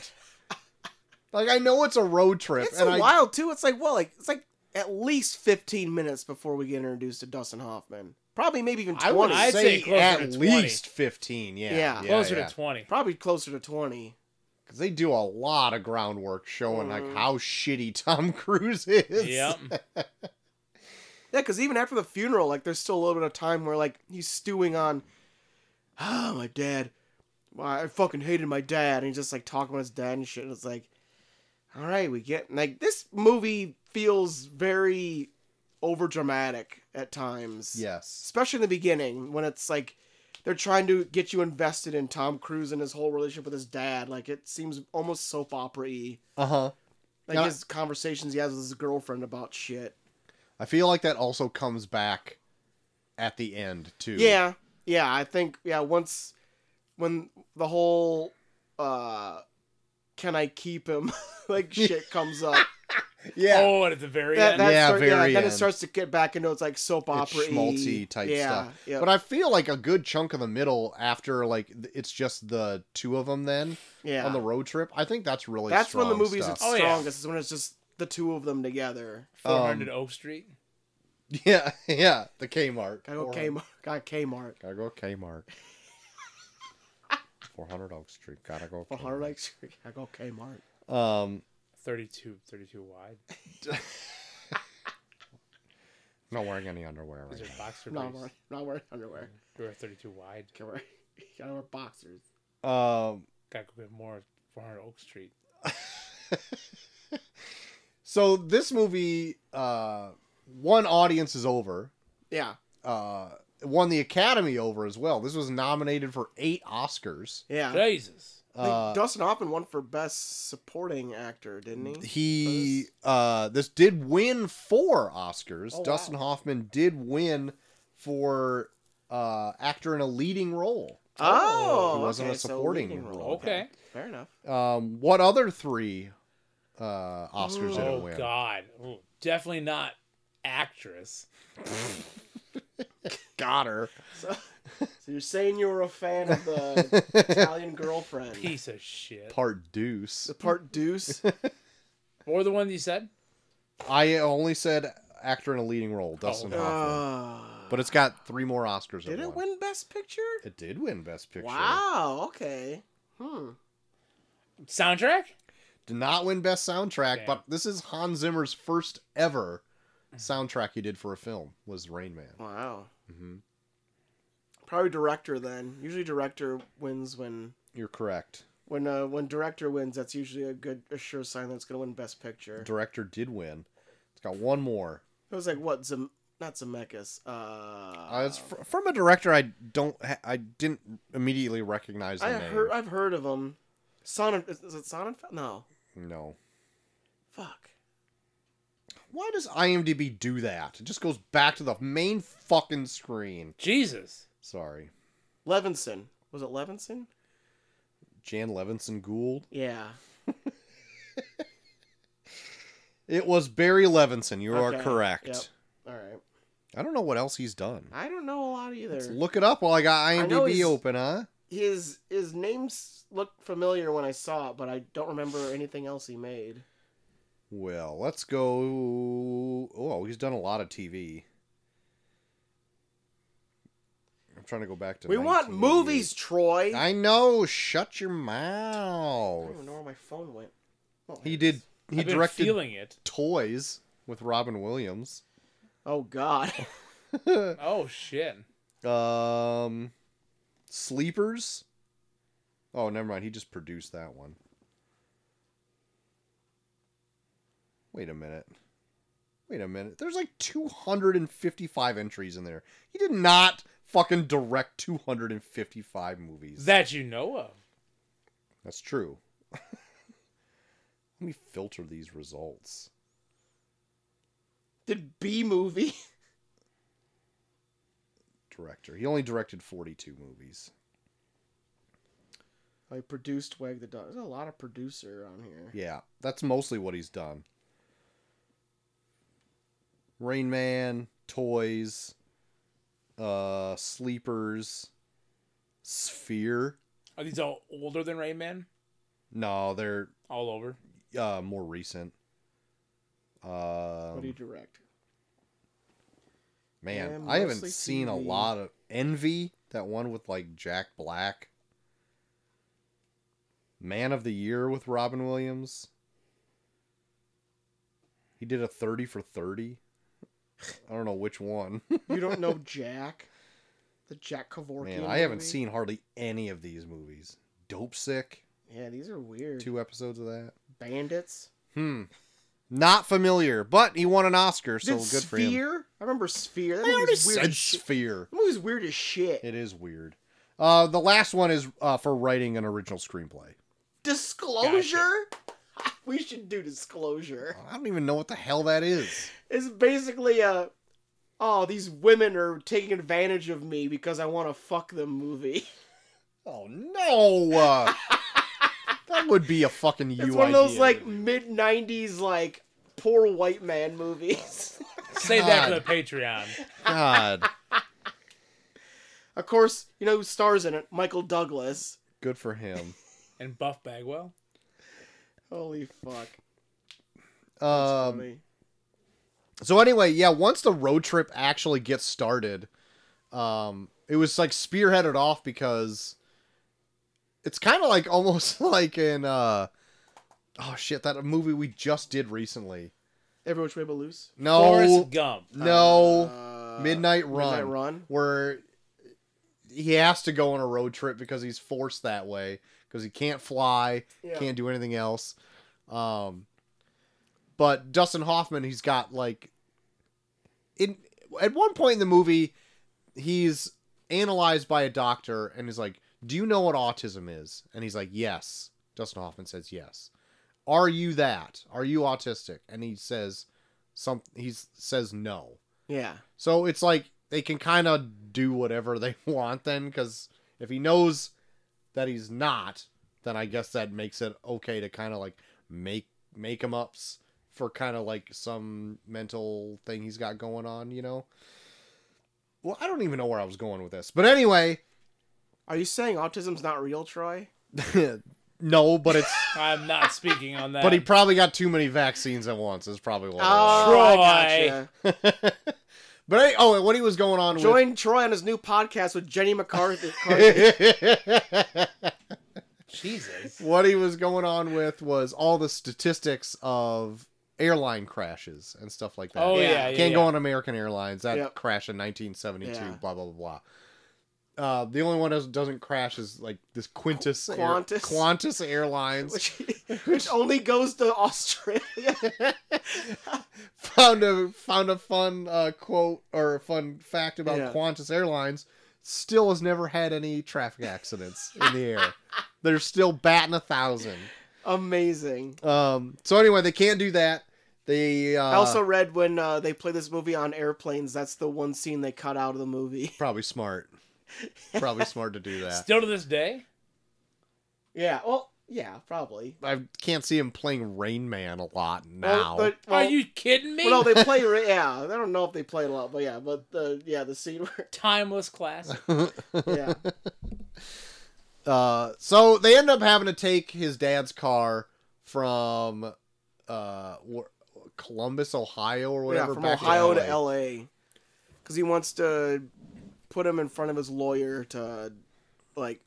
[SPEAKER 2] like I know it's a road trip,
[SPEAKER 1] It's
[SPEAKER 2] and
[SPEAKER 1] a
[SPEAKER 2] I
[SPEAKER 1] while too. It's like well, like it's like at least 15 minutes before we get introduced to Dustin Hoffman. Probably maybe even 20.
[SPEAKER 2] I would
[SPEAKER 3] I'd
[SPEAKER 2] say,
[SPEAKER 3] say closer
[SPEAKER 2] at
[SPEAKER 3] to 20.
[SPEAKER 2] least fifteen. Yeah,
[SPEAKER 1] Yeah.
[SPEAKER 3] Closer
[SPEAKER 2] yeah.
[SPEAKER 3] to twenty.
[SPEAKER 1] Probably closer to 20.
[SPEAKER 2] 'Cause they do a lot of groundwork showing like
[SPEAKER 1] Mhm.
[SPEAKER 2] how shitty Tom Cruise is.
[SPEAKER 3] Yep.
[SPEAKER 1] Yeah, because even after the funeral, like there's still a little bit of time where like he's stewing on, ah, my dad. Why I fucking hated my dad, and he's just like talking about his dad and shit. And it's like, all right, we get like this movie feels very over dramatic at times.
[SPEAKER 2] Yes.
[SPEAKER 1] especially in the beginning when it's like they're trying to get you invested in Tom Cruise and his whole relationship with his dad. Like it seems almost soap opera y.
[SPEAKER 2] Uh huh.
[SPEAKER 1] Like
[SPEAKER 2] Yeah.
[SPEAKER 1] his conversations he has with his girlfriend about shit.
[SPEAKER 2] I feel like that also comes back at the end too.
[SPEAKER 1] Yeah, yeah. I think yeah. Once when the whole uh, can I keep him like shit comes up,
[SPEAKER 2] Yeah.
[SPEAKER 3] Oh, and at the very
[SPEAKER 1] that,
[SPEAKER 3] end.
[SPEAKER 1] that
[SPEAKER 2] Yeah,
[SPEAKER 1] start-
[SPEAKER 2] very
[SPEAKER 1] Then it
[SPEAKER 2] end.
[SPEAKER 1] starts to get back into it's like soap
[SPEAKER 2] It's
[SPEAKER 1] opera
[SPEAKER 2] schmaltzy type
[SPEAKER 1] yeah,
[SPEAKER 2] stuff.
[SPEAKER 1] Yeah,
[SPEAKER 2] But I feel like a good chunk of the middle after like th- it's just the two of them then
[SPEAKER 1] yeah.
[SPEAKER 2] on the road trip. I think that's really
[SPEAKER 1] That's when the
[SPEAKER 2] strong
[SPEAKER 1] movie's its
[SPEAKER 2] stuff.
[SPEAKER 3] Oh, yeah.
[SPEAKER 1] strongest. Is when it's just the two of them together.
[SPEAKER 3] Four hundred
[SPEAKER 1] um,
[SPEAKER 3] Oak Street.
[SPEAKER 2] yeah yeah the Kmart.
[SPEAKER 1] Gotta go
[SPEAKER 2] Or-
[SPEAKER 1] Kmart. Gotta Kmart.
[SPEAKER 2] Gotta go Kmart. 400 Oak Street. Gotta go.
[SPEAKER 1] For Hard
[SPEAKER 2] Kmart.
[SPEAKER 1] Rock Street, Gotta go Kmart.
[SPEAKER 2] Um,
[SPEAKER 3] 32, 32 wide.
[SPEAKER 2] not wearing any underwear right
[SPEAKER 3] Is
[SPEAKER 2] now.
[SPEAKER 3] there boxer
[SPEAKER 1] Not
[SPEAKER 3] briefs?
[SPEAKER 1] wearing, not wearing underwear.
[SPEAKER 2] Mm.
[SPEAKER 3] You are 32 wide.
[SPEAKER 1] Gotta wear, gotta wear boxers.
[SPEAKER 2] Um,
[SPEAKER 3] Gotta go get more 400 Oak Street.
[SPEAKER 2] so this movie, uh, won audience is over.
[SPEAKER 1] Yeah,
[SPEAKER 2] Uh, won the Academy over as well. This was nominated for eight Oscars.
[SPEAKER 1] yeah.
[SPEAKER 3] Jesus.
[SPEAKER 1] I think
[SPEAKER 2] Uh,
[SPEAKER 1] Dustin Hoffman won for best supporting actor, didn't he?
[SPEAKER 2] he uh this did win four oscars
[SPEAKER 1] Oh, wow.
[SPEAKER 2] dustin hoffman did win for uh actor in a leading role
[SPEAKER 1] Oh,
[SPEAKER 2] He wasn't a
[SPEAKER 1] okay, so
[SPEAKER 2] supporting
[SPEAKER 1] leading role.
[SPEAKER 2] role.
[SPEAKER 3] Okay.
[SPEAKER 1] fair enough.
[SPEAKER 2] um what other three uh oscars did it
[SPEAKER 3] Oh
[SPEAKER 2] win
[SPEAKER 3] God, Ooh, definitely not actress.
[SPEAKER 2] got her
[SPEAKER 1] So, so you're saying you were a fan of the Italian girlfriend,
[SPEAKER 3] Piece of shit.
[SPEAKER 2] part deuce
[SPEAKER 1] the part Deuce?
[SPEAKER 3] Or the one you said?
[SPEAKER 2] i only said actor in a leading role dustin
[SPEAKER 3] Oh.
[SPEAKER 2] hoffman
[SPEAKER 1] Ah.
[SPEAKER 2] but it's got three more oscars
[SPEAKER 1] did it
[SPEAKER 2] won.
[SPEAKER 1] win Best Picture?
[SPEAKER 2] it did win best picture
[SPEAKER 1] Wow. Okay. Hmm.
[SPEAKER 3] Soundtrack?
[SPEAKER 2] did not win best soundtrack
[SPEAKER 3] Damn.
[SPEAKER 2] but this is hans zimmer's first ever
[SPEAKER 1] Mm-hmm.
[SPEAKER 2] soundtrack he did for a film was rain man
[SPEAKER 1] Wow.
[SPEAKER 2] hmm
[SPEAKER 1] Probably director then. Usually director wins when
[SPEAKER 2] You're correct.
[SPEAKER 1] when uh, when director wins. That's usually a good a sure sign that it's gonna win Best Picture.
[SPEAKER 2] Director did win. It's got one more.
[SPEAKER 1] It was like what Zem not Zemeckis. Uh,
[SPEAKER 2] Uh, it's fr- from a director I don't ha- I didn't immediately recognize the
[SPEAKER 1] I
[SPEAKER 2] name.
[SPEAKER 1] heard I've heard of him. Sonnen is, is it Sonnenfeld? No.
[SPEAKER 2] no.
[SPEAKER 1] Fuck.
[SPEAKER 2] Why does IMDb do that? It just goes back to the main fucking screen.
[SPEAKER 3] Jesus.
[SPEAKER 2] Sorry.
[SPEAKER 1] Levinson. Was it Levinson?
[SPEAKER 2] Jan Levinson Gould.
[SPEAKER 1] Yeah.
[SPEAKER 2] It was Barry Levinson. You are
[SPEAKER 1] Okay,
[SPEAKER 2] correct.
[SPEAKER 1] yep. All right.
[SPEAKER 2] I don't know what else he's done.
[SPEAKER 1] I don't know a lot either.
[SPEAKER 2] Let's look it up while I got
[SPEAKER 1] know
[SPEAKER 2] IMDb
[SPEAKER 1] he's-
[SPEAKER 2] open, huh?
[SPEAKER 1] his his names looked familiar when I saw it, but I don't remember anything else he made.
[SPEAKER 2] Well, let's go. Oh, he's done a lot of TV. I'm trying to go back to.
[SPEAKER 1] We want
[SPEAKER 2] 1988.
[SPEAKER 1] movies, Troy. I
[SPEAKER 2] I know. Shut your
[SPEAKER 1] don't even know
[SPEAKER 2] mouth.
[SPEAKER 1] where my phone went. Oh,
[SPEAKER 2] He
[SPEAKER 1] here it
[SPEAKER 2] did.
[SPEAKER 1] is.
[SPEAKER 2] He
[SPEAKER 3] I've been
[SPEAKER 2] directed
[SPEAKER 3] feeling it.
[SPEAKER 2] Toys with Robin Williams.
[SPEAKER 1] Oh God.
[SPEAKER 3] Oh shit.
[SPEAKER 2] um, Sleepers. Oh, never mind. He just produced that one. Wait a minute. Wait a minute. There's like 255 entries in there. He did not fucking direct 255 movies.
[SPEAKER 3] That you know of.
[SPEAKER 2] That's true. Let me filter these results.
[SPEAKER 1] Did B movie?
[SPEAKER 2] Director. He only directed 42 movies.
[SPEAKER 1] I produced Wag the Dog. There's a lot of producer on here.
[SPEAKER 2] Yeah, that's mostly what he's done. Rain Man, Toys, uh, Sleepers, Sphere.
[SPEAKER 3] Are these all older than Rayman?
[SPEAKER 2] No, they're
[SPEAKER 3] All over.
[SPEAKER 2] uh, more recent.
[SPEAKER 1] what
[SPEAKER 2] Um,
[SPEAKER 1] do you direct? Yeah,
[SPEAKER 2] man, I haven't
[SPEAKER 1] mostly
[SPEAKER 2] seen a
[SPEAKER 1] TV.
[SPEAKER 2] lot of Envy. That one with like Jack Black. Man of the Year with Robin Williams. He did a 30 for 30. I don't know which one.
[SPEAKER 1] You don't know Jack, the Jack Kevorkian.
[SPEAKER 2] Man, I haven't
[SPEAKER 1] movie?
[SPEAKER 2] seen hardly any of these movies. Dope Sick,
[SPEAKER 1] Yeah, these are weird.
[SPEAKER 2] two episodes of that.
[SPEAKER 1] Bandits.
[SPEAKER 2] Hmm. Not familiar, but he won an Oscar, so
[SPEAKER 1] Did
[SPEAKER 2] good
[SPEAKER 1] Sphere?
[SPEAKER 2] for him.
[SPEAKER 1] I remember Sphere. That
[SPEAKER 2] I already
[SPEAKER 1] movie's weird.
[SPEAKER 2] said
[SPEAKER 1] as shit.
[SPEAKER 2] Sphere.
[SPEAKER 1] That movie's weird as shit.
[SPEAKER 2] It is weird. Uh, the last one is uh, for writing an original screenplay.
[SPEAKER 1] Disclosure? we should do disclosure.
[SPEAKER 2] I don't even know what the hell that is.
[SPEAKER 1] It's basically a oh, these women are taking advantage of me because I want to fuck them movie.
[SPEAKER 2] Oh no! Uh, that would be a fucking
[SPEAKER 1] It's
[SPEAKER 2] you
[SPEAKER 1] one of those
[SPEAKER 2] idea.
[SPEAKER 1] like mid 90s like poor white man movies.
[SPEAKER 3] Save that for the
[SPEAKER 2] God.
[SPEAKER 3] Patreon.
[SPEAKER 2] God,
[SPEAKER 1] of course, you know who stars in it? Michael Douglas.
[SPEAKER 2] good for him.
[SPEAKER 3] And Buff Bagwell.
[SPEAKER 1] Holy fuck. That's
[SPEAKER 2] Um,
[SPEAKER 1] funny.
[SPEAKER 2] so anyway, yeah. Once the road trip actually gets started, um, it was like spearheaded off because it's kind of like almost like in uh, oh shit, that movie we just did recently.
[SPEAKER 1] Every which way but loose.
[SPEAKER 2] No,
[SPEAKER 3] Forrest Gump.
[SPEAKER 2] no.
[SPEAKER 1] Uh,
[SPEAKER 2] Midnight Run,
[SPEAKER 1] Midnight Run.
[SPEAKER 2] where he has to go on a road trip because he's forced that way because he can't fly,
[SPEAKER 1] Yeah.
[SPEAKER 2] can't do anything else. Um, but Dustin Hoffman, he's got like in at one point in the movie, he's analyzed by a doctor and is like, Do you know what autism is? And he's like, Yes. Dustin Hoffman says, Yes. Are you that? Are you autistic? And he says, some he says no.
[SPEAKER 1] Yeah.
[SPEAKER 2] So it's like they can kind of do whatever they want then, because if he knows that he's not, then I guess that makes it okay to kind of like make make him ups for kind of like some mental thing he's got going on, you know. Well, I don't even know where I was going with this, but anyway,
[SPEAKER 1] Are you saying autism's not real, Troy?
[SPEAKER 2] no, but it's
[SPEAKER 3] I'm not speaking on that.
[SPEAKER 2] but he probably got too many vaccines at once. Is probably what. it was.
[SPEAKER 1] Oh, I
[SPEAKER 3] Troy.
[SPEAKER 1] gotcha.
[SPEAKER 2] But any- oh, and what he was going on with
[SPEAKER 1] Join Troy on his new podcast with Jenny McCarthy.
[SPEAKER 3] Jesus.
[SPEAKER 2] what he was going on with was all the statistics of airline crashes and stuff like that.
[SPEAKER 3] Oh
[SPEAKER 1] Yeah.
[SPEAKER 3] yeah, yeah
[SPEAKER 2] Can't
[SPEAKER 3] yeah.
[SPEAKER 2] go on American Airlines. That
[SPEAKER 1] Yep.
[SPEAKER 2] crash in 1972.
[SPEAKER 1] Yeah.
[SPEAKER 2] Blah blah blah. blah. Uh, the only one that doesn't crash is like this Quintus Air-
[SPEAKER 1] Qantas.
[SPEAKER 2] Qantas Airlines
[SPEAKER 1] which, which only goes to Australia.
[SPEAKER 2] found a found a fun uh, quote or a fun fact about
[SPEAKER 1] Yeah.
[SPEAKER 2] Qantas Airlines. Still has never had any traffic accidents in the air. They're still batting a thousand.
[SPEAKER 1] Amazing.
[SPEAKER 2] Um, so anyway, they can't do that. They uh,
[SPEAKER 1] I also read when uh, they play this movie on airplanes, that's the one scene they cut out of the movie.
[SPEAKER 2] probably smart. Probably smart to do that.
[SPEAKER 3] Still to this day.
[SPEAKER 1] Yeah, well, yeah, probably.
[SPEAKER 2] I can't see him playing Rain Man a lot now.
[SPEAKER 1] Well, but- well,
[SPEAKER 3] Are you kidding me?
[SPEAKER 1] well, no, they play. Yeah, I don't know if they play a lot, but yeah, but the yeah the scene where
[SPEAKER 3] Timeless classic.
[SPEAKER 1] yeah
[SPEAKER 2] uh, so they end up having to take his dad's car from uh, wh- Columbus, Ohio, or whatever.
[SPEAKER 1] yeah from
[SPEAKER 2] back
[SPEAKER 1] Ohio to
[SPEAKER 2] LA.
[SPEAKER 1] L.A. because he wants to put him in front of his lawyer to like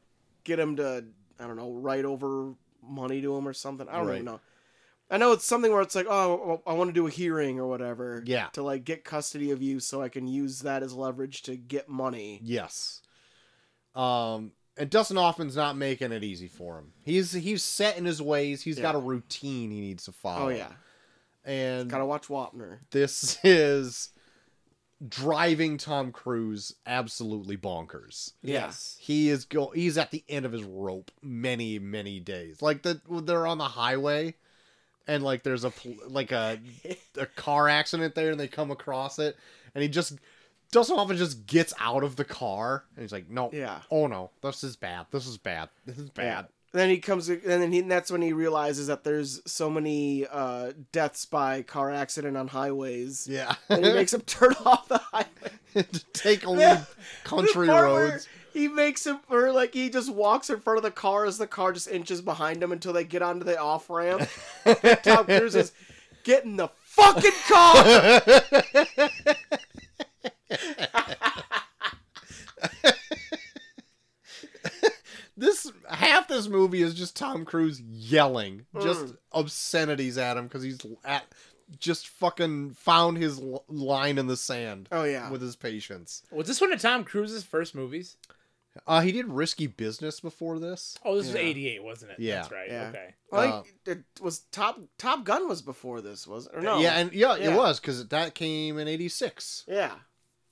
[SPEAKER 1] get him to I don't know write over money to him or something. I don't
[SPEAKER 2] Right.
[SPEAKER 1] even know. I know it's something where it's like, oh, I want to do a hearing or whatever.
[SPEAKER 2] Yeah.
[SPEAKER 1] To like get custody of you, so I can use that as leverage to get money.
[SPEAKER 2] Yes. Um, and Dustin Hoffman's not making it easy for him. He's he's set in his ways. He's got a
[SPEAKER 1] Yeah.
[SPEAKER 2] routine he needs to follow.
[SPEAKER 1] Oh yeah,
[SPEAKER 2] and
[SPEAKER 1] gotta watch Wapner.
[SPEAKER 2] this is driving Tom Cruise absolutely bonkers.
[SPEAKER 1] Yes.
[SPEAKER 2] He is go he's at the end of his rope many many days. Like the they're on the highway and like there's a pl- like a a car accident there and they come across it and he just Dustin Hoffman just gets out of the car and he's like no
[SPEAKER 1] Yeah.
[SPEAKER 2] oh no this is bad this is bad this is bad
[SPEAKER 1] Then he comes, and then he, and that's when he realizes that there's so many uh, deaths by car accident on highways.
[SPEAKER 2] yeah,
[SPEAKER 1] And he makes him turn off the highway.
[SPEAKER 2] to take only
[SPEAKER 1] Yeah.
[SPEAKER 2] country
[SPEAKER 1] The part where
[SPEAKER 2] roads
[SPEAKER 1] He makes him, or like he just walks in front of the car as the car just inches behind him until they get onto the off ramp. Tom Cruise is get in the fucking car.
[SPEAKER 2] this half this movie is just Tom Cruise yelling just
[SPEAKER 1] Mm.
[SPEAKER 2] obscenities at him because he's at just fucking found his l- line in the sand
[SPEAKER 1] Oh yeah,
[SPEAKER 2] with his patience.
[SPEAKER 3] Was this one of Tom Cruise's first movies?
[SPEAKER 2] Uh, he did risky business before this.
[SPEAKER 3] Oh, this was
[SPEAKER 1] Yeah.
[SPEAKER 3] '88, wasn't it?
[SPEAKER 2] Yeah.
[SPEAKER 3] That's right.
[SPEAKER 1] Yeah.
[SPEAKER 3] Okay.
[SPEAKER 1] like
[SPEAKER 2] uh,
[SPEAKER 1] it was Top Top Gun was before this was it? or no?
[SPEAKER 2] Yeah, and yeah,
[SPEAKER 1] Yeah.
[SPEAKER 2] it was because that came in '86.
[SPEAKER 1] yeah.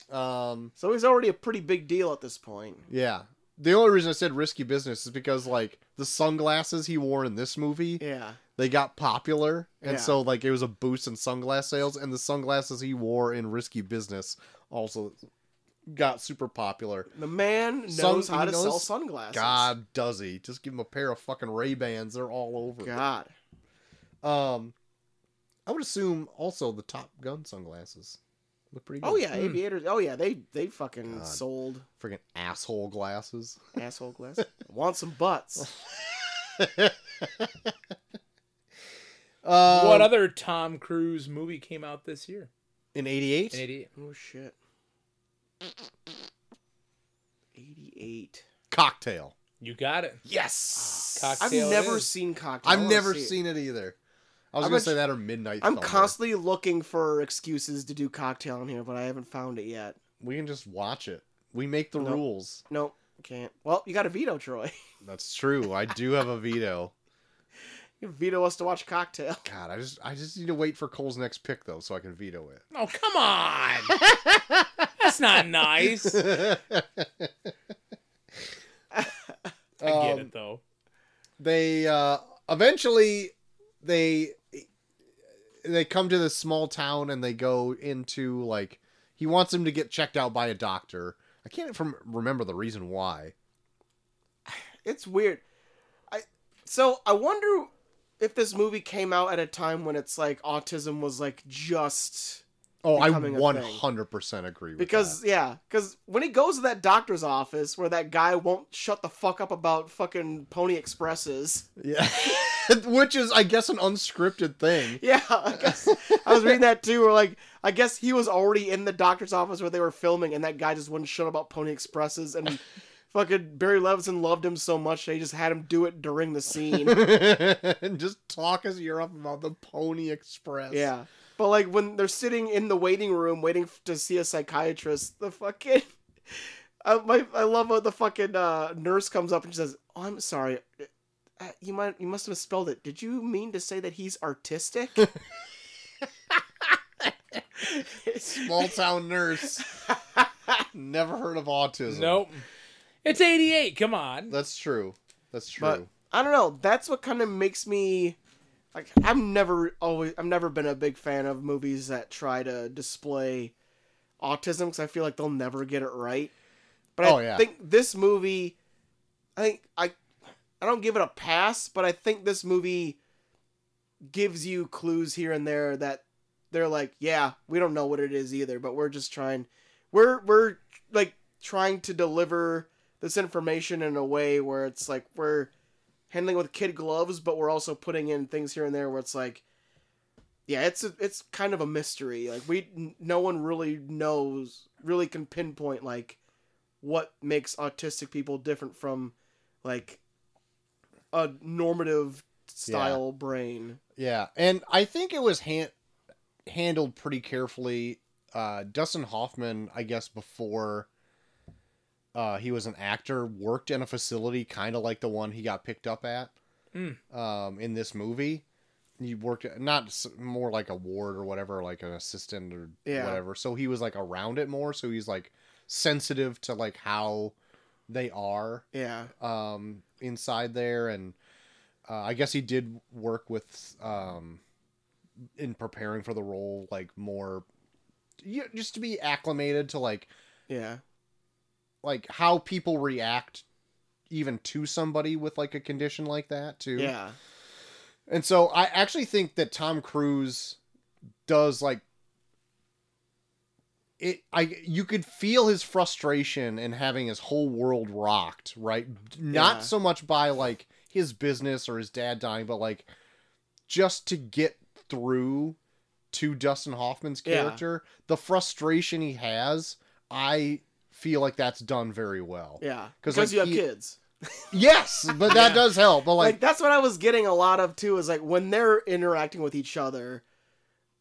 [SPEAKER 2] Um,
[SPEAKER 1] So he's already a pretty big deal at this point.
[SPEAKER 2] yeah. The only reason I said risky business is because like the sunglasses he wore in this movie,
[SPEAKER 1] Yeah,
[SPEAKER 2] they got popular, and
[SPEAKER 1] Yeah.
[SPEAKER 2] so like it was a boost in sunglass sales, and the sunglasses he wore in risky business also got super popular.
[SPEAKER 1] the man knows
[SPEAKER 2] Sun-
[SPEAKER 1] how
[SPEAKER 2] he
[SPEAKER 1] to
[SPEAKER 2] knows-
[SPEAKER 1] sell sunglasses.
[SPEAKER 2] God does he? Just give him a pair of fucking Ray Bans, they're all over.
[SPEAKER 1] God.
[SPEAKER 2] Um, I would assume also the Top Gun sunglasses look pretty. good.
[SPEAKER 1] Oh yeah,
[SPEAKER 2] Mm.
[SPEAKER 1] aviators. Oh yeah, they they fucking
[SPEAKER 2] God.
[SPEAKER 1] sold
[SPEAKER 2] freaking asshole glasses.
[SPEAKER 1] asshole glasses. Want some butts?
[SPEAKER 2] Uh,
[SPEAKER 1] Um,
[SPEAKER 3] what
[SPEAKER 2] Um,
[SPEAKER 3] other Tom Cruise movie came out this year?
[SPEAKER 2] in '88?
[SPEAKER 3] In '88.
[SPEAKER 1] Oh shit. Eighty-eight.
[SPEAKER 2] Cocktail.
[SPEAKER 3] You got it.
[SPEAKER 2] Yes.
[SPEAKER 3] Ah, cocktail.
[SPEAKER 1] I've
[SPEAKER 3] Cocktail it
[SPEAKER 1] never
[SPEAKER 3] is.
[SPEAKER 1] seen cocktail. I
[SPEAKER 2] I've
[SPEAKER 1] wanna
[SPEAKER 2] never
[SPEAKER 1] see it.
[SPEAKER 2] seen it. either. I was
[SPEAKER 1] I'm
[SPEAKER 2] gonna
[SPEAKER 1] a-
[SPEAKER 2] say that or Midnight.
[SPEAKER 1] I'm
[SPEAKER 2] Thunder.
[SPEAKER 1] constantly looking for excuses to do cocktail in here, but I haven't found it yet.
[SPEAKER 2] We can just watch it. We make the
[SPEAKER 1] Nope.
[SPEAKER 2] rules.
[SPEAKER 1] Nope, can't. Well, you got a veto, Troy.
[SPEAKER 2] That's true. I do have a veto.
[SPEAKER 1] You veto us to watch cocktail.
[SPEAKER 2] God, I just I just need to wait for Cole's next pick though, so I can veto it.
[SPEAKER 3] Oh come on. That's not nice.
[SPEAKER 1] Um,
[SPEAKER 2] Um, they uh, eventually they they come to this small town and they go into like he wants him to get checked out by a doctor. I can't from remember the reason why.
[SPEAKER 1] It's weird. I so I wonder if this movie came out at a time when it's like autism was like just
[SPEAKER 2] Oh, I
[SPEAKER 1] Becoming a thing.
[SPEAKER 2] one hundred percent agree with
[SPEAKER 1] because
[SPEAKER 2] that.
[SPEAKER 1] yeah, because when he goes to that doctor's office where that guy won't shut the fuck up about fucking Pony Expresses.
[SPEAKER 2] yeah, which is I guess an unscripted thing.
[SPEAKER 1] Yeah, I guess I was reading that too. Where like I guess he was already in the doctor's office where they were filming, and that guy just wouldn't shut up about Pony Expresses and. Fucking Barry Levinson loved him so much they just had him do it during the scene.
[SPEAKER 2] and just talk as you're up about the Pony Express.
[SPEAKER 1] Yeah. But like when they're sitting in the waiting room waiting f- to see a psychiatrist, the fucking I, my, I love how the fucking uh, nurse comes up and she says, oh, "I'm sorry, uh, you might you must have misspelled it. Did you mean to say that he's artistic?"
[SPEAKER 2] small town nurse. Never heard of autism.
[SPEAKER 3] Nope. It's 88. Come on.
[SPEAKER 2] That's true. That's true.
[SPEAKER 1] But I don't know. That's what kind of makes me like I've never always I've never been a big fan of movies that try to display autism because I feel like they'll never get it right. But
[SPEAKER 2] Oh,
[SPEAKER 1] I
[SPEAKER 2] yeah.
[SPEAKER 1] think this movie, I think I I don't give it a pass, but I think this movie gives you clues here and there that they're like, yeah, we don't know what it is either, but we're just trying we're we're like trying to deliver this information in a way where it's like we're handling with kid gloves, but we're also putting in things here and there where it's like, yeah, it's a, it's kind of a mystery. Like we, n- no one really knows, really can pinpoint like what makes autistic people different from like a normative style brain.
[SPEAKER 2] yeah, and I think it was han- handled pretty carefully. Uh, Dustin Hoffman, I guess, before uh, he was an actor, worked in a facility kind of like the one he got picked up at
[SPEAKER 3] Hmm.
[SPEAKER 2] um, in this movie. He worked at, not s- more like a ward or whatever, like an assistant or
[SPEAKER 1] Yeah.
[SPEAKER 2] whatever. So he was like around it more. So he's like sensitive to like how they are
[SPEAKER 1] Yeah,
[SPEAKER 2] um, inside there, and uh, I guess he did work with um, in preparing for the role, like more you, just to be acclimated to like
[SPEAKER 1] yeah,
[SPEAKER 2] like how people react even to somebody with like a condition like that too.
[SPEAKER 1] yeah,
[SPEAKER 2] And so I actually think that Tom Cruise does like it I you could feel his frustration in having his whole world rocked, right? Not
[SPEAKER 1] Yeah.
[SPEAKER 2] so much by like his business or his dad dying, but like just to get through to Dustin Hoffman's
[SPEAKER 1] Yeah.
[SPEAKER 2] character, the frustration he has, I feel like that's done very well.
[SPEAKER 1] yeah.
[SPEAKER 2] 'Cause,
[SPEAKER 1] Because
[SPEAKER 2] like,
[SPEAKER 1] you have
[SPEAKER 2] he-
[SPEAKER 1] kids.
[SPEAKER 2] Yes, but that
[SPEAKER 1] Yeah.
[SPEAKER 2] does help. But
[SPEAKER 1] like,
[SPEAKER 2] like,
[SPEAKER 1] that's what I was getting a lot of too is like when they're interacting with each other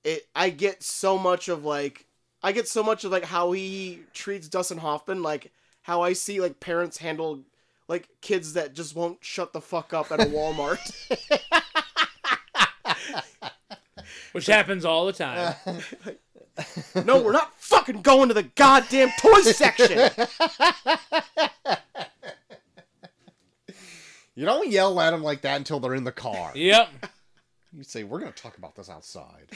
[SPEAKER 1] it I get so much of like I get so much of like how he treats Dustin Hoffman like how I see like parents handle like kids that just won't shut the fuck up at a Walmart.
[SPEAKER 3] Which happens all the time.
[SPEAKER 1] no, we're not fucking going to the goddamn toy section.
[SPEAKER 2] you don't yell at him like that until they're in the car.
[SPEAKER 3] Yep.
[SPEAKER 2] You say, we're going to talk about this outside.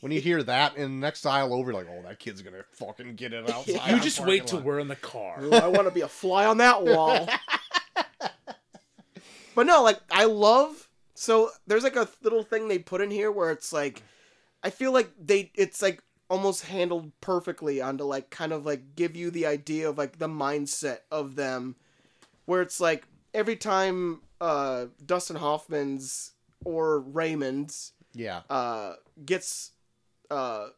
[SPEAKER 2] when you hear that in the next aisle over, you're like, oh, that kid's going to fucking get it outside.
[SPEAKER 3] You
[SPEAKER 2] our
[SPEAKER 3] just
[SPEAKER 2] parking
[SPEAKER 3] wait till
[SPEAKER 2] lot."
[SPEAKER 3] we're in the car.
[SPEAKER 1] Ooh, I want to be a fly on that wall. but no, like I love. So there's like a little thing they put in here where it's like, I feel like they it's like almost handled perfectly onto like kind of like give you the idea of like the mindset of them, where it's like every time uh Dustin Hoffman's or Raymond's
[SPEAKER 2] Yeah.
[SPEAKER 1] uh gets uh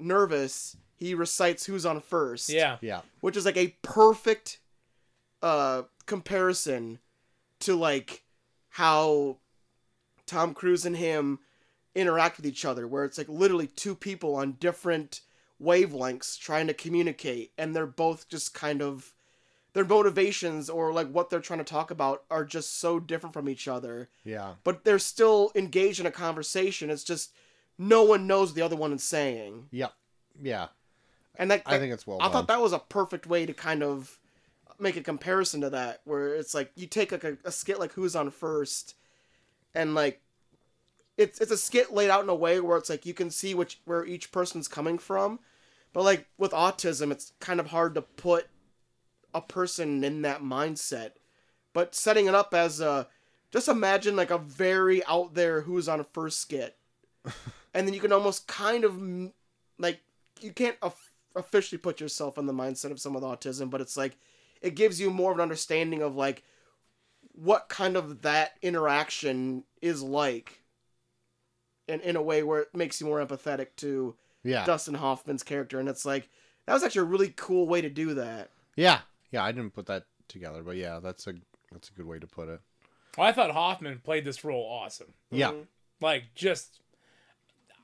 [SPEAKER 1] nervous, he recites who's on first
[SPEAKER 3] Yeah.
[SPEAKER 2] Yeah.
[SPEAKER 1] which is like a perfect uh comparison to like how Tom Cruise and him interact with each other where it's like literally two people on different wavelengths trying to communicate and they're both just kind of their motivations or like what they're trying to talk about are just so different from each other
[SPEAKER 2] Yeah.
[SPEAKER 1] but they're still engaged in a conversation it's just no one knows what the other one is saying
[SPEAKER 2] Yeah. Yeah.
[SPEAKER 1] and that,
[SPEAKER 2] I think it's well
[SPEAKER 1] I
[SPEAKER 2] done.
[SPEAKER 1] thought that was a perfect way to kind of make a comparison to that where it's like you take like a, a skit like who's on first and like it's it's a skit laid out in a way where it's like you can see which where each person's coming from but like with autism it's kind of hard to put a person in that mindset but setting it up as a just imagine like a very out there who's on first skit and then you can almost kind of m- like you can't of- officially put yourself in the mindset of someone with autism but it's like it gives you more of an understanding of like what kind of that interaction is like and in a way where it makes you more empathetic to
[SPEAKER 2] Yeah.
[SPEAKER 1] dustin hoffman's character and it's like that was actually a really cool way to do that
[SPEAKER 2] Yeah. Yeah, I didn't put that together, but yeah, that's a that's a good way to put it.
[SPEAKER 3] Well, I thought Hoffman played this role awesome.
[SPEAKER 2] Yeah.
[SPEAKER 3] Mm-hmm. Like just,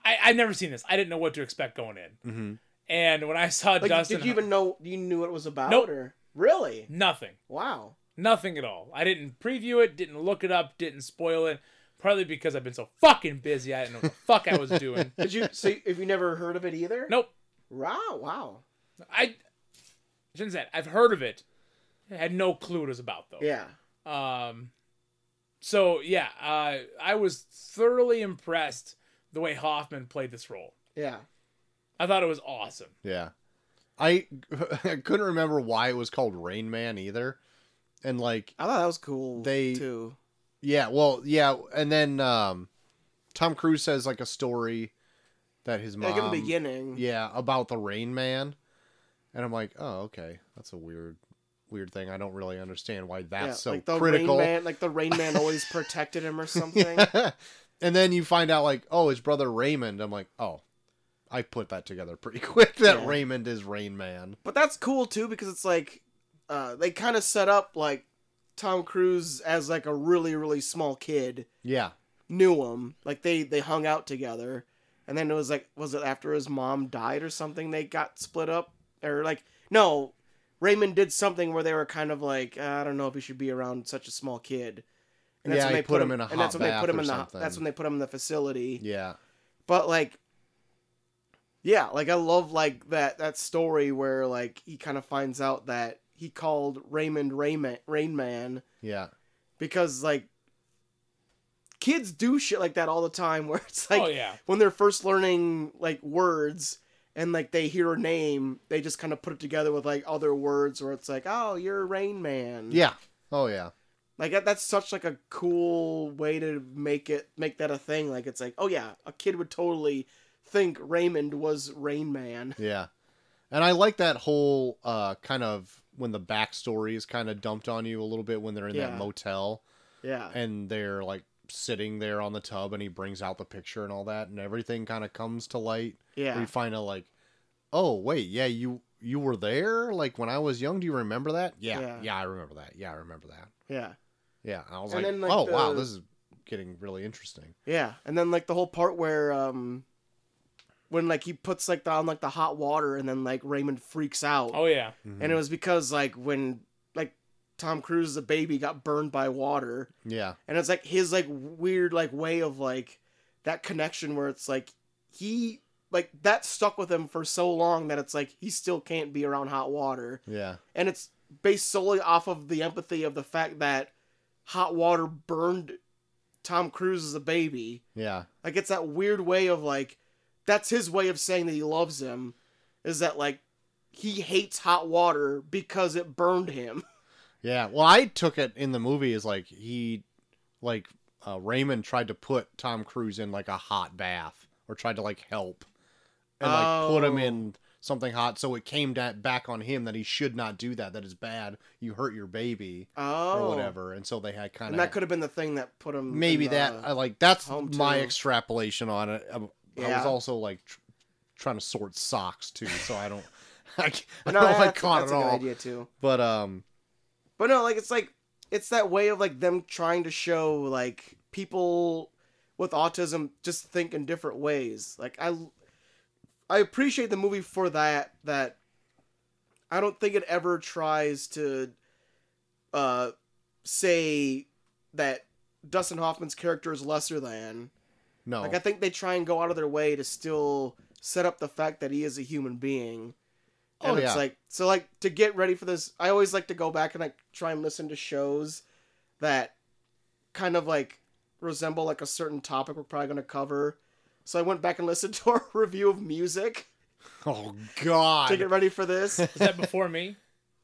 [SPEAKER 3] I I've never seen this. I didn't know what to expect going in,
[SPEAKER 2] Mm-hmm.
[SPEAKER 3] and when I saw
[SPEAKER 1] like
[SPEAKER 3] Dustin,
[SPEAKER 1] did you even know you knew what it was about
[SPEAKER 3] Nope.
[SPEAKER 1] or really
[SPEAKER 3] nothing,
[SPEAKER 1] wow
[SPEAKER 3] nothing at all. I didn't preview it, didn't look it up, didn't spoil it. Partly because I've been so fucking busy, I didn't know what the fuck I was doing.
[SPEAKER 1] did you so if you never heard of it either
[SPEAKER 3] Nope.
[SPEAKER 1] wow wow
[SPEAKER 3] I shouldn't say that. I've heard of it. I had no clue what it was about though.
[SPEAKER 1] yeah
[SPEAKER 3] Um, so yeah, uh, I was thoroughly impressed the way Hoffman played this role.
[SPEAKER 1] yeah
[SPEAKER 3] I thought it was awesome.
[SPEAKER 2] Yeah. I, I couldn't remember why it was called Rain Man either. And like
[SPEAKER 1] i thought that was cool
[SPEAKER 2] They-
[SPEAKER 1] too
[SPEAKER 2] Yeah, well, yeah, and then um, Tom Cruise says like a story that his mom,
[SPEAKER 1] like in the beginning
[SPEAKER 2] yeah, about the Rain Man, and I'm like, oh, okay, that's a weird, weird thing. I don't really understand why that's so
[SPEAKER 1] like the
[SPEAKER 2] critical.
[SPEAKER 1] Rain Man, like the Rain Man always protected him or something.
[SPEAKER 2] and then you find out like, oh, his brother Raymond. I'm like, oh, I put that together pretty quick. That
[SPEAKER 1] Yeah.
[SPEAKER 2] Raymond is Rain Man.
[SPEAKER 1] But that's cool too because it's like uh, they kind of set up like Tom Cruise as like a really really small kid
[SPEAKER 2] Yeah,
[SPEAKER 1] knew him like they they hung out together and then it was like was it after his mom died or something they got split up or like no Raymond did something where they were kind of like "Uh, I don't know if he should be around such a small kid and
[SPEAKER 2] Yeah, he put him in a
[SPEAKER 1] and that's
[SPEAKER 2] hot
[SPEAKER 1] when they
[SPEAKER 2] bath
[SPEAKER 1] put him
[SPEAKER 2] or
[SPEAKER 1] in the
[SPEAKER 2] something.
[SPEAKER 1] that's when they put him in the facility
[SPEAKER 2] yeah,
[SPEAKER 1] but like yeah like i love like that that story where like he kind of finds out that he called raymond raymond rain man
[SPEAKER 2] yeah,
[SPEAKER 1] because like kids do shit like that all the time where it's like
[SPEAKER 3] oh yeah,
[SPEAKER 1] when they're first learning like words and like they hear a name they just kind of put it together with like other words where it's like oh you're rain man
[SPEAKER 2] yeah. Oh yeah,
[SPEAKER 1] like that, that's such like a cool way to make it make that a thing. Like it's like, oh yeah, a kid would totally think Raymond was Rain Man.
[SPEAKER 2] Yeah. And I like that whole uh kind of when the backstory is kind of dumped on you a little bit when they're in
[SPEAKER 1] Yeah.
[SPEAKER 2] that motel
[SPEAKER 1] Yeah.
[SPEAKER 2] and they're like sitting there on the tub and he brings out the picture and all that and everything kind of comes to light. Where
[SPEAKER 1] Yeah.
[SPEAKER 2] you find out like, "Oh, wait, yeah, you you were there like when I was young. Do you remember that?" Yeah.
[SPEAKER 1] Yeah.
[SPEAKER 2] Yeah, I remember that. Yeah, I remember that.
[SPEAKER 1] Yeah.
[SPEAKER 2] Yeah. And I was
[SPEAKER 1] And
[SPEAKER 2] like,
[SPEAKER 1] then, like,
[SPEAKER 2] "Oh, wow,
[SPEAKER 1] the-
[SPEAKER 2] this is getting really interesting."
[SPEAKER 1] Yeah. And then like the whole part where um when like he puts like the on like the hot water and then like Raymond freaks out.
[SPEAKER 3] oh yeah.
[SPEAKER 1] And it was because like when like Tom Cruise as a baby got burned by water
[SPEAKER 2] Yeah.
[SPEAKER 1] and it's like his like weird like way of like that connection where it's like he like that stuck with him for so long that it's like he still can't be around hot water
[SPEAKER 2] Yeah.
[SPEAKER 1] and it's based solely off of the empathy of the fact that hot water burned tom cruise as a baby
[SPEAKER 2] Yeah.
[SPEAKER 1] like it's that weird way of like that's his way of saying that he loves him is that like he hates hot water because it burned him
[SPEAKER 2] Yeah. Well, I took it in the movie as like he, like uh, Raymond tried to put Tom Cruise in like a hot bath or tried to like help and like put him
[SPEAKER 1] Oh.
[SPEAKER 2] in something hot. So it came da- back on him that he should not do that. That is bad. You hurt your baby
[SPEAKER 1] oh
[SPEAKER 2] or whatever. And so they had kind
[SPEAKER 1] and that
[SPEAKER 2] of
[SPEAKER 1] could have been the thing that put him in uh,
[SPEAKER 2] maybe
[SPEAKER 1] the-
[SPEAKER 2] that I like that's
[SPEAKER 1] home
[SPEAKER 2] my
[SPEAKER 1] too.
[SPEAKER 2] extrapolation on it. I, I
[SPEAKER 1] Yeah.
[SPEAKER 2] was also like tr- trying to sort socks too, so I don't. I, c- I
[SPEAKER 1] no,
[SPEAKER 2] don't know if I
[SPEAKER 1] that's-
[SPEAKER 2] caught
[SPEAKER 1] that's
[SPEAKER 2] it
[SPEAKER 1] a good
[SPEAKER 2] all,
[SPEAKER 1] idea too.
[SPEAKER 2] but um,
[SPEAKER 1] But no, like it's like it's that way of like them trying to show like people with autism just think in different ways. Like I, I appreciate the movie for that. That I don't think it ever tries to, uh, say that Dustin Hoffman's character is lesser than.
[SPEAKER 2] no,
[SPEAKER 1] Like I think they try and go out of their way to still set up the fact that he is a human being And
[SPEAKER 2] Oh,
[SPEAKER 1] it's
[SPEAKER 2] yeah.
[SPEAKER 1] like so like to get ready for this, I always like to go back and like try and listen to shows that kind of like resemble like a certain topic we're probably gonna cover. So I went back and listened to our review of music
[SPEAKER 2] Oh
[SPEAKER 1] to get
[SPEAKER 2] God.
[SPEAKER 1] ready for this.
[SPEAKER 3] Is that before me?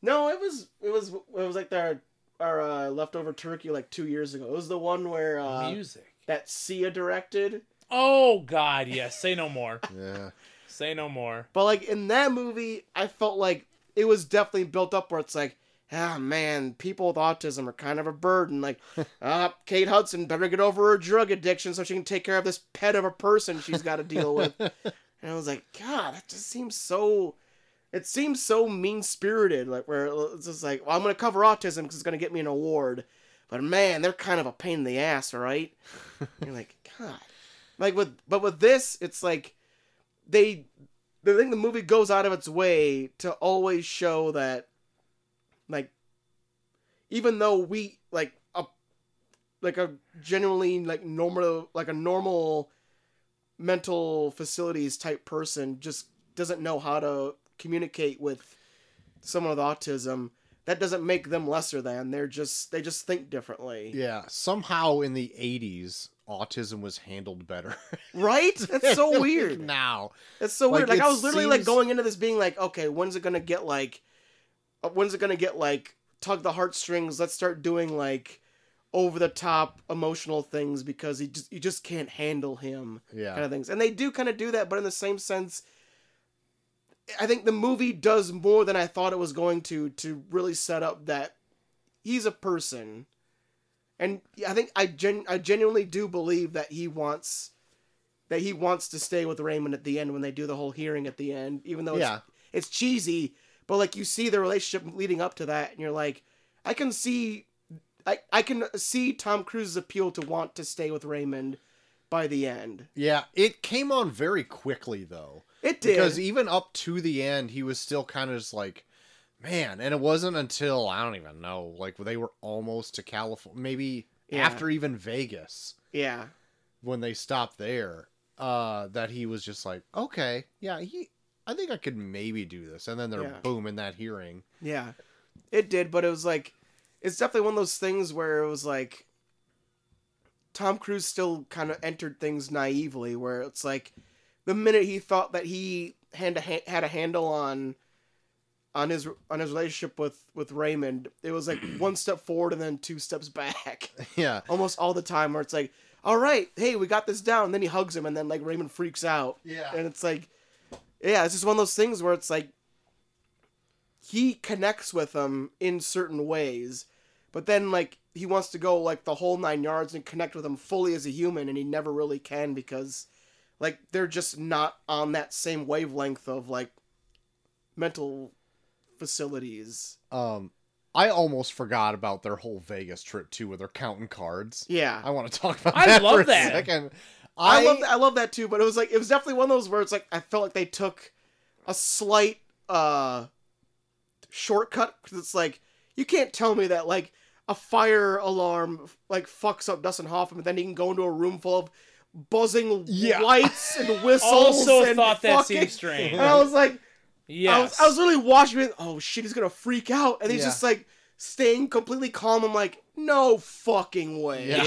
[SPEAKER 1] no, it was it was it was like their our uh, leftover turkey like two years ago. It was the one where uh,
[SPEAKER 3] Music.
[SPEAKER 1] that Sia directed.
[SPEAKER 3] Oh God, yes. Say no more.
[SPEAKER 2] Yeah.
[SPEAKER 3] Say no more.
[SPEAKER 1] But like in that movie, I felt like it was definitely built up where it's like, ah man, people with autism are kind of a burden. Like, ah, Kate Hudson better get over her drug addiction so she can take care of this pet of a person she's got to deal with. and I was like, God, that just seems so. It seems so mean spirited. Like where it's just like, well, I'm gonna cover autism because it's gonna get me an award. But man, they're kind of a pain in the ass, all right? You're like, God. Like with but with this, it's like they I think the movie goes out of its way to always show that like even though we like a like a genuinely like normal like a normal mental facilities type person just doesn't know how to communicate with someone with autism that doesn't make them lesser than they're just they just think differently
[SPEAKER 2] Yeah. Somehow in the '80s, autism was handled better.
[SPEAKER 1] right that's so weird
[SPEAKER 2] now.
[SPEAKER 1] It's so
[SPEAKER 2] Like,
[SPEAKER 1] weird. Like
[SPEAKER 2] it
[SPEAKER 1] I was literally like
[SPEAKER 2] seems-
[SPEAKER 1] going into this being like, okay, when's it gonna get like, uh, when's it gonna get like tug the heartstrings? Let's start doing like over the top emotional things because he just you just can't handle him
[SPEAKER 2] Yeah.
[SPEAKER 1] kind of things. And they do kind of do that, but in the same sense, I think the movie does more than I thought it was going to to really set up that he's a person. And I think I gen I genuinely do believe that he wants that he wants to stay with Raymond at the end when they do the whole hearing at the end, even though
[SPEAKER 2] Yeah.
[SPEAKER 1] it's, it's cheesy, but like you see the relationship leading up to that and you're like, I can see I, I can see Tom Cruise's appeal to want to stay with Raymond by the end.
[SPEAKER 2] Yeah. It came on very quickly though.
[SPEAKER 1] It did.
[SPEAKER 2] Because even up to the end, he was still kind of just like, man. And it wasn't until I don't even know, like they were almost to California, maybe
[SPEAKER 1] Yeah.
[SPEAKER 2] after even Vegas
[SPEAKER 1] yeah.
[SPEAKER 2] when they stopped there, uh, that he was just like, okay, yeah, he, I think I could maybe do this. And then they're
[SPEAKER 1] Yeah.
[SPEAKER 2] boom in that hearing.
[SPEAKER 1] Yeah, it did, but it was like, it's definitely one of those things where it was like, Tom Cruise still kind of entered things naively, where it's like, the minute he thought that he had a ha- had a handle on, on his on his relationship with with Raymond, it was like one step forward and then two steps back,
[SPEAKER 2] yeah.
[SPEAKER 1] almost all the time. Where it's like, all right, hey, we got this down. then he hugs him, and then like Raymond freaks out
[SPEAKER 2] Yeah.
[SPEAKER 1] and it's like yeah it's just one of those things where it's like he connects with them in certain ways but then like he wants to go like the whole nine yards and connect with them fully as a human and he never really can because like they're just not on that same wavelength of like mental facilities
[SPEAKER 2] Um, I almost forgot about their whole Vegas trip too, where they're counting cards.
[SPEAKER 1] yeah
[SPEAKER 2] I want to talk about
[SPEAKER 3] I
[SPEAKER 2] that
[SPEAKER 3] love
[SPEAKER 2] for a
[SPEAKER 3] that.
[SPEAKER 2] second.
[SPEAKER 1] I, love that, I love that too, but it was like it was definitely one of those where it's like I felt like they took a slight uh shortcut because it's like you can't tell me that like a fire alarm like fucks up Dustin Hoffman, but then he can go into a room full of buzzing
[SPEAKER 2] Yeah.
[SPEAKER 1] lights and whistles.
[SPEAKER 3] Also
[SPEAKER 1] and
[SPEAKER 3] thought that
[SPEAKER 1] fucking-
[SPEAKER 3] seemed strange.
[SPEAKER 1] And I was like, I, was,
[SPEAKER 3] Yes.
[SPEAKER 1] I was really watching it. Oh shit, he's gonna freak out, and he's
[SPEAKER 2] Yeah.
[SPEAKER 1] just like staying completely calm. I'm like, no fucking way.
[SPEAKER 2] Yeah. It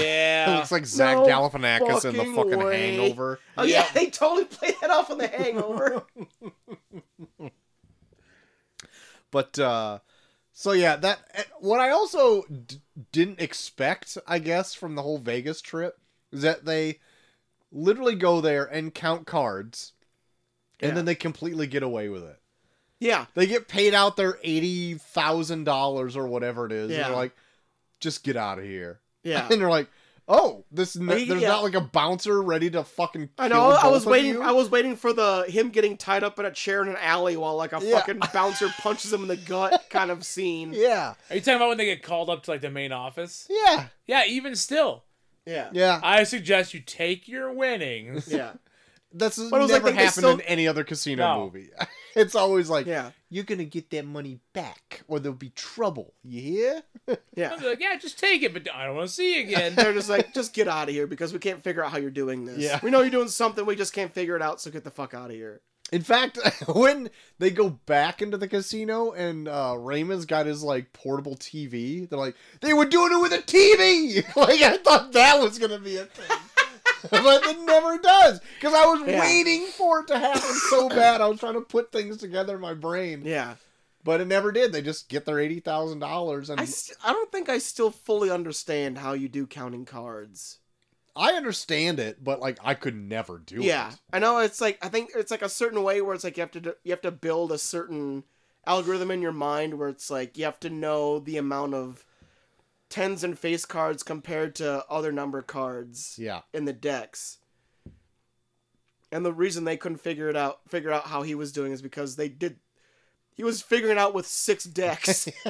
[SPEAKER 3] yeah.
[SPEAKER 2] looks like Zach
[SPEAKER 1] No
[SPEAKER 2] Galifianakis in the
[SPEAKER 1] fucking
[SPEAKER 2] fucking
[SPEAKER 1] way.
[SPEAKER 2] Hangover.
[SPEAKER 1] Oh yeah, they totally played that off on The Hangover.
[SPEAKER 2] But uh, so yeah, that eh, what I also d- didn't expect, I guess, from the whole Vegas trip is that they literally go there and count cards, and
[SPEAKER 1] Yeah.
[SPEAKER 2] then they completely get away with it.
[SPEAKER 1] yeah,
[SPEAKER 2] They get paid out their eighty thousand dollars or whatever it is. and
[SPEAKER 1] Yeah.
[SPEAKER 2] they're like, just get out of here.
[SPEAKER 1] yeah.
[SPEAKER 2] And they're like, oh, this n-
[SPEAKER 1] Like,
[SPEAKER 2] there's
[SPEAKER 1] yeah.
[SPEAKER 2] not like a bouncer ready to fucking.
[SPEAKER 1] I
[SPEAKER 2] kill
[SPEAKER 1] know. I
[SPEAKER 2] both
[SPEAKER 1] was
[SPEAKER 2] of
[SPEAKER 1] waiting.
[SPEAKER 2] you?
[SPEAKER 1] I was waiting for the him getting tied up in a chair in an alley while like a
[SPEAKER 2] Yeah.
[SPEAKER 1] fucking bouncer punches him in the gut kind of scene.
[SPEAKER 2] Yeah.
[SPEAKER 3] Are you talking about when they get called up to like the main office?
[SPEAKER 2] Yeah.
[SPEAKER 3] Yeah. Even still,
[SPEAKER 1] yeah,
[SPEAKER 2] Yeah.
[SPEAKER 3] I suggest you take your winnings.
[SPEAKER 1] yeah.
[SPEAKER 2] That's
[SPEAKER 1] it
[SPEAKER 2] never
[SPEAKER 1] was like they- they
[SPEAKER 2] happened
[SPEAKER 1] still-
[SPEAKER 2] in any other casino
[SPEAKER 3] No.
[SPEAKER 2] movie. it's always like,
[SPEAKER 1] Yeah.
[SPEAKER 2] you're gonna get that money back, or there'll be trouble. You hear?
[SPEAKER 1] yeah.
[SPEAKER 3] I'll be like, yeah, just take it, but I don't want to see you again.
[SPEAKER 1] They're just like, just get out of here because we can't figure out how you're doing this.
[SPEAKER 2] Yeah.
[SPEAKER 1] We know you're doing something, we just can't figure it out. So get the fuck out of here.
[SPEAKER 2] In fact, when they go back into the casino and uh, Raymond's got his like portable TV, they're like, they were doing it with a TV. like I thought that was gonna be a thing, but it never does because I was
[SPEAKER 1] Yeah.
[SPEAKER 2] waiting for it to happen so bad. I was trying to put things together in my brain,
[SPEAKER 1] Yeah.
[SPEAKER 2] but it never did. They just get their eighty thousand dollars, and
[SPEAKER 1] I,
[SPEAKER 2] I,
[SPEAKER 1] st- I don't think I still fully understand how you do counting cards.
[SPEAKER 2] understand it, but like I could never do
[SPEAKER 1] yeah,
[SPEAKER 2] it.
[SPEAKER 1] I know it's like I think it's like a certain way where it's like you have to d- you have to build a certain algorithm in your mind where it's like you have to know the amount of tens and face cards compared to other number cards
[SPEAKER 2] Yeah,
[SPEAKER 1] in the decks. And the reason they couldn't figure it out figure out how he was doing is because they did he was figuring it out with six decks.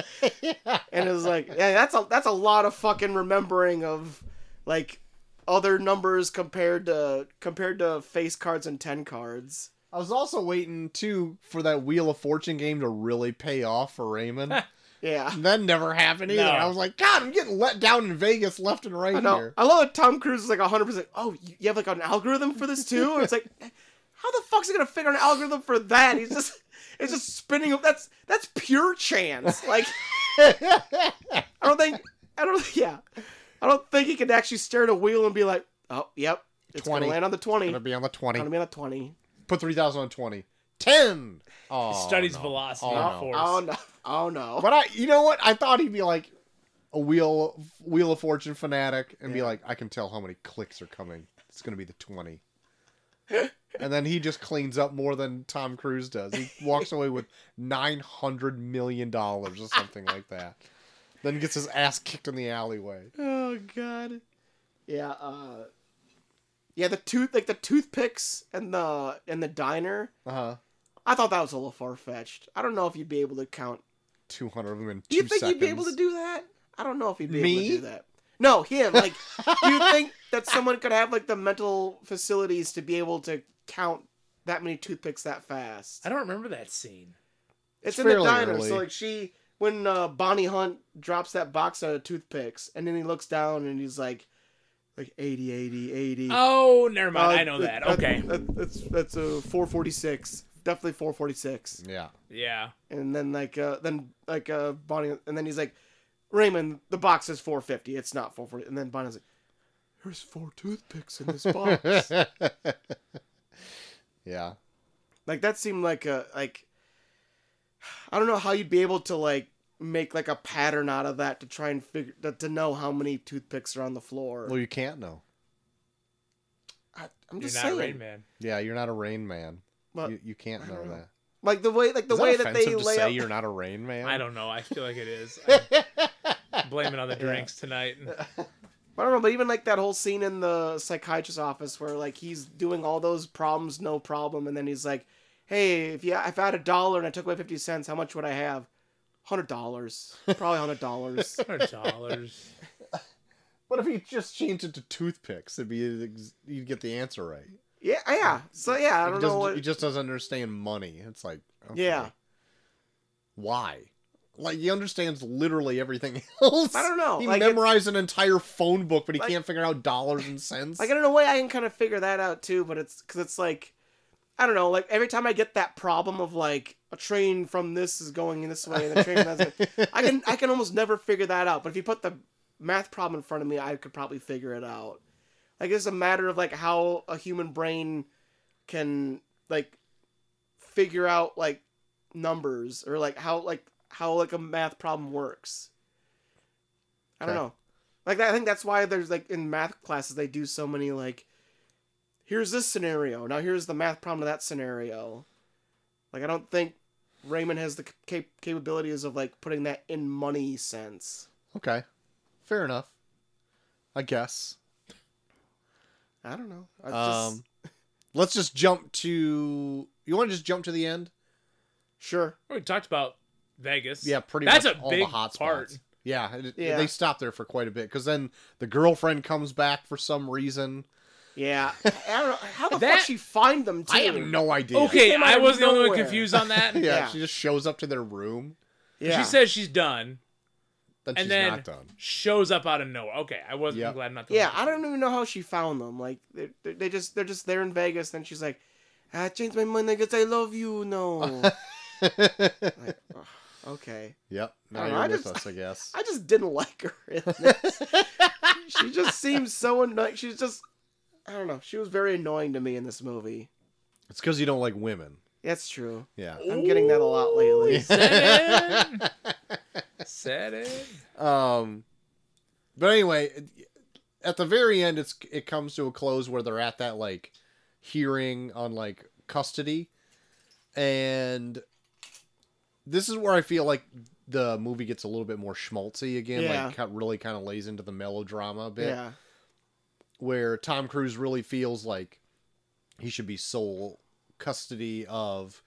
[SPEAKER 1] and it was like, yeah, that's a that's a lot of fucking remembering of like other numbers compared to compared to face cards and ten cards.
[SPEAKER 2] I was also waiting too for that Wheel of Fortune game to really pay off for Raymond.
[SPEAKER 1] Yeah.
[SPEAKER 2] And that never happened either.
[SPEAKER 3] No.
[SPEAKER 2] I was like, God, I'm getting let down in Vegas left and right
[SPEAKER 1] I know.
[SPEAKER 2] here.
[SPEAKER 1] I love that Tom Cruise is like 100%. Oh, you you have like an algorithm for this too? And it's like, "Eh, how the fuck's he gonna figure an algorithm for that? He's just, it's just spinning. That's that's pure chance. Like, I don't think, I don't, yeah, I don't think he could actually stare at a wheel and be like, oh, yep, it's
[SPEAKER 2] 20.
[SPEAKER 1] gonna land on the 20.
[SPEAKER 2] Gonna be on the 20.
[SPEAKER 1] Gonna be on the 20.
[SPEAKER 2] Put 3,000 on 20. 10! Oh,
[SPEAKER 3] studies
[SPEAKER 2] no.
[SPEAKER 3] velocity,
[SPEAKER 2] Oh,
[SPEAKER 3] not
[SPEAKER 2] no.
[SPEAKER 3] force.
[SPEAKER 1] Oh no! Oh no!
[SPEAKER 2] But I, you know what? I thought he'd be like a Wheel Wheel of Fortune fanatic and be
[SPEAKER 1] Yeah.
[SPEAKER 2] like, I can tell how many clicks are coming. It's gonna be the 20. and then he just cleans up more than Tom Cruise does. He walks away with 900 million dollars or something like that. Then gets his ass kicked in the alleyway.
[SPEAKER 1] Oh god. Yeah, uh Yeah, the tooth like the toothpicks and the and the diner.
[SPEAKER 2] Uh huh.
[SPEAKER 1] I thought that was a little far fetched. I don't know if you'd be able to count.
[SPEAKER 2] 200 of them in
[SPEAKER 1] Do
[SPEAKER 2] two
[SPEAKER 1] you think
[SPEAKER 2] seconds.
[SPEAKER 1] you'd be able to do that? I don't know if you'd be able
[SPEAKER 2] Me?
[SPEAKER 1] to do that. No, him. Like, do you think that someone could have like the mental facilities to be able to count that many toothpicks that fast?
[SPEAKER 3] I don't remember that scene.
[SPEAKER 1] It's
[SPEAKER 2] It's
[SPEAKER 1] in the
[SPEAKER 2] fairly
[SPEAKER 1] diner,
[SPEAKER 2] early.
[SPEAKER 1] so like she when uh, Bonnie Hunt drops that box of toothpicks, and then he looks down and he's like, like 80, 80, 80.
[SPEAKER 3] Oh, never mind.
[SPEAKER 1] Uh,
[SPEAKER 3] I know
[SPEAKER 1] th-
[SPEAKER 3] that. Okay.
[SPEAKER 1] that- that's that's a 446. Definitely 446.
[SPEAKER 2] Yeah.
[SPEAKER 3] Yeah.
[SPEAKER 1] And then like uh then like uh Bonnie and then he's like Raymond, the box is 450. It's not 440. And then Bonnie's like there's four toothpicks in this box.
[SPEAKER 2] yeah.
[SPEAKER 1] like that seemed like a like I don't know how you'd be able to like make like a pattern out of that to try and figure to, to know how many toothpicks are on the floor.
[SPEAKER 2] Well, you can't know.
[SPEAKER 1] I, I'm
[SPEAKER 3] You're
[SPEAKER 1] just
[SPEAKER 3] not
[SPEAKER 1] saying.
[SPEAKER 3] Rain Man.
[SPEAKER 2] Yeah, you're not a rain man.
[SPEAKER 1] But
[SPEAKER 2] you, you can't
[SPEAKER 1] I
[SPEAKER 2] know
[SPEAKER 1] don't know.
[SPEAKER 2] that.
[SPEAKER 1] like the way like the
[SPEAKER 2] Is
[SPEAKER 1] way
[SPEAKER 2] that,
[SPEAKER 1] that they
[SPEAKER 2] offensive to
[SPEAKER 1] lay
[SPEAKER 2] say
[SPEAKER 1] out
[SPEAKER 2] you're not a rain man.
[SPEAKER 3] I don't know. I feel like it is. I'm blaming on the drinks tonight.
[SPEAKER 1] I don't know, but even like that whole scene in the psychiatrist's office where like he's doing all those problems, no problem, and then he's like, "Hey, if you if I had a dollar and I took away fifty cents, how much would I have? Hundred dollars, probably hundred dollars."
[SPEAKER 3] Hundred dollars.
[SPEAKER 2] What if you just changed it to toothpicks? It'd be the ex- you'd get the answer right.
[SPEAKER 1] yeah, yeah. So yeah, I
[SPEAKER 2] he
[SPEAKER 1] don't
[SPEAKER 2] doesn't,
[SPEAKER 1] know what.
[SPEAKER 2] He just doesn't understand money. It's like okay,
[SPEAKER 1] Yeah,
[SPEAKER 2] why? Like he understands literally everything else.
[SPEAKER 1] I don't know,
[SPEAKER 2] He
[SPEAKER 1] like, it's-
[SPEAKER 2] memorized an entire phone book, but he
[SPEAKER 1] Like-
[SPEAKER 2] can't figure out dollars and cents.
[SPEAKER 1] like in a way, I can kind of figure that out too, but it's because it's like. I don't know. Like every time I get that problem of like a train from this is going this way and the train that's I can I can almost never figure that out. But if you put the math problem in front of me, I could probably figure it out. Like it's a matter of like how a human brain can like figure out like numbers or like how like how like a math problem works. I don't
[SPEAKER 2] Okay.
[SPEAKER 1] know. Like I think that's why there's like in math classes they do so many like here's this scenario. Now here's the math problem to that scenario. Like I don't think Raymond has the cap- capabilities of like putting that in money sense.
[SPEAKER 2] okay, fair enough. I guess.
[SPEAKER 1] I don't know. I
[SPEAKER 2] Um,
[SPEAKER 1] just,
[SPEAKER 2] let's just jump to. You want to just jump to the end?
[SPEAKER 1] sure.
[SPEAKER 3] We talked about Vegas.
[SPEAKER 2] Yeah, pretty
[SPEAKER 3] That's
[SPEAKER 2] much
[SPEAKER 3] a
[SPEAKER 2] all
[SPEAKER 3] big
[SPEAKER 2] the hot
[SPEAKER 3] part.
[SPEAKER 2] spots. Yeah, it-
[SPEAKER 1] Yeah.
[SPEAKER 2] they stop there for quite a bit because then the girlfriend comes back for some reason.
[SPEAKER 1] Yeah. I don't know. How the
[SPEAKER 3] That-
[SPEAKER 1] fuck she find them too?
[SPEAKER 2] I have no idea.
[SPEAKER 3] Okay,
[SPEAKER 1] Came out
[SPEAKER 3] I
[SPEAKER 1] of
[SPEAKER 3] was the only one
[SPEAKER 1] nowhere.
[SPEAKER 3] confused on that.
[SPEAKER 2] Yeah,
[SPEAKER 1] Yeah.
[SPEAKER 2] she just shows up to their room.
[SPEAKER 1] Yeah.
[SPEAKER 3] She says she's done,
[SPEAKER 2] Then
[SPEAKER 3] and
[SPEAKER 2] she's
[SPEAKER 3] then
[SPEAKER 2] not done.
[SPEAKER 3] shows up out of nowhere. Okay, I wasn't
[SPEAKER 2] Yep.
[SPEAKER 3] glad I'm not. the
[SPEAKER 1] Yeah,
[SPEAKER 3] one
[SPEAKER 1] I
[SPEAKER 3] confused.
[SPEAKER 1] don't even know how she found them. Like they they just they're just there in Vegas. Then she's like, I changed my mind because I love you. No. like, ugh, okay.
[SPEAKER 2] yep. Now
[SPEAKER 1] I don't
[SPEAKER 2] you're
[SPEAKER 1] know, I
[SPEAKER 2] with
[SPEAKER 1] just-
[SPEAKER 2] us, I guess.
[SPEAKER 1] I just didn't like her. In this. she just seems so annoying. She's just, I don't know. She was very annoying to me in this movie.
[SPEAKER 2] it's because you don't like women.
[SPEAKER 1] That's true.
[SPEAKER 2] Yeah.
[SPEAKER 1] I'm getting that a lot lately.
[SPEAKER 3] Said it. Said it.
[SPEAKER 2] Um, but anyway, at the very end, it's it comes to a close where they're at that like hearing on like custody, and this is where I feel like the movie gets a little bit more schmaltzy again.
[SPEAKER 1] Yeah.
[SPEAKER 2] Like cut, really kind of lays into the melodrama a bit,
[SPEAKER 1] Yeah.
[SPEAKER 2] where Tom Cruise really feels like he should be sole custody of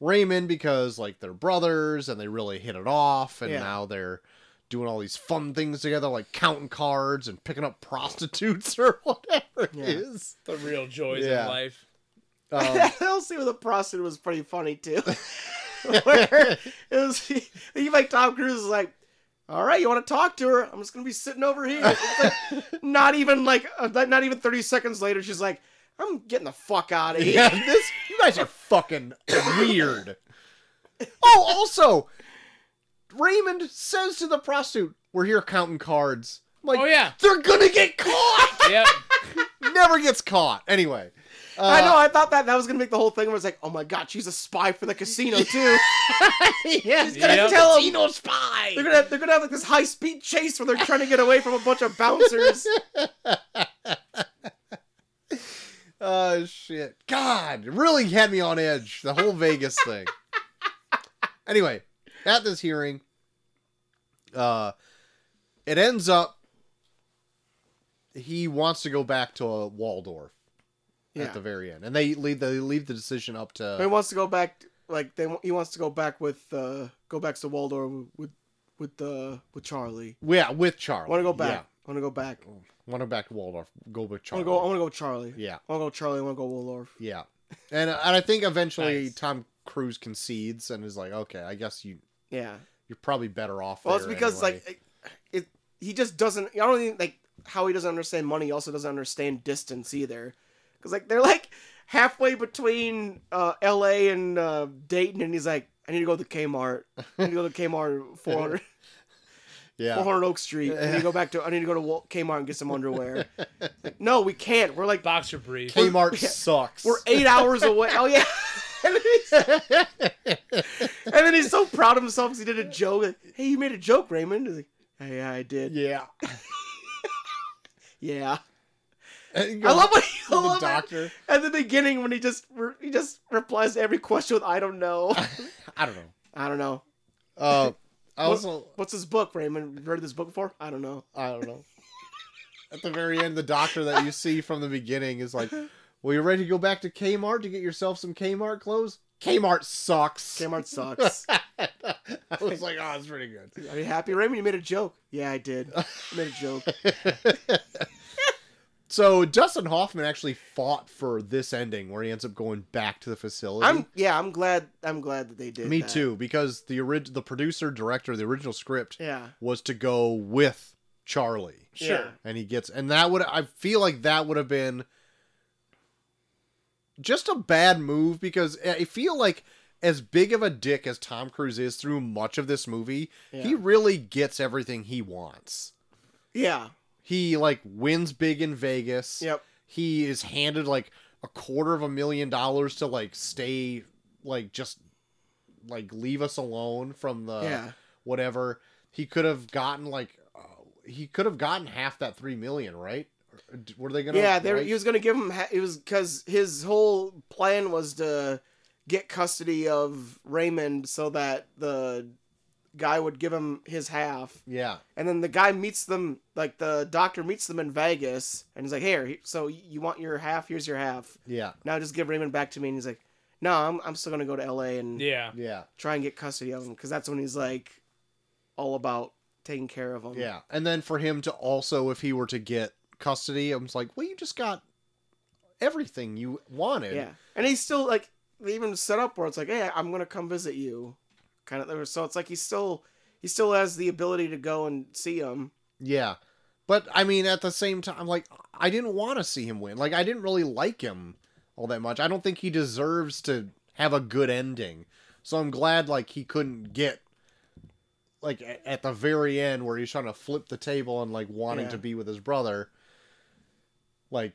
[SPEAKER 2] Raymond because like they're brothers and they really hit it off and
[SPEAKER 1] Yeah.
[SPEAKER 2] now they're doing all these fun things together like counting cards and picking up prostitutes or whatever it
[SPEAKER 1] Yeah.
[SPEAKER 2] is.
[SPEAKER 3] The real joys
[SPEAKER 2] Yeah.
[SPEAKER 3] in life.
[SPEAKER 2] Um,
[SPEAKER 1] that whole scene with the prostitute was pretty funny too. Where it was, he, like Tom Cruise is like, "All right, you want to talk to her? I'm just gonna be sitting over here." It's like, not even like, uh, not even 30 seconds later, she's like, "I'm getting the fuck out of here."
[SPEAKER 2] yeah, this you guys are fucking weird. Oh, also Raymond says to the prostitute, "We're here counting cards." I'm like,
[SPEAKER 3] Oh, yeah.
[SPEAKER 2] they're gonna get caught.
[SPEAKER 3] Yep.
[SPEAKER 2] Never gets caught. Anyway, uh,
[SPEAKER 1] I know. I thought that that was gonna make the whole thing. Where it's like, "Oh my god, she's a spy for the casino too."
[SPEAKER 2] yeah,
[SPEAKER 1] They're gonna
[SPEAKER 3] Yep.
[SPEAKER 1] tell 'em-
[SPEAKER 2] Casino spy.
[SPEAKER 1] They're gonna they're gonna have like this high speed chase where they're trying to get away from a bunch of bouncers.
[SPEAKER 2] Oh shit! God, it really had me on edge. The whole Vegas thing. Anyway, at this hearing, uh, it ends up he wants to go back to uh, Waldorf
[SPEAKER 1] Yeah.
[SPEAKER 2] at the very end, and they leave they leave the decision up
[SPEAKER 1] he
[SPEAKER 2] to
[SPEAKER 1] wants to go back. Like they, he wants to go back with uh, go back to Waldorf with with uh, with Charlie.
[SPEAKER 2] yeah with Charlie.
[SPEAKER 1] I want to go back. I want to go back. I
[SPEAKER 2] Want to go back to Waldorf? Go with
[SPEAKER 1] want
[SPEAKER 2] Charlie.
[SPEAKER 1] to go. I want to go Charlie.
[SPEAKER 2] yeah,
[SPEAKER 1] I want to go Charlie. I want to go Waldorf.
[SPEAKER 2] yeah, and uh, and I think eventually
[SPEAKER 3] Nice.
[SPEAKER 2] Tom Cruise concedes and is like, okay, I guess you
[SPEAKER 1] Yeah.
[SPEAKER 2] you're probably better off.
[SPEAKER 1] Well, it's
[SPEAKER 2] there
[SPEAKER 1] because
[SPEAKER 2] anyway."
[SPEAKER 1] like it, it- He just doesn't. I don't even like how he doesn't understand money. he Also doesn't understand distance either. Because like they're like halfway between uh, L.A. and uh, Dayton, and he's like, I need to go to Kmart. I need to go to Kmart 400,
[SPEAKER 2] yeah.
[SPEAKER 1] 400 Oak Street. I need to go back to. I need to go to Wal- Kmart and get some underwear. Like, no, we can't. We're like
[SPEAKER 3] Boxer brief.
[SPEAKER 2] Kmart sucks.
[SPEAKER 1] We're eight hours away. Oh yeah. and, then he's- and then he's so proud of himself because he did a joke. Like, hey, you made a joke, Raymond. He's like, hey, yeah, I did. Yeah.
[SPEAKER 2] yeah.
[SPEAKER 1] I love what he, I
[SPEAKER 2] the
[SPEAKER 1] love it.
[SPEAKER 2] doctor.
[SPEAKER 1] At the beginning, when he just re- he just replies to every question with "I don't know."
[SPEAKER 2] I don't know.
[SPEAKER 1] I don't know.
[SPEAKER 2] Uh, I also
[SPEAKER 1] What's this book, Raymond? Read this book before? I don't know.
[SPEAKER 2] I don't know. At the very end, the doctor that you see from the beginning is like, "Well, you're ready to go back to Kmart to get yourself some Kmart clothes." Kmart sucks.
[SPEAKER 1] Kmart sucks.
[SPEAKER 2] I was like, "Oh, it's pretty good."
[SPEAKER 1] Are you happy, Raymond? You made a joke. Yeah, I did. I made a joke.
[SPEAKER 2] So Dustin Hoffman actually fought for this ending where he ends up going back to the facility.
[SPEAKER 1] I'm yeah. I'm glad. I'm glad that they did.
[SPEAKER 2] Me
[SPEAKER 1] that.
[SPEAKER 2] too, because the orig- the producer director, the original script
[SPEAKER 1] Yeah.
[SPEAKER 2] was to go with Charlie.
[SPEAKER 1] Sure. Yeah.
[SPEAKER 2] And he gets and that would I feel like that would have been just a bad move because I feel like as big of a dick as Tom Cruise is through much of this movie, he
[SPEAKER 1] Yeah.
[SPEAKER 2] really gets everything he wants.
[SPEAKER 1] Yeah.
[SPEAKER 2] He like wins big in Vegas.
[SPEAKER 1] Yep.
[SPEAKER 2] He is handed like a quarter of a million dollars to like stay like just like leave us alone from the
[SPEAKER 1] yeah.
[SPEAKER 2] whatever. He could have gotten like uh, he could have gotten half that three million, right? Or- d- Were they gonna?
[SPEAKER 1] yeah, they were
[SPEAKER 2] right?
[SPEAKER 1] he was gonna give him. ha- It was because his whole plan was to get custody of Raymond so that the guy would give him his half,
[SPEAKER 2] yeah,
[SPEAKER 1] and then the guy meets them. Like the doctor meets them in Vegas, and he's like, "Here, he- so you want your half? Here's your half.
[SPEAKER 2] yeah,
[SPEAKER 1] Now just give Raymond back to me." And he's like, "No, I'm I'm still gonna go to L.A. and
[SPEAKER 3] Yeah.
[SPEAKER 2] yeah,
[SPEAKER 1] try and get custody of him because that's when he's like all about taking care of him."
[SPEAKER 2] yeah. And then for him to also, if he were to get custody, I'm just like, well, you just got everything you wanted.
[SPEAKER 1] Yeah, and he's still like they even set up where it's like, hey, I'm gonna come visit you, kind of. So it's like he's still he still has the ability to go and see him.
[SPEAKER 2] yeah. But I mean, at the same time, like I didn't want to see him win. Like I didn't really like him all that much. I don't think he deserves to have a good ending. So I'm glad like he couldn't get like a- at the very end where he's trying to flip the table and like wanting
[SPEAKER 1] Yeah.
[SPEAKER 2] to be with his brother. Like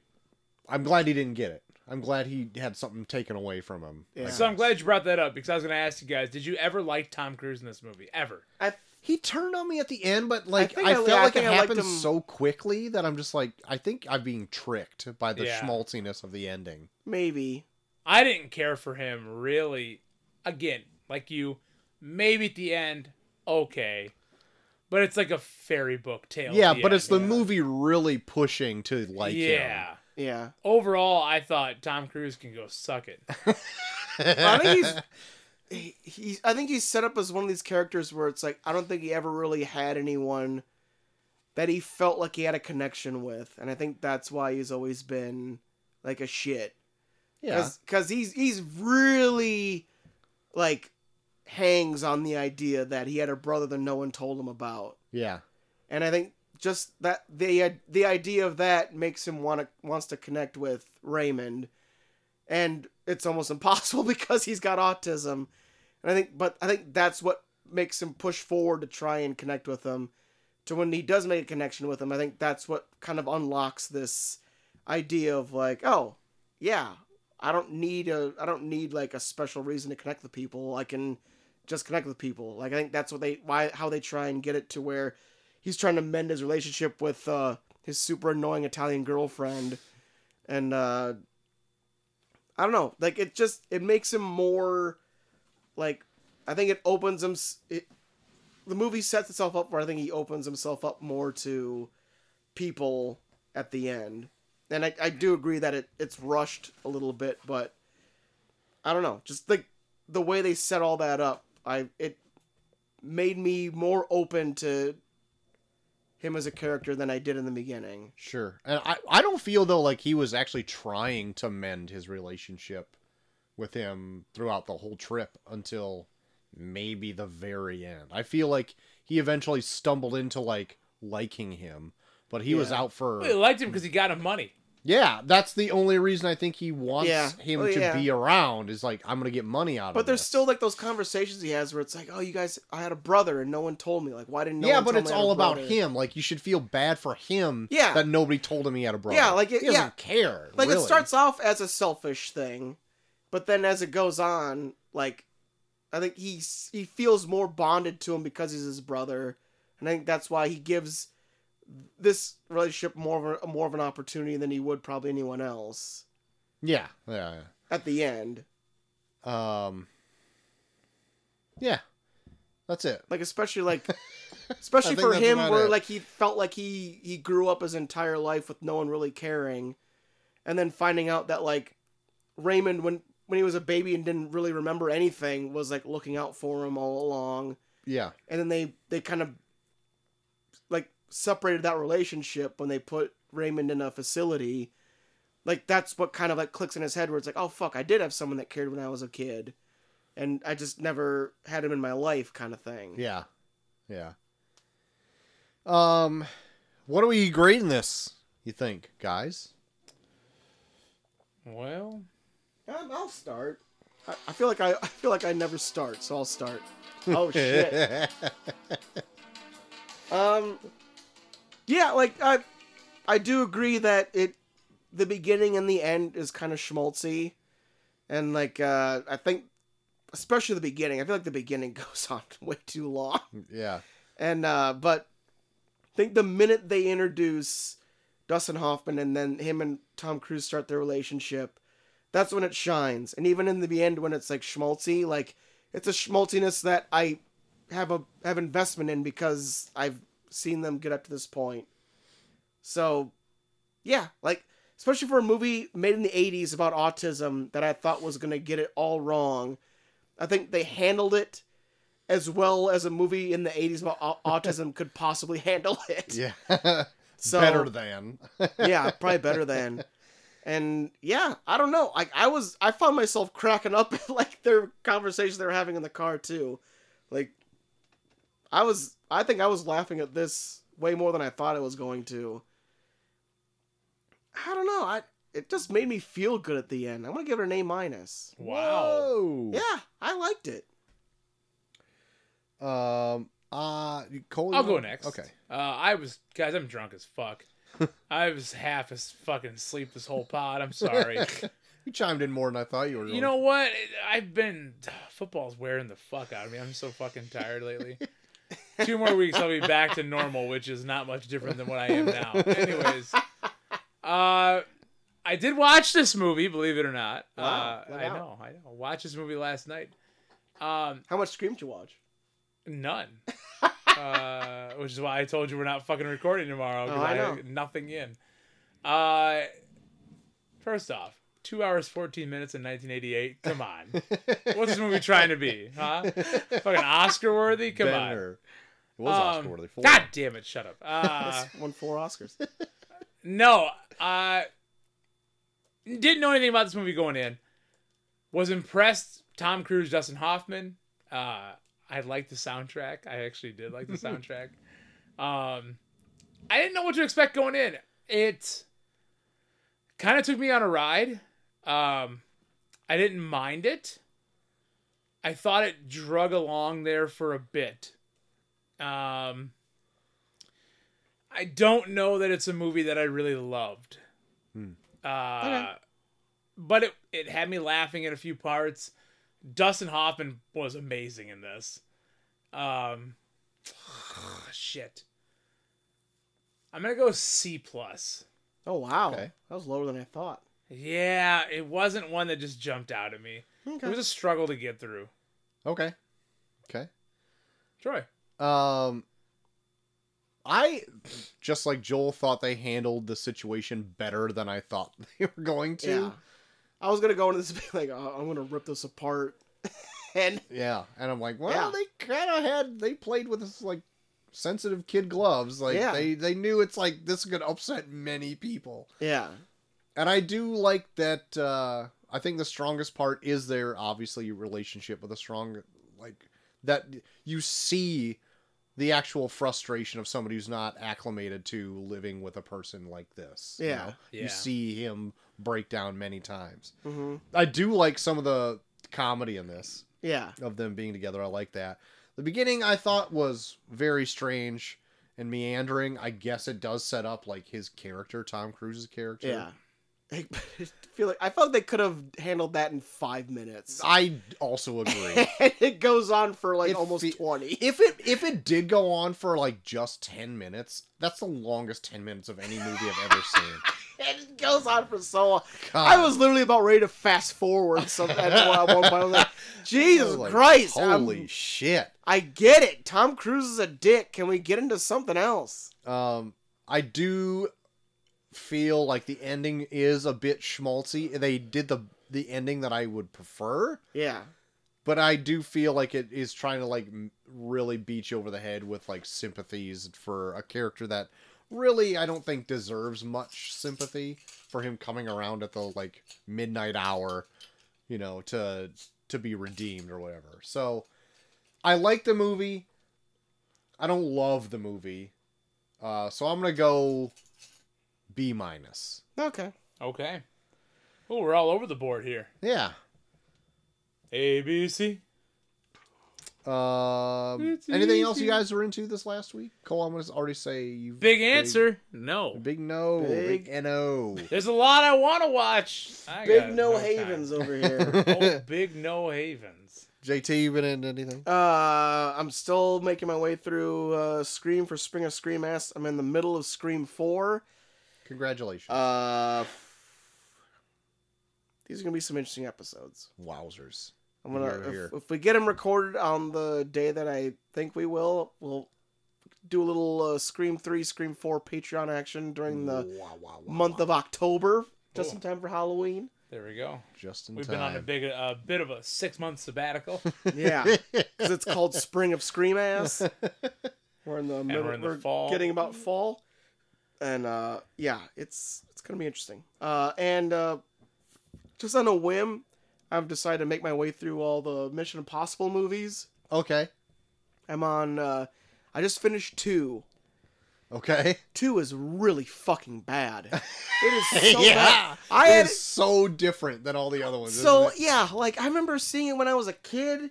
[SPEAKER 2] I'm glad he didn't get it. I'm glad he had something taken away from him.
[SPEAKER 1] Yeah.
[SPEAKER 2] I
[SPEAKER 3] So I'm
[SPEAKER 2] guess.
[SPEAKER 3] glad you brought that up because I was going to ask you guys: Did you ever like Tom Cruise in this movie? Ever?
[SPEAKER 1] I,
[SPEAKER 2] he turned on me at the end, but like
[SPEAKER 1] think
[SPEAKER 2] I,
[SPEAKER 1] I-
[SPEAKER 2] felt
[SPEAKER 1] yeah, I
[SPEAKER 2] like it
[SPEAKER 1] think I liked
[SPEAKER 2] happened
[SPEAKER 1] him-
[SPEAKER 2] so quickly that I'm just like I think I'm being tricked by the
[SPEAKER 3] Yeah.
[SPEAKER 2] schmaltziness of the ending.
[SPEAKER 1] maybe.
[SPEAKER 3] I didn't care for him really. Again, like you, maybe at the end, okay, but it's like a fairy book tale.
[SPEAKER 2] yeah,
[SPEAKER 3] at
[SPEAKER 2] but it's the
[SPEAKER 3] end.
[SPEAKER 2] movie really pushing to like
[SPEAKER 3] yeah.
[SPEAKER 2] him.
[SPEAKER 1] Yeah.
[SPEAKER 3] Overall, I thought Tom Cruise can go suck it.
[SPEAKER 1] I think he's. He, he, I think he's set up as one of these characters where it's like I don't think he ever really had anyone that he felt like he had a connection with, and I think that's why he's always been like a shit.
[SPEAKER 2] yeah.
[SPEAKER 1] because he's he's really like hangs on the idea that he had a brother that no one told him about,
[SPEAKER 2] Yeah.
[SPEAKER 1] and I think just that the the idea of that makes him want to wants to connect with Raymond, and it's almost impossible because he's got autism, and I think but I think that's what makes him push forward to try and connect with him. To when he does make a connection with him, I think that's what kind of unlocks this idea of like, oh yeah, I don't need a I don't need like a special reason to connect with people. I can just connect with people. Like I think that's what they why how they try and get it to where he's trying to mend his relationship with uh, his super annoying Italian girlfriend, and uh, I don't know, like it just it makes him more like I think it opens him. s- It, the movie sets itself up where I think he opens himself up more to people at the end, and I, I do agree that it it's rushed a little bit, but I don't know, just like the way they set all that up, I it made me more open to him as a character than I did in the beginning.
[SPEAKER 2] Sure. And I, I don't feel though like he was actually trying to mend his relationship with him throughout the whole trip until maybe the very end. I feel like he eventually stumbled into like liking him, but he was
[SPEAKER 1] Yeah.
[SPEAKER 2] out for
[SPEAKER 3] I liked him because he got him money.
[SPEAKER 2] Yeah, that's the only reason I think he wants
[SPEAKER 1] Yeah.
[SPEAKER 2] him
[SPEAKER 1] Oh,
[SPEAKER 2] to
[SPEAKER 1] yeah.
[SPEAKER 2] be around is like I'm gonna get money out of
[SPEAKER 1] But there's
[SPEAKER 2] this.
[SPEAKER 1] still like those conversations he has where it's like, "Oh, you guys, I had a brother and no one told me. Like, why didn't no
[SPEAKER 2] yeah,
[SPEAKER 1] one
[SPEAKER 2] but
[SPEAKER 1] tell me
[SPEAKER 2] it's
[SPEAKER 1] I had a
[SPEAKER 2] all about
[SPEAKER 1] brother?"
[SPEAKER 2] him. Like you should feel bad for him.
[SPEAKER 1] Yeah.
[SPEAKER 2] that nobody told him he had a brother.
[SPEAKER 1] Yeah, like, it-
[SPEAKER 2] he doesn't
[SPEAKER 1] yeah.
[SPEAKER 2] care.
[SPEAKER 1] Like
[SPEAKER 2] really.
[SPEAKER 1] it starts off as a selfish thing, but then as it goes on, like I think he s- he feels more bonded to him because he's his brother, and I think that's why he gives this relationship more of a, more of an opportunity than he would probably anyone else
[SPEAKER 2] Yeah, yeah, yeah.
[SPEAKER 1] at the end.
[SPEAKER 2] Um, yeah, that's it.
[SPEAKER 1] like especially like
[SPEAKER 2] I
[SPEAKER 1] especially
[SPEAKER 2] think
[SPEAKER 1] for
[SPEAKER 2] that's
[SPEAKER 1] him
[SPEAKER 2] about
[SPEAKER 1] where
[SPEAKER 2] it.
[SPEAKER 1] like he felt like he he grew up his entire life with no one really caring and then finding out that like raymond when when he was a baby and didn't really remember anything was like looking out for him all along
[SPEAKER 2] Yeah,
[SPEAKER 1] and then they they kind of like separated that relationship when they put raymond in a facility like that's what kind of like clicks in his head where it's like oh fuck i did have someone that cared when i was a kid and i just never had him in my life kind of thing
[SPEAKER 2] yeah, yeah. Um, what are we grading this? You think, guys?
[SPEAKER 3] Well,
[SPEAKER 1] Um, I'll start. I, I feel like I, I feel like I never start, so I'll start. Oh shit. Um, yeah, like I, I do agree that it, the beginning and the end is kind of schmaltzy, and like uh, I think, especially the beginning. I feel like the beginning goes on way too long.
[SPEAKER 2] yeah,
[SPEAKER 1] And uh but I think the minute they introduce Dustin Hoffman and then him and Tom Cruise start their relationship, that's when it shines. And even in the end when it's like schmaltzy, like it's a schmaltziness that I have a have investment in because I've seen them get up to this point. So yeah, like especially for a movie made in the 80s about autism that I thought was going to get it all wrong. I think they handled it as well as a movie in the 80s about au- autism could possibly handle it.
[SPEAKER 2] yeah.
[SPEAKER 1] So-
[SPEAKER 2] Better than.
[SPEAKER 1] yeah, probably better than. And yeah, I don't know. Like I was, I found myself cracking up at like their conversation they were having in the car too. Like I was, I think I was laughing at this way more than I thought I was going to. I don't know. I it just made me feel good at the end. I'm gonna give it an A minus.
[SPEAKER 3] Wow.
[SPEAKER 2] Whoa.
[SPEAKER 1] Yeah, I liked it.
[SPEAKER 2] Um. Uh, you- Cole. you
[SPEAKER 3] I'll
[SPEAKER 2] want-
[SPEAKER 3] go next.
[SPEAKER 2] Okay.
[SPEAKER 3] Uh, I was guys. I'm drunk as fuck. I was half as fucking asleep this whole pod. I'm sorry.
[SPEAKER 2] You chimed in more than I thought you were.
[SPEAKER 3] you
[SPEAKER 2] going
[SPEAKER 3] know what? I've been football's wearing the fuck out of me. I'm so fucking tired lately. Two more weeks, I'll be back to normal, which is not much different than what I am now. Anyways, uh, I did watch this movie, believe it or not.
[SPEAKER 1] Wow,
[SPEAKER 3] uh,
[SPEAKER 1] let
[SPEAKER 3] I
[SPEAKER 1] out.
[SPEAKER 3] know, I know. Watched this movie last night. Um,
[SPEAKER 1] How much Scream did you watch?
[SPEAKER 3] None. uh, which is why I told you we're not fucking recording tomorrow because
[SPEAKER 1] Oh, I
[SPEAKER 3] I,
[SPEAKER 1] know.
[SPEAKER 3] have nothing in. Uh, first off, two hours fourteen minutes in 1988. Come on, what's this movie trying to be? Huh? Fucking Oscar worthy? Come on.
[SPEAKER 2] Banner. It was
[SPEAKER 3] Um,
[SPEAKER 2] Oscar worthy. for
[SPEAKER 3] God damn it! Shut up. Uh,
[SPEAKER 1] That's won four Oscars.
[SPEAKER 3] no, I didn't know anything about this movie going in. Was impressed. Tom Cruise, Dustin Hoffman. Uh, I liked the soundtrack. I actually did like the soundtrack. Um, I didn't know what to expect going in. It kind of took me on a ride. Um, I didn't mind it. I thought it drug along there for a bit. Um, I don't know that it's a movie that I really loved. Uh, But it, it had me laughing in a few parts. Dustin Hoffman was amazing in this. Um, shit. I'm gonna go C plus.
[SPEAKER 1] Oh wow,
[SPEAKER 2] Okay.
[SPEAKER 1] that was lower than I thought.
[SPEAKER 3] Yeah, it wasn't one that just jumped out at me. It was a struggle to get through.
[SPEAKER 2] Okay. Okay.
[SPEAKER 3] Troy.
[SPEAKER 2] Um, I just like Joel thought they handled the situation better than I thought they were going
[SPEAKER 1] Yeah.
[SPEAKER 2] to.
[SPEAKER 1] I was gonna go into this being like, oh, I'm gonna rip this apart, and
[SPEAKER 2] Yeah. And I'm like, well,
[SPEAKER 1] Yeah.
[SPEAKER 2] they kind of had they played with this like sensitive kid gloves. Like
[SPEAKER 1] Yeah.
[SPEAKER 2] they they knew it's like this could upset many people.
[SPEAKER 1] yeah,
[SPEAKER 2] And I do like that. Uh, I think the strongest part is their obviously your relationship with a strong like that you see the actual frustration of somebody who's not acclimated to living with a person like this. you
[SPEAKER 1] Yeah.
[SPEAKER 2] know?
[SPEAKER 3] Yeah.
[SPEAKER 2] you see him break down many times.
[SPEAKER 1] hmm
[SPEAKER 2] I do like some of the comedy in this
[SPEAKER 1] yeah,
[SPEAKER 2] of them being together. I like that. The beginning I thought was very strange and meandering. I guess it does set up like his character, Tom Cruise's character.
[SPEAKER 1] yeah. I feel like I felt they could have handled that in five minutes.
[SPEAKER 2] I also agree.
[SPEAKER 1] and it goes on for like
[SPEAKER 2] It
[SPEAKER 1] almost
[SPEAKER 2] fe-
[SPEAKER 1] twenty.
[SPEAKER 2] if it if it did go on for like just 10 minutes, that's the longest 10 minutes of any movie I've ever seen.
[SPEAKER 1] It goes on for so long.
[SPEAKER 2] God.
[SPEAKER 1] I was literally about ready to fast forward. Some at one point, I was like,
[SPEAKER 2] I
[SPEAKER 1] "Jesus
[SPEAKER 2] was like,
[SPEAKER 1] Christ! I'm-
[SPEAKER 2] Holy shit.
[SPEAKER 1] I get it. Tom Cruise is a dick. Can we get into something else?"
[SPEAKER 2] Um, I do feel like the ending is a bit schmaltzy. They did the the ending that I would prefer.
[SPEAKER 1] Yeah,
[SPEAKER 2] but I do feel like it is trying to like m- really beat you over the head with like sympathies for a character that really I don't think deserves much sympathy for him coming around at the like midnight hour, you know, to to be redeemed or whatever. So I like the movie. I don't love the movie. Uh, so I'm gonna go B minus.
[SPEAKER 1] okay.
[SPEAKER 3] Okay. Oh, we're all over the board here.
[SPEAKER 2] Yeah.
[SPEAKER 3] A B C.
[SPEAKER 2] Um,
[SPEAKER 3] It's
[SPEAKER 2] anything else you
[SPEAKER 3] easy.
[SPEAKER 2] guys were into this last week? Cole, I'm gonna already say you.
[SPEAKER 3] Big answer. No.
[SPEAKER 2] Big no. Big,
[SPEAKER 1] Big-
[SPEAKER 2] no.
[SPEAKER 3] There's a lot I want to watch. I got
[SPEAKER 1] Big no,
[SPEAKER 3] time.
[SPEAKER 1] havens over here.
[SPEAKER 3] oh, big no havens.
[SPEAKER 2] JT, you been into anything?
[SPEAKER 1] uh, I'm still making my way through uh, Scream for Spring of Scream Ass. I'm in the middle of Scream Four.
[SPEAKER 2] Congratulations.
[SPEAKER 1] Uh, these are gonna be some interesting episodes.
[SPEAKER 2] Wowzers.
[SPEAKER 1] I'm gonna
[SPEAKER 2] You're here.
[SPEAKER 1] if, if we get them recorded on the day that I think we will, we'll do a little uh, Scream Three, Scream Four Patreon action during the
[SPEAKER 2] Wow, wow, wow,
[SPEAKER 1] month
[SPEAKER 2] wow.
[SPEAKER 1] of October, just
[SPEAKER 2] Oh.
[SPEAKER 3] Cool.
[SPEAKER 1] in time for Halloween.
[SPEAKER 3] There we go.
[SPEAKER 2] Just in
[SPEAKER 3] We've
[SPEAKER 2] time.
[SPEAKER 3] been on a big, a bit of a six month sabbatical,
[SPEAKER 1] Yeah, because it's called Spring of Scream Ass. We're in the middle.
[SPEAKER 3] we're in the fall.
[SPEAKER 1] getting about fall, and uh, yeah, it's it's gonna be interesting. Uh, and uh, just on a whim, I've decided to make my way through all the Mission Impossible movies.
[SPEAKER 2] Okay.
[SPEAKER 1] I'm on. Uh, I just finished two.
[SPEAKER 2] Okay.
[SPEAKER 1] Two is really fucking bad. It is so
[SPEAKER 2] Yeah.
[SPEAKER 1] bad. I
[SPEAKER 2] It
[SPEAKER 1] had
[SPEAKER 2] is so different than all the other ones.
[SPEAKER 1] so
[SPEAKER 2] isn't it?
[SPEAKER 1] yeah, like I remember seeing it when I was a kid,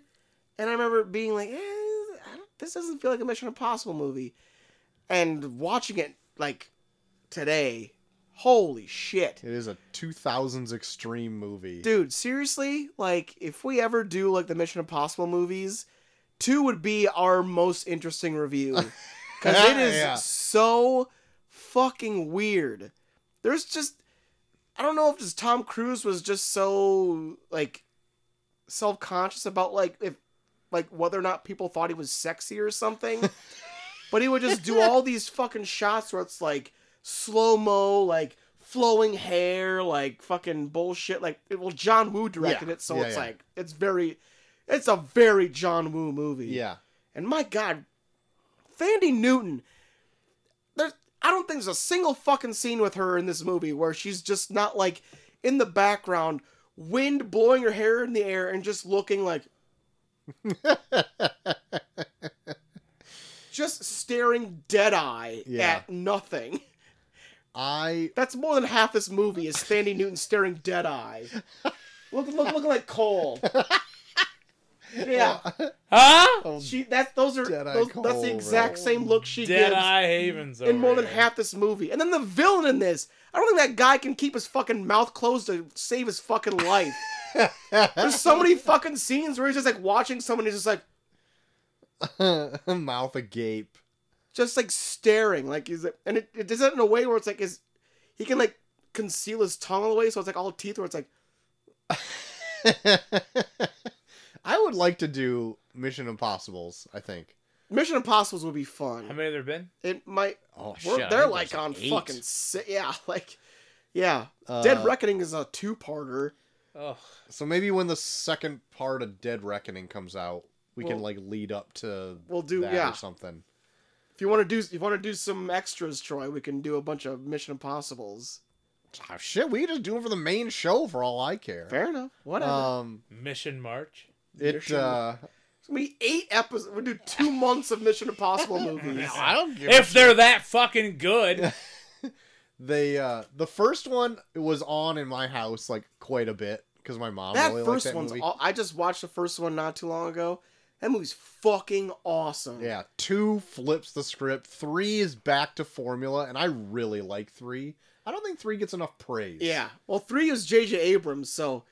[SPEAKER 1] and I remember being like, eh, I don't- "This doesn't feel like a Mission Impossible movie," and watching it like today, holy shit,
[SPEAKER 2] it is a 2000s extreme movie.
[SPEAKER 1] dude! Seriously, like if we ever do like the Mission Impossible movies, two would be our most interesting review because it is
[SPEAKER 2] Yeah.
[SPEAKER 1] so fucking weird. There's just I don't know if just Tom Cruise was just so like self conscious about like if like whether or not people thought he was sexy or something. but he would just do all these fucking shots where it's like slow mo, like flowing hair, like fucking bullshit. Like well, John Woo directed
[SPEAKER 2] Yeah.
[SPEAKER 1] it, so
[SPEAKER 2] Yeah,
[SPEAKER 1] it's
[SPEAKER 2] yeah.
[SPEAKER 1] like it's very, it's a very John Woo movie.
[SPEAKER 2] Yeah.
[SPEAKER 1] And my God, Fandy Newton. There's, I don't think there's a single fucking scene with her in this movie where she's just not like in the background, wind blowing her hair in the air and just looking like. just staring dead eye
[SPEAKER 2] Yeah.
[SPEAKER 1] at nothing.
[SPEAKER 2] I
[SPEAKER 1] That's more than half this movie is Fandy Newton staring dead eye. Look, look, looking like Cole. Yeah.
[SPEAKER 3] Huh?
[SPEAKER 2] oh,
[SPEAKER 1] She that those are
[SPEAKER 2] Dead Eye
[SPEAKER 1] those, that's
[SPEAKER 2] Cole,
[SPEAKER 1] the exact
[SPEAKER 2] bro.
[SPEAKER 1] same look she
[SPEAKER 3] Dead
[SPEAKER 1] gives
[SPEAKER 3] Eye Havens.
[SPEAKER 1] in
[SPEAKER 3] over
[SPEAKER 1] more than
[SPEAKER 3] here.
[SPEAKER 1] half this movie. And then the villain in this, I don't think that guy can keep his fucking mouth closed to save his fucking life. There's so many fucking scenes where he's just like watching someone he's just like
[SPEAKER 2] mouth agape.
[SPEAKER 1] just like staring like is it and it, it does it in a way where it's like is he can like conceal his tongue all the way so it's like all teeth where it's like
[SPEAKER 2] I would like to do Mission Impossibles. I think.
[SPEAKER 1] Mission Impossibles would be
[SPEAKER 3] How
[SPEAKER 1] fun.
[SPEAKER 3] many have there been?
[SPEAKER 1] It might
[SPEAKER 2] Oh
[SPEAKER 1] we're,
[SPEAKER 2] shit! I
[SPEAKER 1] they're
[SPEAKER 2] think
[SPEAKER 1] like
[SPEAKER 2] there's
[SPEAKER 1] on
[SPEAKER 2] eight.
[SPEAKER 1] fucking si- yeah like yeah.
[SPEAKER 2] Uh,
[SPEAKER 1] Dead Reckoning is a two-parter.
[SPEAKER 3] Oh,
[SPEAKER 2] So maybe when the second part of Dead Reckoning comes out, we can
[SPEAKER 1] We'll-
[SPEAKER 2] like lead up to
[SPEAKER 1] We'll do-
[SPEAKER 2] that
[SPEAKER 1] yeah.
[SPEAKER 2] or something.
[SPEAKER 1] If you want to do, if you want to do some extras, Troy, we can do a bunch of Mission Impossibles.
[SPEAKER 2] Oh, shit, we can just do it for the main show for all I care.
[SPEAKER 1] Fair enough. Whatever.
[SPEAKER 2] Um,
[SPEAKER 3] Mission March.
[SPEAKER 2] it.
[SPEAKER 1] Mission-
[SPEAKER 2] Uh,
[SPEAKER 1] it's gonna be eight episodes. We'll do two months of Mission Impossible movies.
[SPEAKER 2] I don't give a
[SPEAKER 3] If they're that fucking good.
[SPEAKER 2] They uh the first one was on in my house like quite a bit because my mom
[SPEAKER 1] that
[SPEAKER 2] really
[SPEAKER 1] first
[SPEAKER 2] liked that
[SPEAKER 1] one's.
[SPEAKER 2] movie.
[SPEAKER 1] All, I just watched the first one not too long ago. That movie's fucking awesome.
[SPEAKER 2] Yeah, two flips the script. Three is back to formula, and I really like three. I don't think three gets enough praise.
[SPEAKER 1] Yeah. Well, three is J.J. Abrams, so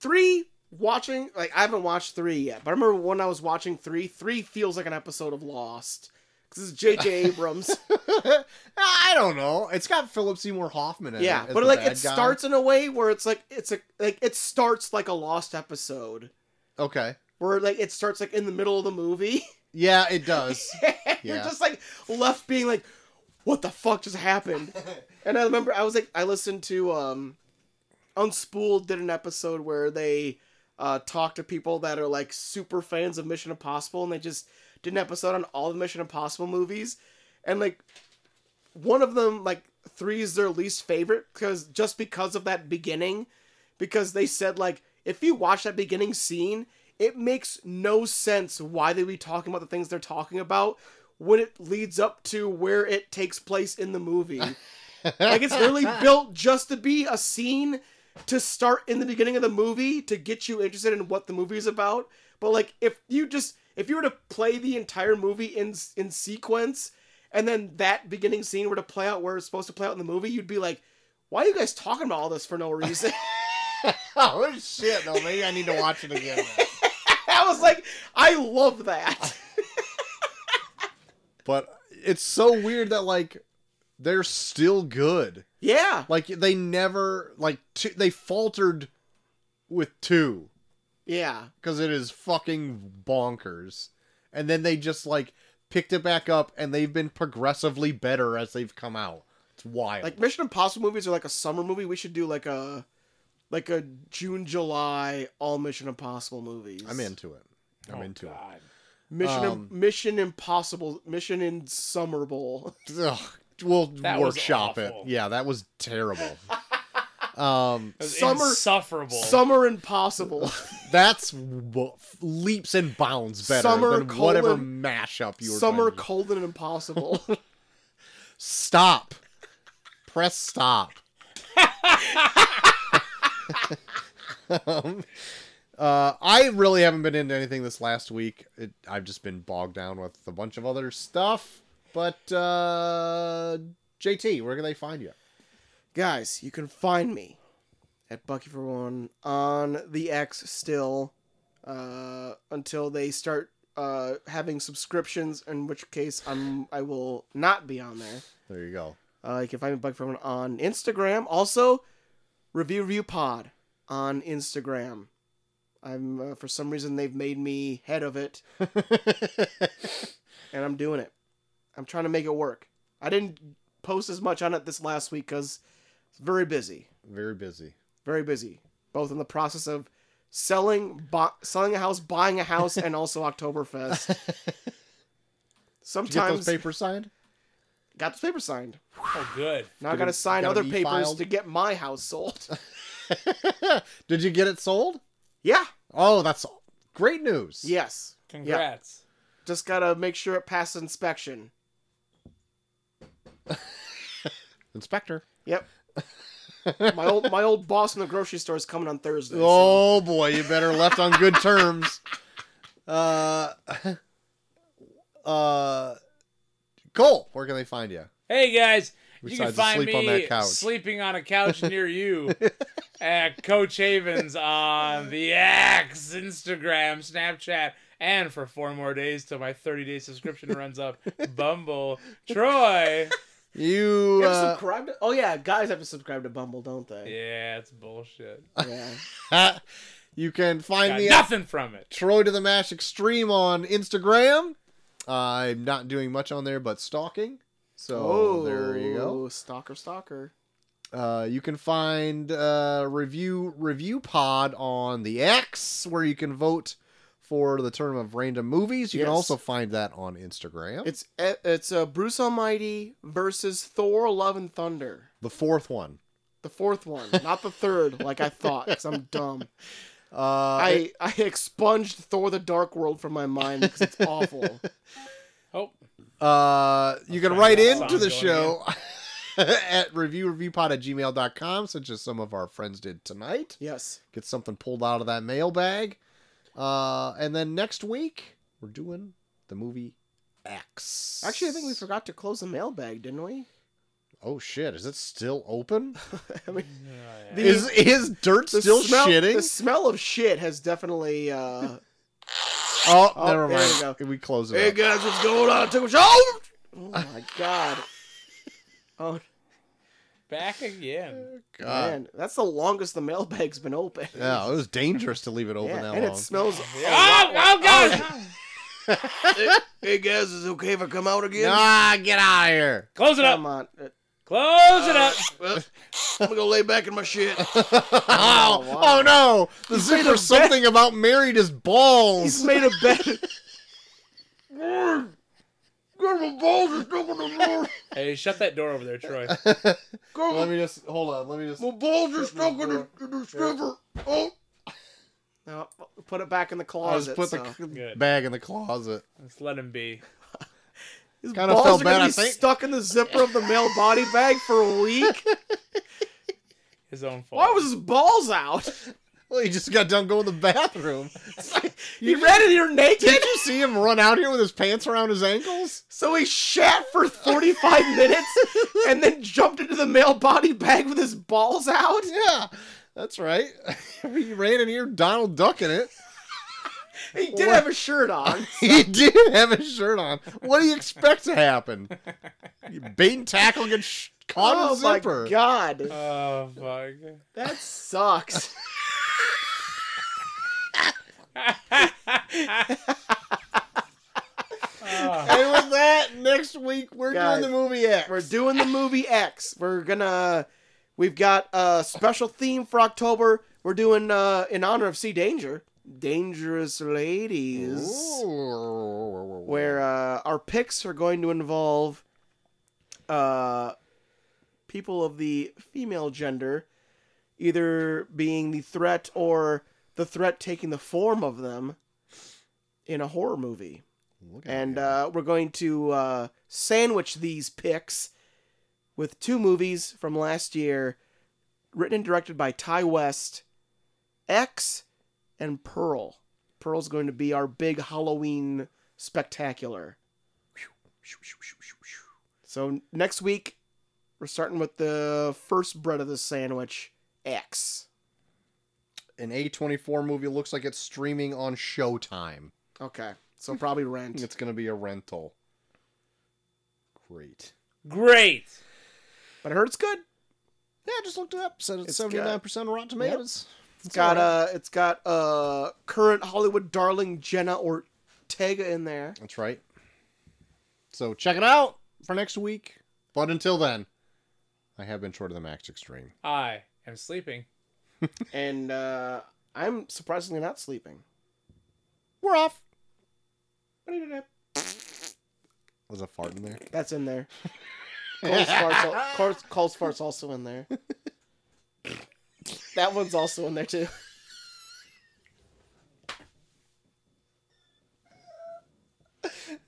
[SPEAKER 1] three watching like I haven't watched three yet, but I remember when I was watching three. Three feels like an episode of Lost because it's J.J. Abrams.
[SPEAKER 2] I don't know. It's got Philip Seymour Hoffman in
[SPEAKER 1] yeah
[SPEAKER 2] it. as
[SPEAKER 1] but
[SPEAKER 2] the
[SPEAKER 1] like
[SPEAKER 2] bad
[SPEAKER 1] it
[SPEAKER 2] guy.
[SPEAKER 1] starts in a way where it's like it's a like it starts like a lost episode
[SPEAKER 2] Okay.
[SPEAKER 1] where like it starts like in the middle of the movie
[SPEAKER 2] Yeah, it does.
[SPEAKER 1] you're
[SPEAKER 2] Yeah.
[SPEAKER 1] just like left being like what the fuck just happened and i remember i was like i listened to um unspooled did an episode where they uh talk to people that are like super fans of mission impossible and they just did an episode on all the mission impossible movies and like one of them like three is their least favorite because just because of that beginning because they said like if you watch that beginning scene it makes no sense why they be talking about the things they're talking about when it leads up to where it takes place in the movie like it's really built just to be a scene to start in the beginning of the movie to get you interested in what the movie is about but like if you just if you were to play the entire movie in in sequence and then that beginning scene were to play out where it's supposed to play out in the movie you'd be like why are you guys talking about all this for no reason
[SPEAKER 2] oh shit! No, maybe I need to watch it again.
[SPEAKER 1] I was like, I love that.
[SPEAKER 2] but it's so weird that like they're still good.
[SPEAKER 1] yeah.
[SPEAKER 2] Like they never like two, they faltered with two.
[SPEAKER 1] Yeah.
[SPEAKER 2] because it is fucking bonkers. And then they just like picked it back up, and they've been progressively better as they've come out. It's wild.
[SPEAKER 1] Like Mission Impossible movies are like a summer movie. We should do like a like a June, July all Mission Impossible movies.
[SPEAKER 2] I'm into it. I'm
[SPEAKER 3] Oh,
[SPEAKER 2] into
[SPEAKER 3] God.
[SPEAKER 1] Mission
[SPEAKER 2] Um,
[SPEAKER 1] Mission Impossible Mission in Summer Bowl.
[SPEAKER 2] it. Ugh, we'll
[SPEAKER 3] That was
[SPEAKER 2] workshop it.
[SPEAKER 3] awful.
[SPEAKER 2] Yeah, that was terrible. um,
[SPEAKER 3] That was
[SPEAKER 1] Summer-
[SPEAKER 3] insufferable.
[SPEAKER 1] Summer Impossible.
[SPEAKER 2] that's w- leaps and bounds better
[SPEAKER 1] Summer
[SPEAKER 2] than whatever
[SPEAKER 1] colon-
[SPEAKER 2] mashup you were.
[SPEAKER 1] Summer
[SPEAKER 2] trying to do.
[SPEAKER 1] Cold and Impossible.
[SPEAKER 2] Stop. Press stop. um, uh, I really haven't been into anything this last week. It, I've just been bogged down with a bunch of other stuff. But uh, JT, where can they find you?
[SPEAKER 1] Guys, you can find me at Bucky for One on the X still uh, until they start uh, having subscriptions, in which case I'm I will not be on there.
[SPEAKER 2] There you go.
[SPEAKER 1] Uh, you can find me Bucky for One on Instagram. Also, Review Review Pod on Instagram. I'm uh, for some reason they've made me head of it, and I'm doing it. I'm trying to make it work. I didn't post as much on it this last week because it's very busy
[SPEAKER 2] Very busy.
[SPEAKER 1] very busy, both in the process of selling, bu- selling a house, buying a house, and also Oktoberfest.
[SPEAKER 2] Did you get those
[SPEAKER 1] Sometimes
[SPEAKER 2] papers signed?
[SPEAKER 1] got this paper signed.
[SPEAKER 3] Oh, good.
[SPEAKER 1] Now I
[SPEAKER 2] Get
[SPEAKER 1] got to
[SPEAKER 2] it-
[SPEAKER 1] sign
[SPEAKER 2] got
[SPEAKER 1] other
[SPEAKER 2] them
[SPEAKER 1] papers
[SPEAKER 2] e-filed?
[SPEAKER 1] to get my house sold.
[SPEAKER 2] Did you get it sold?
[SPEAKER 1] yeah.
[SPEAKER 2] Oh, that's great news.
[SPEAKER 1] Yes.
[SPEAKER 3] Congrats.
[SPEAKER 1] Just gotta make sure it passes inspection.
[SPEAKER 2] Inspector.
[SPEAKER 1] Yep. my old my old boss in the grocery store is coming on Thursday. so-
[SPEAKER 2] Oh boy, you better left on good terms. Uh, uh, Cole, where can they find you?
[SPEAKER 3] Hey guys, you can
[SPEAKER 2] Besides
[SPEAKER 3] find
[SPEAKER 2] asleep
[SPEAKER 3] me
[SPEAKER 2] on that couch.
[SPEAKER 3] sleeping on a couch near you at Coach Havens on the X, Instagram, Snapchat, and for four more days till my 30 day subscription runs up. Bumble, Troy.
[SPEAKER 2] You
[SPEAKER 1] You ever
[SPEAKER 2] uh,
[SPEAKER 1] subscribe to- oh yeah, guys have to subscribe to Bumble, don't they?
[SPEAKER 3] Yeah, it's bullshit.
[SPEAKER 1] Yeah.
[SPEAKER 2] you can find
[SPEAKER 3] Got
[SPEAKER 2] me at
[SPEAKER 3] nothing from it.
[SPEAKER 2] Troy to the Mash Extreme on Instagram. I'm not doing much on there, but stalking. So there you
[SPEAKER 1] Oh,
[SPEAKER 2] go.
[SPEAKER 1] Stalker, stalker.
[SPEAKER 2] Uh, you can find uh, review review pod on the X, where you can vote for the term of random movies. You can
[SPEAKER 1] Yes.
[SPEAKER 2] also find that on Instagram.
[SPEAKER 1] It's it's uh, Bruce Almighty versus Thor: Love and Thunder.
[SPEAKER 2] the fourth one.
[SPEAKER 1] The fourth one, not the third, like I thought, because I'm dumb.
[SPEAKER 2] Uh,
[SPEAKER 1] I, I expunged Thor: The Dark World from my mind because it's awful.
[SPEAKER 3] Oh,
[SPEAKER 2] uh, you can
[SPEAKER 3] trying
[SPEAKER 2] write
[SPEAKER 3] to get
[SPEAKER 2] into the
[SPEAKER 3] song
[SPEAKER 2] show at reviewreviewpod at gmail.com, such as some of our friends did tonight.
[SPEAKER 1] Yes,
[SPEAKER 2] Get something pulled out of that mailbag. Uh, and then next week, we're doing the movie X.
[SPEAKER 1] actually, I think we forgot to close the mailbag, didn't we?
[SPEAKER 2] Oh shit! Is it still open?
[SPEAKER 1] I mean,
[SPEAKER 3] Oh, yeah.
[SPEAKER 1] The-
[SPEAKER 2] is is dirt
[SPEAKER 1] the
[SPEAKER 2] still
[SPEAKER 1] smell,
[SPEAKER 2] shitting?
[SPEAKER 1] The smell of shit has definitely. Uh,
[SPEAKER 2] Oh,
[SPEAKER 1] Oh,
[SPEAKER 2] never
[SPEAKER 1] there
[SPEAKER 2] mind.
[SPEAKER 1] we
[SPEAKER 2] We close
[SPEAKER 1] hey
[SPEAKER 2] it. up.
[SPEAKER 1] guys, what's going on? Took a shower. Oh my god. Oh
[SPEAKER 3] back again.
[SPEAKER 2] God.
[SPEAKER 1] man, that's the longest the mailbag's been open.
[SPEAKER 2] Yeah, it was dangerous to leave it open
[SPEAKER 1] Yeah,
[SPEAKER 2] that
[SPEAKER 1] and
[SPEAKER 2] long.
[SPEAKER 1] it smells.
[SPEAKER 3] Oh,
[SPEAKER 1] Ah!
[SPEAKER 3] oh God!
[SPEAKER 1] Hey guys, is it okay if I come out again?
[SPEAKER 2] ah, get out of here.
[SPEAKER 3] Close it
[SPEAKER 1] Come
[SPEAKER 3] up.
[SPEAKER 1] on. Uh,
[SPEAKER 3] Close it up.
[SPEAKER 1] well, I'm gonna go lay back in my shit.
[SPEAKER 2] oh,
[SPEAKER 1] wow.
[SPEAKER 2] oh no! The zipper something about married his
[SPEAKER 1] He's
[SPEAKER 2] balls.
[SPEAKER 1] made a bed.
[SPEAKER 3] Hey, shut that door over there, Troy.
[SPEAKER 2] Let me just hold on. Let me just.
[SPEAKER 1] No, put it back in the
[SPEAKER 2] I'll just
[SPEAKER 1] closet.
[SPEAKER 2] put the
[SPEAKER 1] so.
[SPEAKER 2] c-
[SPEAKER 3] Good.
[SPEAKER 2] bag in the closet.
[SPEAKER 3] Let's let him be.
[SPEAKER 1] His
[SPEAKER 2] kinda
[SPEAKER 1] balls
[SPEAKER 2] felt
[SPEAKER 1] are gonna
[SPEAKER 2] bad, I
[SPEAKER 1] be
[SPEAKER 2] think.
[SPEAKER 1] stuck in the zipper of the male body bag for a week.
[SPEAKER 3] His own fault.
[SPEAKER 1] Why was his balls out?
[SPEAKER 2] Well, he just got done going to the bathroom.
[SPEAKER 1] He ran in here naked,
[SPEAKER 2] Did you see him run out here with his pants around his ankles?
[SPEAKER 1] so he shat for 45 minutes and then jumped into the male body bag with his balls out.
[SPEAKER 2] Yeah, that's right. he ran in here, Donald ducking it.
[SPEAKER 1] He did have a shirt on.
[SPEAKER 2] he did have his shirt on. What do you expect to happen? You bait and tackle gets sh- caught
[SPEAKER 1] oh
[SPEAKER 2] in the
[SPEAKER 1] my
[SPEAKER 2] zipper.
[SPEAKER 1] god,
[SPEAKER 3] Oh fuck.
[SPEAKER 1] that sucks.
[SPEAKER 3] Ah,
[SPEAKER 2] And with that, next week we're
[SPEAKER 1] Guys,
[SPEAKER 2] doing the movie X.
[SPEAKER 1] We're doing the movie X. We're gonna. We've got a special theme for October. We're doing uh, in honor of Sea Danger, Dangerous Ladies,
[SPEAKER 2] Ooh.
[SPEAKER 1] where uh, our picks are going to involve uh, people of the female gender, either being the threat or the threat taking the form of them in a horror movie
[SPEAKER 2] Look at
[SPEAKER 1] and
[SPEAKER 2] that.
[SPEAKER 1] uh, we're going to uh, sandwich uh, these picks with two movies from last year, written and directed by Ty West, X and Pearl. Pearl's going to be our big Halloween spectacular. So next week, we're starting with the first bread of the sandwich, X.
[SPEAKER 2] An A24 movie looks like it's streaming on Showtime.
[SPEAKER 1] Okay, so probably rent.
[SPEAKER 2] It's going to be a rental. Great.
[SPEAKER 3] Great.
[SPEAKER 1] But I heard it's good.
[SPEAKER 2] Yeah, I just looked it up. Said it's
[SPEAKER 1] It's
[SPEAKER 2] seventy nine percent Rotten Tomatoes.
[SPEAKER 1] It's got uh, it's got uh, current Hollywood darling Jenna Ortega in there.
[SPEAKER 2] That's right. So check it out for next week. But until then, I have been short of the max extreme.
[SPEAKER 3] I am sleeping.
[SPEAKER 1] and uh, I'm surprisingly not sleeping.
[SPEAKER 2] We're off. Was a fart in there?
[SPEAKER 1] That's in there. Cole's farts, al- Cole's, Cole's farts also in there. that one's also in there too.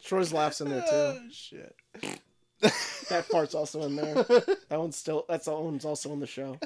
[SPEAKER 1] Troy's laughs in there too.
[SPEAKER 2] shit.
[SPEAKER 1] That part's also in there. That one's still. That's that one's also in the show.